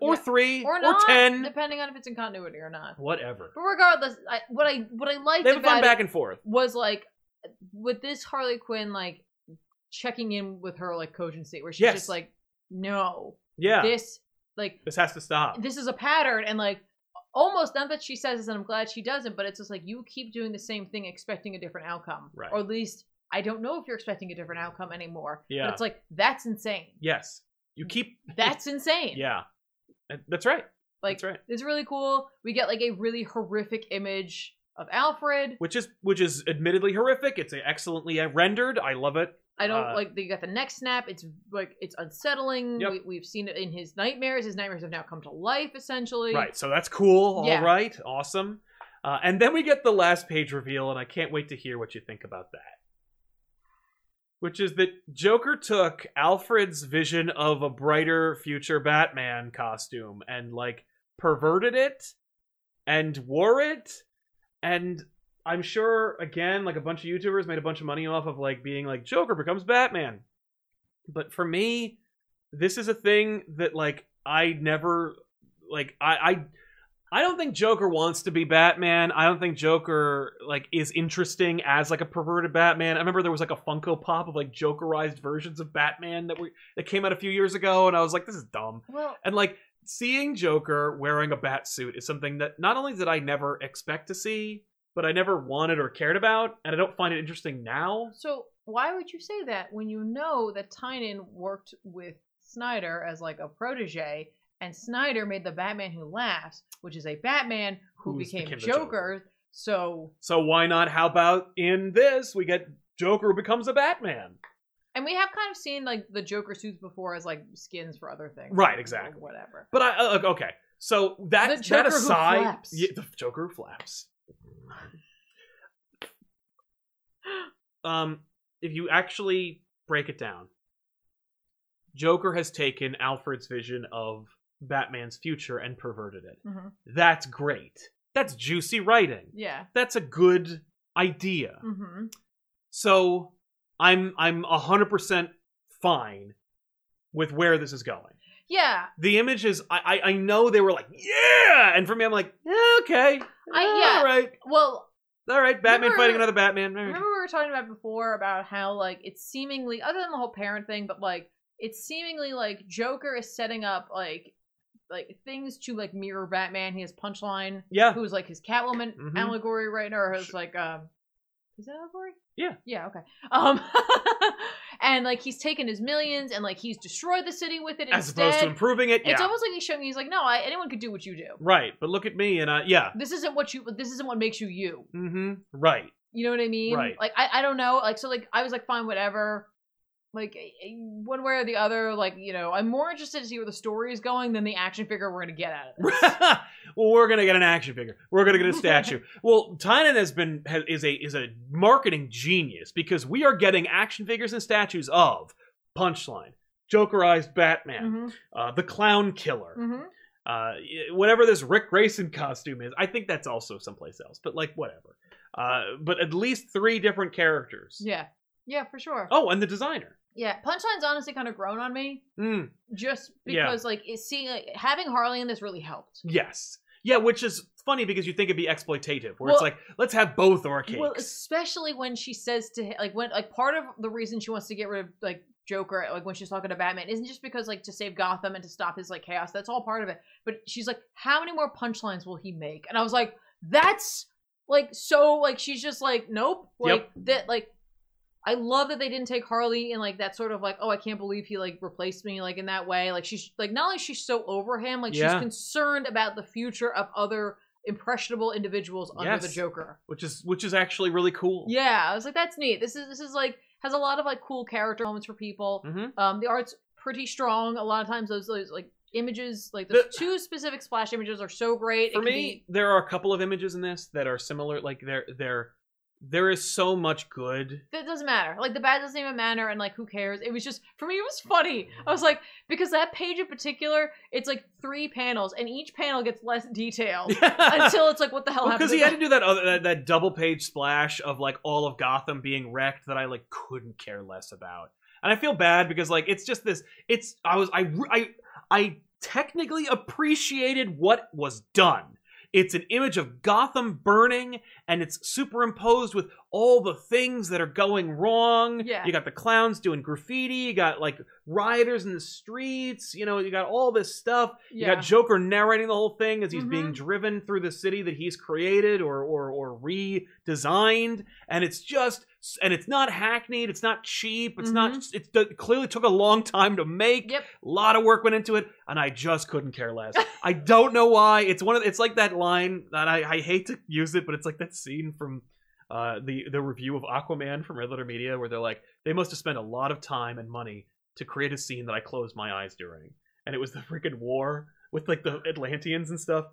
or Yeah. three, or or, not, ten, depending on if it's in continuity or not. whatever. But regardless, I, what I what I liked They've gone about back and forth. it was like with this Harley Quinn like checking in with her like cogency where she's Yes. just like, No. Yeah, this, This like has to stop. this is a pattern and like almost not that she says this and i'm glad she doesn't but it's just like you keep doing the same thing expecting a different outcome Right. or at least i don't know if you're expecting a different outcome anymore Yeah. but it's like that's insane <laughs> yes, you keep. that's insane Yeah, And that's right. like that's right. it's really cool we get like a really horrific image of alfred Which is which is admittedly horrific. It's excellently rendered. I love it. i Uh, don't like they got the neck snap it's like it's unsettling Yep. we, we've seen it in his nightmares his nightmares have now come to life essentially Right. So that's cool. Yeah. All right. Awesome. Uh, and then we get the last page reveal, and I can't wait to hear what you think about that. which is that Joker took Alfred's vision of a brighter future Batman costume and like perverted it and wore it and I'm sure again like a bunch of YouTubers made a bunch of money off of like being like Joker becomes Batman. But for me, this is a thing that like I never like I I I don't think Joker wants to be Batman. I don't think Joker like is interesting as like a perverted Batman. I remember there was like a Funko Pop of like Jokerized versions of Batman that were that came out a few years ago, and I was like, this is dumb. Well, And like seeing Joker wearing a bat suit is something that not only did I never expect to see, but I never wanted or cared about, and I don't find it interesting now. so why would you say that when you know that Tynan worked with Snyder as like a protege, and Snyder made the Batman Who Laughs, which is a Batman who Who's became, became the Joker. Joker. So, So why not? How about in this we get Joker who becomes a Batman? and we have kind of seen like the Joker suits before as like skins for other things, Right, or exactly. Whatever. But I uh, okay. So that The that Joker who aside, flaps. Yeah, the Joker who flaps. um, if you actually break it down, Joker has taken Alfred's vision of Batman's future and perverted it. hmm That's great. That's juicy writing. Yeah. That's a good idea. Mm-hmm. So I'm I'm hundred percent fine with where this is going Yeah. the images I, I I know they were like yeah, and for me I'm like yeah, okay, I- yeah. all right, Well, all right, Batman Remember- fighting another Batman. all right. Remember we were talking about before about how like it's seemingly other than the whole parent thing, but like it's seemingly like Joker is setting up like like things to like mirror Batman. He has Punchline, Yeah, who's like his Catwoman Mhm. allegory right now, or his Sh- like um is that allegory? Yeah. Yeah, okay. Um <laughs> and like he's taken his millions and like he's destroyed the city with it as instead. opposed to improving it. It's Yeah, almost like he's showing he's like, No, I, anyone could do what you do. right. But look at me and I yeah, This isn't what you this isn't what makes you you. mm-hmm. Right. <laughs> You know what I mean? Right. Like I, I don't know. Like so like I was like fine whatever. Like eh, eh, one way or the other. Like you know I'm more interested to see where the story is going than the action figure we're gonna get out of it. well, we're gonna get an action figure. We're gonna get a <laughs> statue. well, Tynan has been ha is a is a marketing genius because we are getting action figures and statues of Punchline, Jokerized Batman, Mhm, uh, the Clown Killer, mhm. uh, whatever this Rick Grayson costume is, I think that's also someplace else. But like, whatever. Uh, but at least three different characters. Yeah. Yeah, for sure. Oh, and the designer. Yeah, Punchline's honestly kind of grown on me Mm, just Yeah. because like it seeing like, having Harley in this really helped. yes. Yeah, which is funny because you think it'd be exploitative, where Well- it's like, let's have both our cakes. Well, especially when she says to him, like when like part of the reason she wants to get rid of like Joker, like when she's talking to Batman, isn't just because like to save Gotham and to stop his like chaos. That's all part of it. But she's like, how many more punchlines will he make? And I was like, that's like so like she's just like, nope, like that like. I love that they didn't take Harley and like that sort of like, oh, I can't believe he like replaced me like in that way. Like she's like not only she's so over him, like she's Yeah. concerned about the future of other impressionable individuals under the Yes. Joker. which is which is actually really cool. Yeah, I was like, that's neat. This is this is like has a lot of like cool character moments for people. Mhm. Um, the art's pretty strong. A lot of times those those like images, like The- the two specific splash images, are so great. It For could me, be- there are a couple of images in this that are similar. Like there there there is so much good. that doesn't matter. Like the bad doesn't even matter, and like who cares? It was just for me, it was funny. I was like, because that page in particular, it's like three panels, and each panel gets less <laughs> detailed until it's like, what the hell happened? because to he had that? to do that other that, that double page splash of like all of Gotham being wrecked that I like couldn't care less about, and I feel bad because like it's just this. It's I was I re- I I technically appreciated what was done. It's an image of Gotham burning, and it's superimposed with all the things that are going wrong. Yeah. You got the clowns doing graffiti. You got like rioters in the streets. You know, you got all this stuff. You yeah. got Joker narrating the whole thing as he's Mhm. being driven through the city that he's created or or or redesigned, and it's just and it's not hackneyed, it's not cheap, it's not it's it clearly took a long time to make. Yep. A lot of work went into it, and I just couldn't care less. I don't know why. It's one of it's like that line that I, I hate to use it, but it's like that scene from uh, the the review of Aquaman from Red Letter Media where they're like they must have spent a lot of time and money to create a scene that I closed my eyes during, and it was the freaking war with like the Atlanteans and stuff.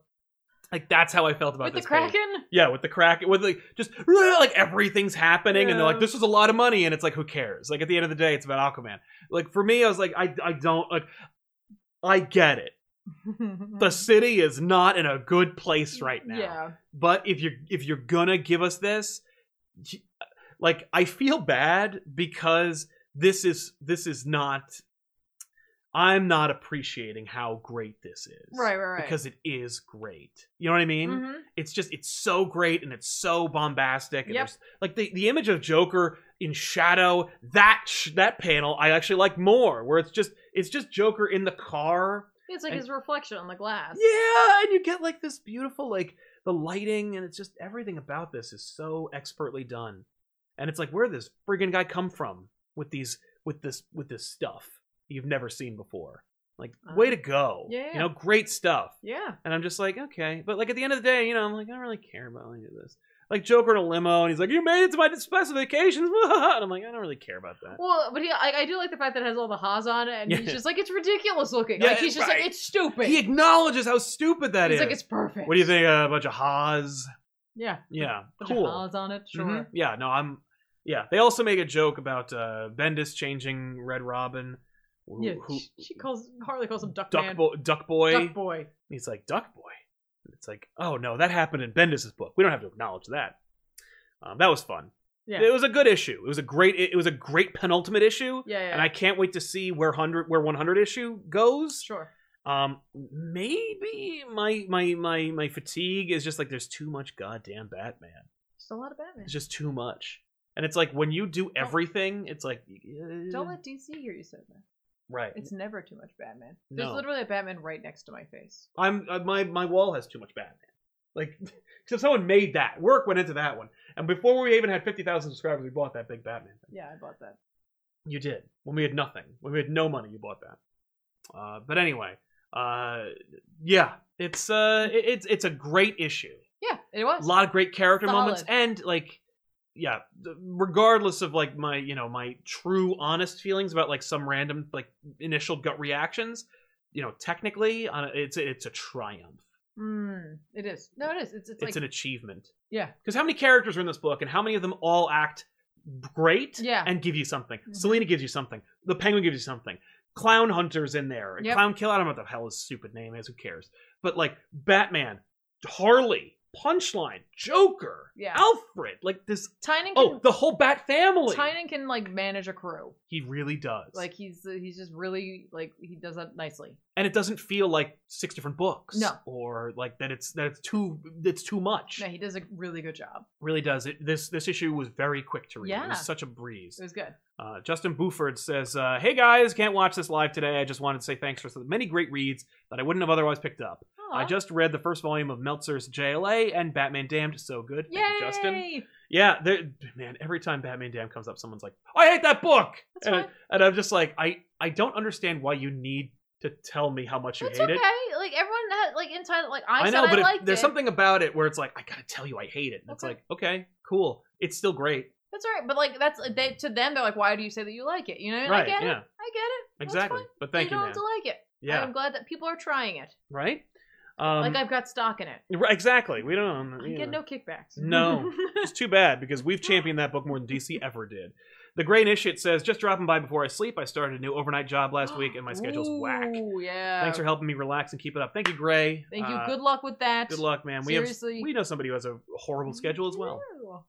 Like that's how I felt about With the this page. Kraken? Yeah, with the crack, with like just <laughs> like everything's happening, and they're like, Yeah. "This is a lot of money," and it's like, "Who cares?" Like at the end of the day, it's about Aquaman. Like for me, I was like, "I I don't like." I get it. The city is not in a good <laughs> place right now. Mm-hmm. Yeah. But if you're if you're gonna give us this, y- like I feel bad because this is this is not. I'm not appreciating how great this is. Right, right, right. Because it is great. You know what I mean? Mhm. it's just it's so great and it's so bombastic and Yep. there's- like the, the image of joker in shadow that sh- that panel i actually like more where it's just it's just joker in the car It's like And- his reflection on the glass. yeah and you get like this beautiful like the lighting and it's just everything about this is so expertly done and it's like where did this friggin guy come from with these with this with this stuff you've never seen before like Uh, way to go yeah, you yeah. know great stuff Yeah. and I'm just like, okay. But like at the end of the day, you know, I'm like, I don't really care about any of this. Like Joker in a limo, and he's like, "You made it to my specifications," <laughs> and I'm like, I don't really care about that. Uh, Well, but he, I, I do like the fact that it has all the ha's on it, and he's Yeah. just like, it's ridiculous looking. Yeah, like, he's just right. like, it's stupid. He acknowledges how stupid that he's is. like, it's perfect. what do you think? Uh, a bunch of ha's? Yeah. Yeah, Bunch of cool. ha's on it, sure. Mhm. Yeah, no, I'm. Yeah, they also make a joke about uh, Bendis changing Red Robin. Who, Yeah, who, she- she calls Harley calls him Duck, Duck, Man. Bo- Duck Boy. Duck Boy. He's like, Duck Boy. And It's like, oh no, that happened in Bendis's book. We don't have to acknowledge that. Um, that was fun. Yeah. It was a good issue. It was a great. It was a great penultimate issue, Yeah, yeah. and I can't wait to see where hundred where one hundred issue goes. sure. Um, maybe my my my my fatigue is just like there's too much goddamn Batman. Just a lot of Batman. It's just too much, and it's like when you do everything, it's like uh, Don't let DC hear you say that. right. It's never too much Batman. There's No. literally a Batman right next to my face. I'm uh, my my wall has too much Batman. Like, <laughs> so someone made that work went into that one, and before we even had fifty thousand subscribers, we bought that big Batman. Thing. Yeah, I bought that. You did when we had nothing, when we had no money, you bought that. Uh, but anyway, uh, yeah, it's uh, it, it's it's a great issue. Yeah, it A was. lot of great character Solid. moments, and like, yeah, th- regardless of like my you know my true honest feelings about like some random like initial gut reactions, you know, technically, uh, it's it's a triumph. Mm, it is. No, it is. It's, it's, It's, like, an achievement. yeah. Because how many characters are in this book, and how many of them all act great Yeah. and give you something? Mhm. Selena gives you something. The Penguin gives you something. Clown Hunter's in there. Yep. Clown Kill. I don't know what the hell his stupid name is. Who cares? But like Batman, Harley, Punchline, Joker, Yeah. Alfred. Like this. Tynan can, Oh, the whole Bat family. Tynan can like manage a crew. He really does. Like he's uh, he's just really like he does that nicely. and it doesn't feel like six different books. No. Or like that. It's that it's too. It's too much. No, he does a really good job. Really does. It, this this issue was very quick to read. It Yeah. was such a breeze. It was good. Uh, Justin Buford says, uh, "Hey guys, can't watch this live today. I just wanted to say thanks for the many great reads that I wouldn't have otherwise picked up. I Aw. just read the first volume of Meltzer's JLA and Batman Damned. So good, Yay! Thank you, Justin. Yeah, there- man. Every time Batman Damned comes up, someone's like, I hate that book, That's and, fine. and I'm just like, I I don't understand why you need to tell me how much you It's hate okay. it. Like everyone had like entitled. Like I, I said know, but I if- liked there's it. something about it where it's like, I gotta tell you, I hate it. And it's Okay. like, okay, cool, it's still great, That's all right. But like that's they, to them they're like, why do you say that you like it? You know, and right? I get yeah, it. I get it. That's exactly. fine. But thank you you, don't man. have to like it. yeah, I'm glad that people are trying it. right. Um, like I've got stock in it. Right, exactly. We don't. I you get know. no kickbacks. No. <laughs> It's too bad because we've championed that book more than DC ever did. The Gray Initiate says, just dropping by before I sleep. I started a new overnight job last week <gasps> and my schedule's whack. Ooh, yeah. Thanks for helping me relax and keep it up. Thank you, Gray. Thank you. Uh, good luck with that. good luck, man. We Seriously. have we know somebody who has a horrible schedule as well, Ew.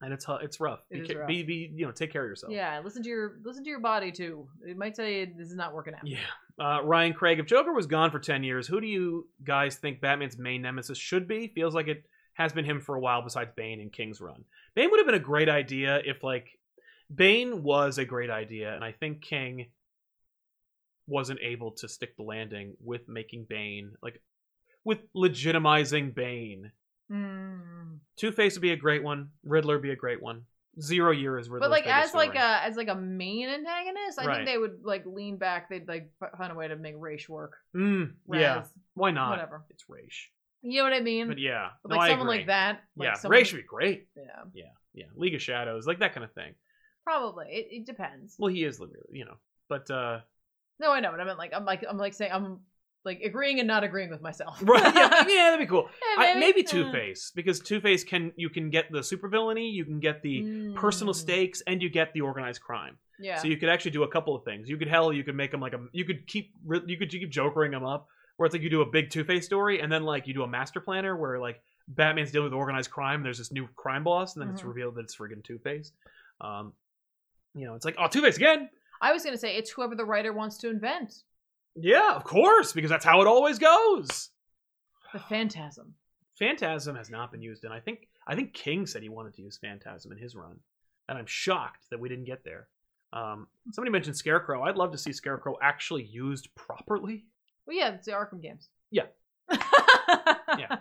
and it's hu- it's rough. It be, is ca- rough. Be, be you know take care of yourself. Yeah, listen to your listen to your body too. It might tell you this is not working out. Yeah. Uh, Ryan Craig, if Joker was gone for 10 years, who do you guys think Batman's main nemesis should be? Feels like it has been him for a while besides Bane and King's Run. Bane would have been a great idea if, like, Bane was a great idea, and I think King wasn't able to stick the landing with making Bane, like, with legitimizing Bane. Mm. Two Face would be a great one, Riddler would be a great one. Zero Year is Riddler's But like biggest as like villain. a as like a main antagonist, I Right. think they would like lean back. They'd like f- find a way to make Raish work. Mm, yeah, Whereas- why not? whatever. It's Raish. You know what I mean? But yeah, But, no, I like someone agree. like that. Like yeah, someone, Ray should be great. Yeah, Yeah, League of Shadows, like that kind of thing. probably. It, it depends. Well, he is, the- you know, but uh, <laughs> No, I know, but I meant like I'm like I'm like saying I'm like agreeing and not agreeing with myself. <laughs> <laughs> Right? Yeah, yeah, that'd be cool. <laughs> Yeah, I, maybe uh, Two Face because Two Face can you can get the super villainy, you can get the personal mm, stakes, and you get the organized crime. Yeah. So you could actually do a couple of things. You could hell, you could make them like a, you could keep, re- you could keep jokering them up, where it's like you do a big Two Face story, and then like you do a master planner where like Batman's dealing with organized crime. And there's this new crime boss, and then it's Mhm. revealed that it's friggin' Two Face. Um, you know, it's like oh, Two Face again. I was gonna say it's whoever the writer wants to invent Yeah, of course, because that's how it always goes. <sighs> the phantasm. Phantasm has not been used, and I think I think King said he wanted to use Phantasm in his run, and I'm shocked that we didn't get there. Um, somebody mentioned Scarecrow. I'd love to see Scarecrow actually used properly. <gasps> Well, yeah, it's the Arkham games. <laughs> Yeah. yeah.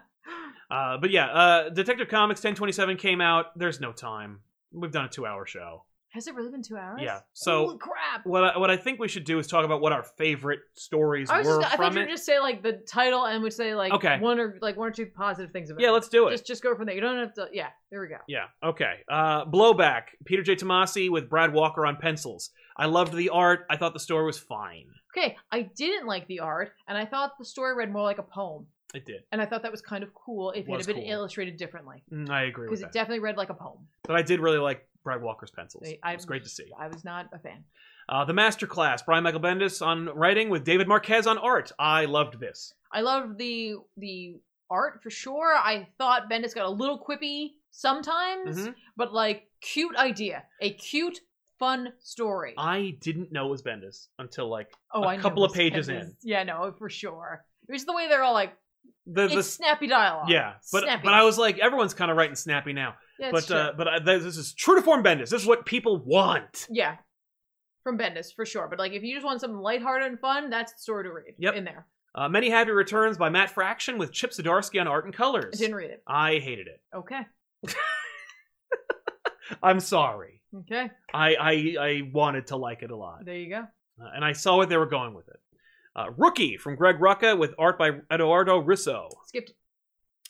Uh, but yeah, uh, Detective Comics 1027 came out. There's no time. We've done a two-hour show. Has it really been two hours? Yeah. So Holy crap. what I, what I think we should do is talk about what our favorite stories I was were just, I thought from you it. would just say like the title and would say like Okay. one or like one or two positive things about Yeah, it. let's do it. Just just go from there. You don't have to yeah, there we go. Yeah. Okay. Uh, Blowback. Peter J. Tomasi with Brad Walker on pencils. I loved the art. I thought the story was fine. Okay, I didn't like the art and I thought the story read more like a poem. It did. And I thought that was kind of cool if it Was had been cool. illustrated differently. Mm, I agree with Because it that. definitely read like a poem. but I did really like Brad Walker's pencils. I- it was I'm- great to see. I was not a fan. Uh, the Masterclass. Brian Michael Bendis on writing with David Marquez on art. I loved this. I loved the the art for sure. I thought Bendis got a little quippy sometimes, Mhm. but like cute idea, a cute fun story. I didn't know it was Bendis until like oh, a I know couple of it was pages Bendis. in. Yeah, no, for sure. It was the way they're all like the it's the snappy dialogue. yeah, but snappy. but I was like everyone's kind of writing snappy now. yeah, but it's true. uh, but I, this is true to form Bendis. This is what people want. yeah, from Bendis for sure. But like if you just want something lighthearted and fun, that's the story to read. Yep. in there. Uh, Many Happy Returns by Matt Fraction with Chip Zdarsky on art and I colors. didn't read it. I hated it. Okay, I'm sorry. okay, I I, I wanted to like it a lot, there you go. Uh, and I saw where they were going with it. Uh, Rookie from Greg Rucka with art by Eduardo Risso. Skipped.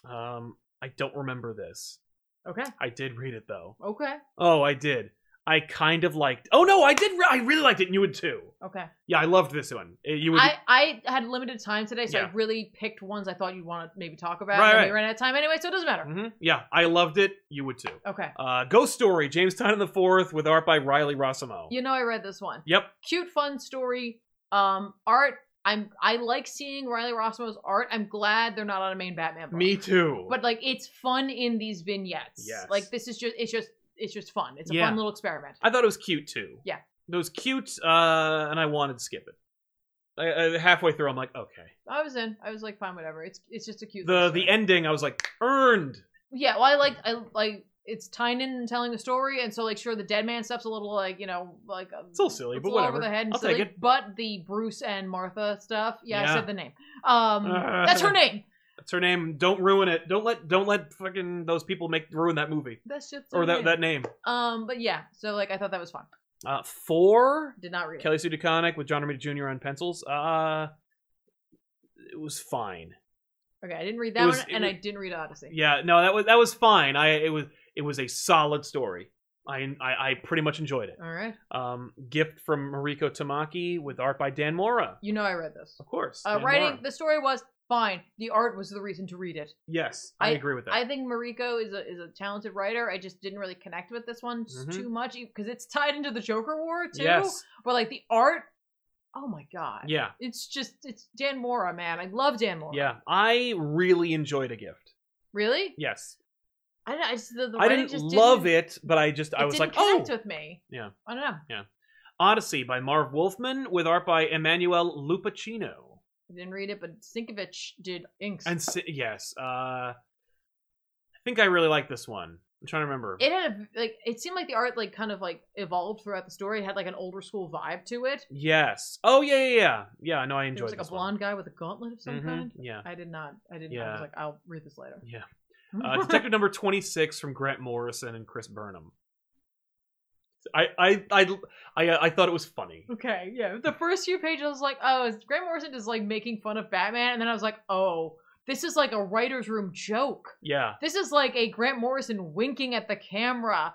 Um, I don't remember this. Okay, I did read it though. okay, Oh, I did. I kind of liked. Oh no, I did. Re- I really liked it, and you would too. okay. Yeah, I loved this one. Uh, You would. I, I had limited time today, so Yeah. I really picked ones I thought you'd want to maybe talk about. Right, and then right. We ran out of time anyway, so it doesn't matter. Mhm. Yeah, I loved it. You would too. Okay. Uh, Ghost Story, James Todd in the Fourth, with art by Riley Rossimo. You know I read this one. Yep. Cute, fun story. Um, art. I'm I like seeing Riley Rossimo's art. I'm glad they're not on a main Batman book. Me too. But like it's fun in these vignettes. Yes. Like this is just it's just it's just fun. It's a Yeah. fun little experiment. I thought it was cute too. Yeah. It was cute, uh, and I wanted to skip it. I, I, halfway through, I'm like, okay. I was in. I was like, fine, whatever. It's it's just a cute. The little the story. ending, I was like, earned. Yeah. Well, I like I like it's tying in and telling the story, and so like sure the dead man stuff's a little like you know like um, It's a little silly, It's but a little whatever. Over the head and I'll silly, take it. But the Bruce and Martha stuff. Yeah, Yeah. I said the name. Um, <laughs> that's her name. That's her name. Don't ruin it. Don't let don't let fucking those people make ruin that movie That's just or that that name. Um, but yeah. So like, I thought that was fun. Uh, four. Did not read it. Kelly Sue DeConnick with John Romita Jr. on pencils. Uh, it was fine. Okay, I didn't read It that was- one, it and was- I didn't read Odyssey. Yeah, no, that was that was fine. I it was it was a solid story. I I, I pretty much enjoyed it. All right. Um, gift from Mariko Tamaki with art by Dan Mora. You know, I read this. Of course. Uh, Dan writing Mora. the story was fine. The art was the reason to read it. Yes, I, I- agree with that. I think Mariko is a is a talented writer. I just didn't really connect with this one s- Mhm. too much because it's tied into the Joker War too. yes. But like the art, oh my god, Yeah. it's just it's Dan Mora, man. I love Dan Mora. Yeah. I really enjoyed a gift. Really? Yes. I don't know. I just, the, the I writing didn't just love didn't, it, but I just I it was didn't like, oh, connect with me. Yeah. I don't know. Odyssey by Marv Wolfman with art by Emmanuel Lupacino. I didn't read it, but Sinkovich did inks. And si- yes, uh, I think I really like this one. I'm trying to remember. it had a like. It seemed like the art like kind of like evolved throughout the story. It had like an older school vibe to it. yes. Oh yeah, yeah, yeah. Yeah. No, I There was enjoyed like a this one. blonde guy with a gauntlet of some Mhm, kind. Yeah. I did not. I didn't. I Yeah. was like, I'll read this later. <laughs> Yeah. Uh, Detective number 26 from Grant Morrison and Chris Burnham. I I I I, uh, I thought it was funny. okay. Yeah. The first few pages, I was like, oh, is Grant Morrison is like making fun of Batman, and then I was like, oh, this is like a writers' room joke. Yeah. This is like a Grant Morrison winking at the camera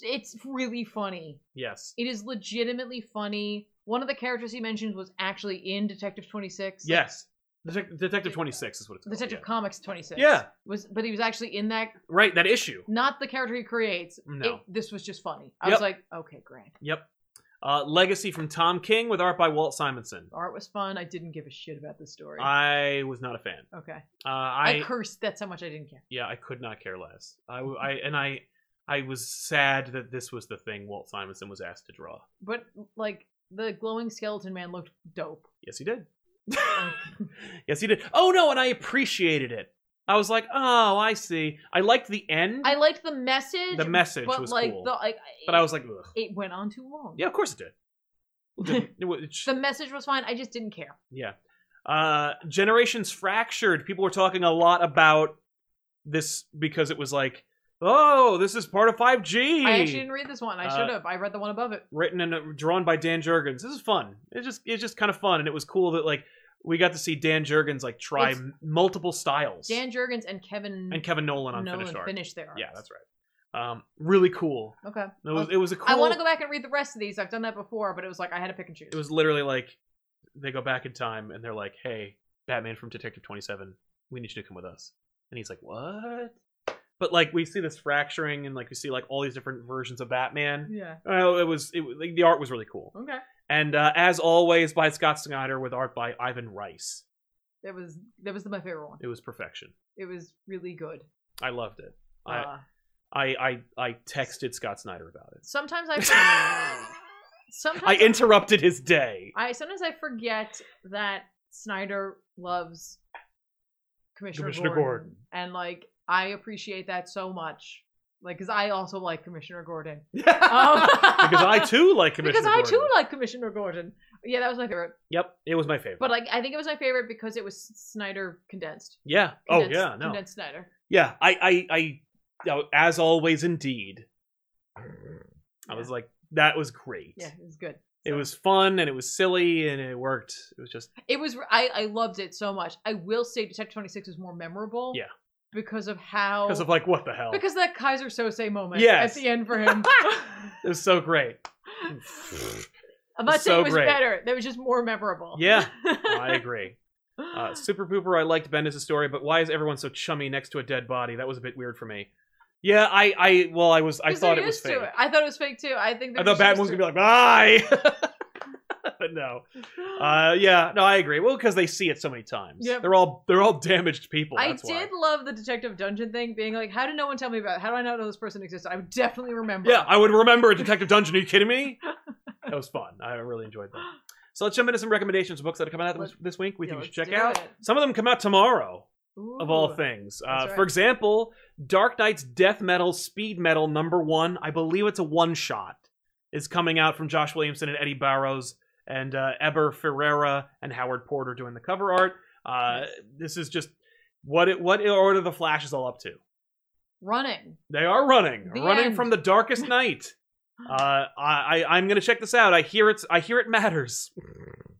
it's really funny. Yes. It is legitimately funny. One of the characters he mentions was actually in Detective 26. like, Yes. Detec- Detective 26 is what it's called. Detective yeah. Comics 26. Yeah. Was but he was actually in that Right, that issue. not the character he creates. No. It- this was just funny. I Yep. was like, okay, Grant. Yep. Uh, Legacy from Tom King with art by Walt Simonson. Art was fun. I didn't give a shit about this story. I was not a fan. okay. Uh, I, I, cursed. That's how much I didn't care. yeah, I could not care less. I, w- I- and I I was sad that this was the thing Walt Simonson was asked to draw. But like the glowing skeleton man looked dope. Yes, he did. Oh. <laughs> yes, he did. Oh no, and I appreciated it. I was like, oh, I see. I liked the end. I liked the message. the message but was like cool, the like. but I was like, Ugh. It went on too long. <laughs> yeah, of course it did. It didn't- it wa- it sh- The message was fine. I just didn't care. Yeah. Uh, Generations Fractured. People were talking a lot about this because it was like, oh, this is part of 5G. I actually didn't read this one. I Uh, should have. I read the one above it. Written and uh, drawn by Dan Jurgens. This is fun. It's just it's just kind of fun, and it was cool that like we got to see Dan Jurgens like try It's- m- multiple styles. Dan Jurgens and Kevin and Kevin Nolan on Nolan finished art. finished their art. Yeah, that's right. Um, really cool. right. Okay. It was, it was a cool. I want to go back and read the rest of these. I've done that before, but it was like I had to pick and choose. It was literally like they go back in time and they're like, "Hey, Batman from Detective Twenty Seven, we need you to come with us." And he's like, "What?" But like we see this fracturing and like we see like all these different versions of Batman. yeah. Well, it was it was- like, the art was really cool, Okay. and uh, as always by Scott Snyder with art by Ivan Rice. That was that was my favorite one. It was perfection. It was really good. I loved it. I Uh, I I, I texted Scott Snyder about it. sometimes <laughs> I sometimes I interrupted his day. I sometimes I forget that Snyder loves Commissioner, Commissioner Gordon, Gordon. and like I appreciate that so much. Like, because I also like Commissioner Gordon. <laughs> Um, because I too like Commissioner. <laughs> because I too Gordon. like Commissioner Gordon. Yeah, that was my favorite. Yep, it was my favorite. But like, I think it was my favorite because it was Snyder condensed. yeah. Oh condensed yeah. No. condensed Snyder. Yeah, I, I, I, you know, as always, indeed. I was like, that was great. Yeah, it was good. It So- was fun and it was silly and it worked. It was just It was. I I loved it so much. I will say Detective Twenty Six is more memorable. Yeah. Because of how. because of like, what the hell? Oh. because of that Kaiser Sose moment. Yes. At the end <laughs> for him. it was so <laughs> great. I'm not So saying it was great. better. That was just more memorable. <laughs> Yeah. I agree. Uh, Super Pooper, I liked Bendis' story, but why is everyone so chummy next to a dead body? That was a bit weird for me. Yeah, I, I, well, I was, I 'Cause they're thought it was used to fake. I thought it was fake too. I think I thought Batman was gonna be like, bye. <laughs> but no. Uh, yeah, no, I agree. Well, because they see it so many times. Yep. They're all they're all damaged people. I that's why. did love the detective dungeon thing, being like, "How did no one tell me about? It? How do I not know this person exists? I would definitely remember." Yeah, I would remember Detective Dungeon. Are you kidding <laughs> me? That was fun. I really enjoyed that. So let's jump into some recommendations of books that are coming out this, this week. We Yeah, think you let's should check do out. it. Some of them come out tomorrow, of all Ooh. things. Uh, that's right. For example, Dark Knight's Death Metal Speed Metal number one. I believe it's a one shot. Is coming out from Josh Williamson and Eddie Barrows and uh, Eber Ferreira and Howard Porter doing the cover art. Uh, This is just what it, what order the Flash is all up to. Running. They are running, The running end. from the <laughs> darkest night. Uh, I, I I'm gonna check this out. I hear it's I hear it matters.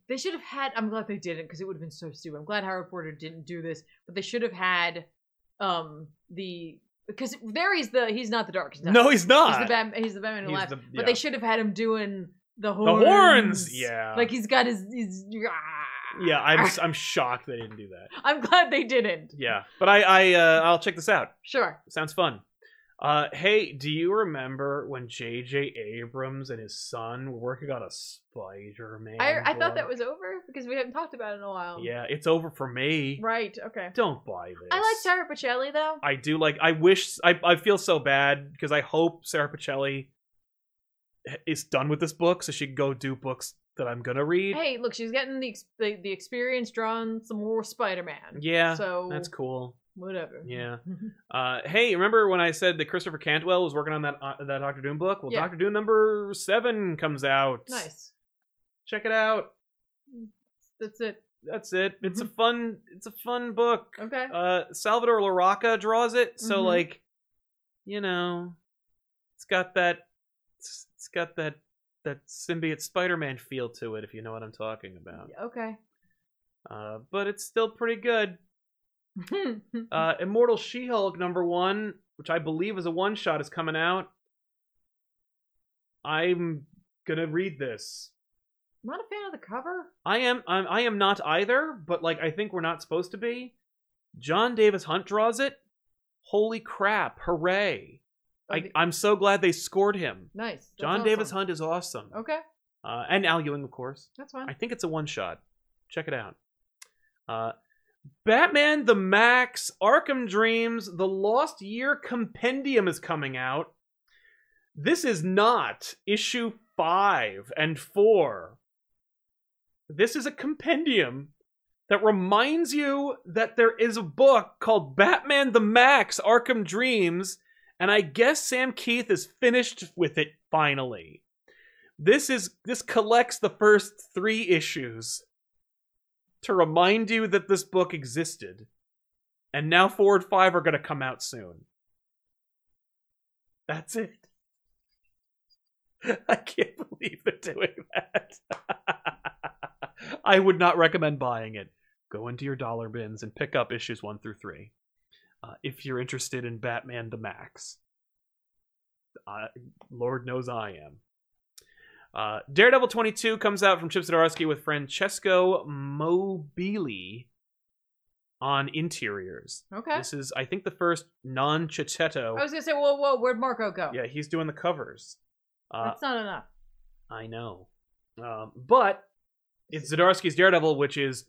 They should have had. I'm glad they didn't because it would have been so stupid. I'm glad Howard Porter didn't do this, but they should have had um the because there he's the he's not the darkest. No, Knight. he's not. he's the Bat, he's the Batman who He's laughs. the- But yeah. they should have had him doing the the horns. horns. Yeah, Like he's got his. his yeah. I'm I'm shocked they didn't do that. I'm glad they didn't. Yeah, but I I uh, I'll check this out. Sure. Sounds fun. Uh, hey, do you remember when J.J. Abrams and his son were working on a Spider-Man? I, I thought that book? was over because we hadn't talked about it in a while. Yeah, it's over for me. Right. Okay. Don't buy this. I like Sarah Pacelli though. I do like. I wish. I, I feel so bad because I hope Sarah Pacelli is done with this book so she can go do books that I'm gonna read. Hey, look, she's getting the ex- the, the experience drawing some more Spider-Man. yeah, So that's cool. whatever. Yeah. Uh, hey, remember when I said that Christopher Cantwell was working on that uh, that Doctor Doom book? Well, Yeah. Doctor Doom number seven comes out. <laughs> nice. Check it out. That's it. That's it. It's a fun. It's a fun book. Mm-hmm. Okay. Uh, Salvador Larocca draws it, so Mhm. like, you know, it's got that, it's it's got that that symbiote Spider-Man feel to it, if you know what I'm talking about. okay. <laughs> Uh, but it's still pretty good. Uh, Immortal She-Hulk number one, which I believe is a one-shot, is coming out. I'm gonna read this. Not a fan of the cover. I am I'm, I am not either, but like I think we're not supposed to be. John Davis Hunt draws it. Holy crap! Hooray! I, Okay, I'm so glad they scored him. nice. That's John Davis awesome. Hunt is awesome. Okay, Uh, and Al Ewing, of course. that's fine. I think it's a one shot. Check it out. Uh, Batman the Max, Arkham Dreams, The Lost Year Compendium is coming out. This is not issue five and four. This is a compendium that reminds you that there is a book called Batman the Max, Arkham Dreams, and I guess Sam Keith is finished with it finally this is this collects the first three issues to remind you that this book existed and now four and five are going to come out soon that's it <laughs> i can't believe they're doing that <laughs> i would not recommend buying it go into your dollar bins and pick up issues one through three uh, if you're interested in batman the max I, lord knows i am uh, Daredevil 22 comes out from Chip Zdarsky with Francesco Mobili on interiors. okay. Oh, This is, I think, the first non Chichetto. I was gonna say, whoa, whoa, where'd Marco go? Yeah, he's doing the covers. Uh, that's not enough. I know. Um, but it's Zdarsky's Daredevil, which is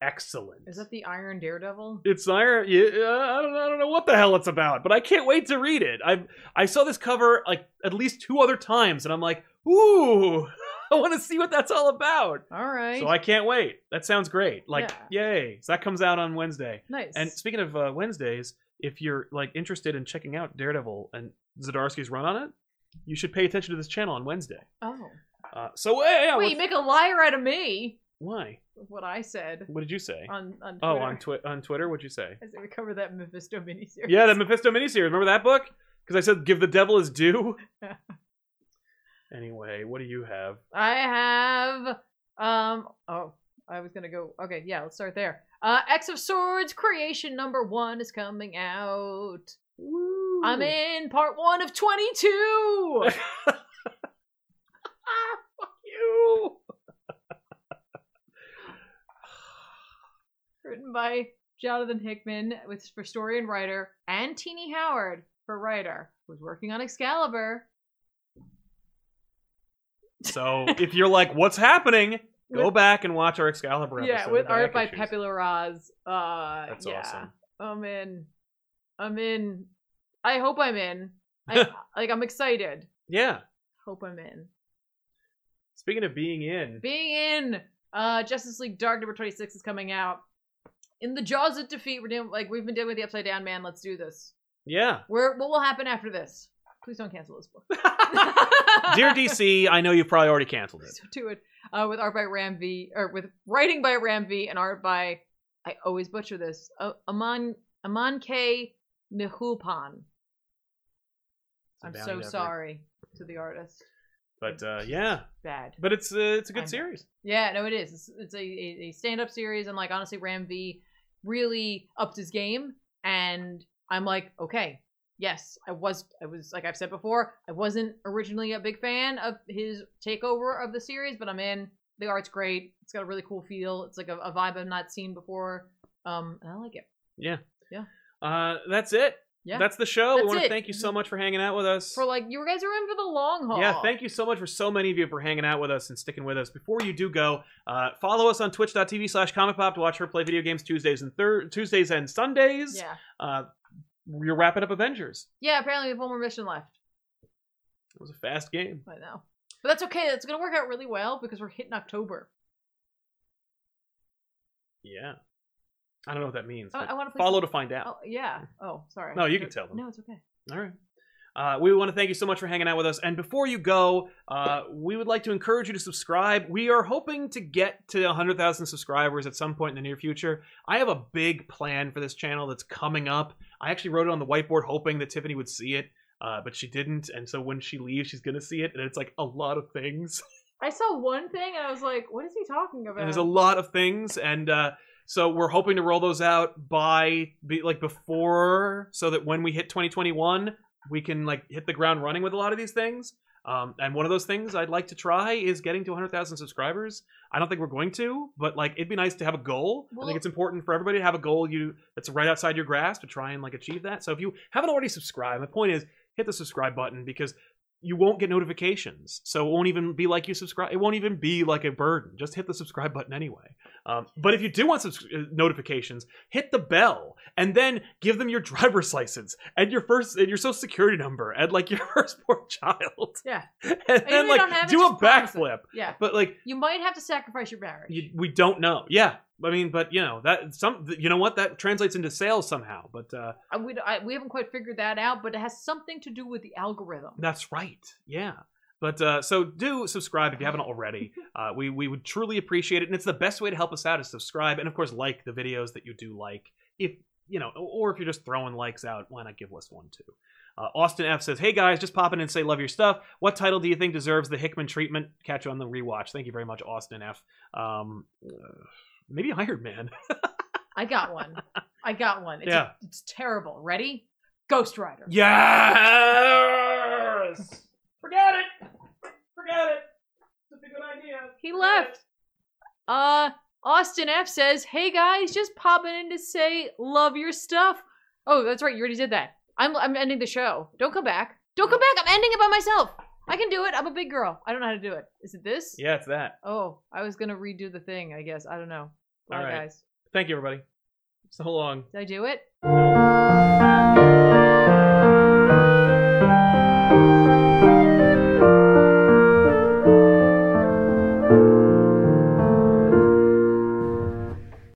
excellent. Is that the Iron Daredevil? It's iron. Yeah, I don't, I don't know what the hell it's about, but I can't wait to read it. I I saw this cover like at least two other times, and I'm like, ooh, <laughs> I want to see what that's all about. All right. So I can't wait. That sounds great. Like, yay. So that comes out on Wednesday. nice. And speaking of uh, Wednesdays, if you're like interested in checking out Daredevil and Zdarsky's run on it, you should pay attention to this channel on Wednesday. oh, Uh, so yeah, yeah, wait, what's- you make a liar out of me. why? What I said What did you say? on on Twitter. oh, <laughs> on twi- on Twitter, what'd you say? I said we cover that Mephisto miniseries. Yeah, the Mephisto miniseries. Remember that book? Because I said give the devil his <laughs> due. anyway, what do you have? I have um oh I was gonna go okay, yeah, let's start there. Uh X of Swords creation number one is coming out. <laughs> I'm in part one of twenty-two. Ah! you. Written by Jonathan Hickman with for story and writer, and Teeny Howard for writer, who's working on Excalibur. So if you're like, what's happening? Go With- back and watch our Excalibur episode. yeah, with the art back by issues. Pepe Larraz. Uh That's yeah. awesome. I'm in. I'm in. I hope I'm in. I, <laughs> like I'm excited. Yeah. Hope I'm in. Speaking of being in, being in uh Justice League Dark number 26 is coming out. In the jaws of defeat, we're doing like we've been dealing with the upside down man. Let's do this. yeah. Where what will happen after this? Please don't cancel this book. <laughs> <laughs> Dear DC, I know you've probably already canceled it. Please don't do it. Uh, with art by Ram V, or with writing by Ram V, and art by I always butcher this. Uh, Aman Aman K Mihupan. It's a I'm valiant so effort. sorry to the artist. But uh, yeah, Bad. but it's uh, it's a I know. good series. Yeah, no, it is. It's, it's a, a, a stand up series, and like honestly, Ram V really upped his game, and I'm like, okay, yes, I was, I was like I've said before, I wasn't originally a big fan of his takeover of the series, but I'm in. The art's great. It's got a really cool feel. It's like a, a vibe I've not seen before. Um, and I like it. Uh, that's it. Yeah. That's the show. we That's want to it. thank you so much for hanging out with us. For like, you guys are in for the long haul. Yeah, thank you so much for so many of you for hanging out with us and sticking with us. Before you do go, uh, follow us on twitch.tv slash comic pop to watch her play video games Tuesdays and thir- Tuesdays and Sundays. Yeah, Uh, we're wrapping up Avengers. yeah. Apparently, we have one more mission left. It was a fast game. I know, but that's okay. That's gonna work out really well because we're hitting October. Yeah. I don't know what that means. I, but Oh, I want to follow to find out. Oh yeah. Oh, sorry. Hmm. No, you can tell them. No, it's okay. All right. Uh, we want to thank you so much for hanging out with us. And before you go, uh, we would like to encourage you to subscribe. We are hoping to get to 100,000 subscribers at some point in the near future. I have a big plan for this channel that's coming up. I actually wrote it on the whiteboard hoping that Tiffany would see it, uh, but she didn't. And so when she leaves, she's going to see it. And it's like a lot of things. I saw one thing and I was like, "What is he talking about?" And there's a lot of things. And uh, so we're hoping to roll those out by, be, like, before, so that when we hit 2021, we can, like, hit the ground running with a lot of these things. Um, and one of those things I'd like to try is getting to 100,000 subscribers. I don't think we're going to, but like it'd be nice to have a goal. I Well- think it's important for everybody to have a goal you that's right outside your grasp to try and like achieve that. So if you haven't already subscribed, my point is hit the subscribe button because you won't get notifications. So it won't even be like you subscribe. It won't even be like a burden. Just hit the subscribe button anyway. Um, but if you do want subs- uh, notifications, hit the bell and then give them your <laughs> driver's license and your first and your social security number and like <laughs> your firstborn child. Yeah. <laughs> And if then you like don't have it, do a just promise it. backflip. Yeah. But like You might have to sacrifice your marriage. you, we don't know. Yeah. I mean, but you know that some you know what that translates into sales somehow. But uh, I- we, I, we haven't quite figured that out, but it has something to do with the algorithm. That's right. Yeah. But uh, so do subscribe if you haven't already. Uh, we we would truly appreciate it, and it's the best way to help us out is subscribe, and of course like the videos that you do like. If you know, or if you're just throwing likes out, why not give us one too? Uh, Austin F says, "Hey guys, just pop in and say love your stuff. What title do you think deserves the Hickman treatment? Catch you on the rewatch. Thank you very much, Austin F. Um, uh, maybe Iron Man. I got one. I got one. It's, Yeah. it's terrible. Ready? Ghost Rider. yes. Forget it. Forget it. It's a good idea." He left. Uh, Austin F says, "Hey guys, just popping in to say love your stuff." Oh, that's right. You already did that. I'm I'm ending the show. Don't come back. Don't come back. I'm ending it by myself. I can do it. I'm a big girl. I don't know how to do it. Is it this? Yeah, it's that. Oh, I was gonna redo the thing. I guess I don't know. Bye All right. guys. Thank you, everybody. So long. Did I do it? No.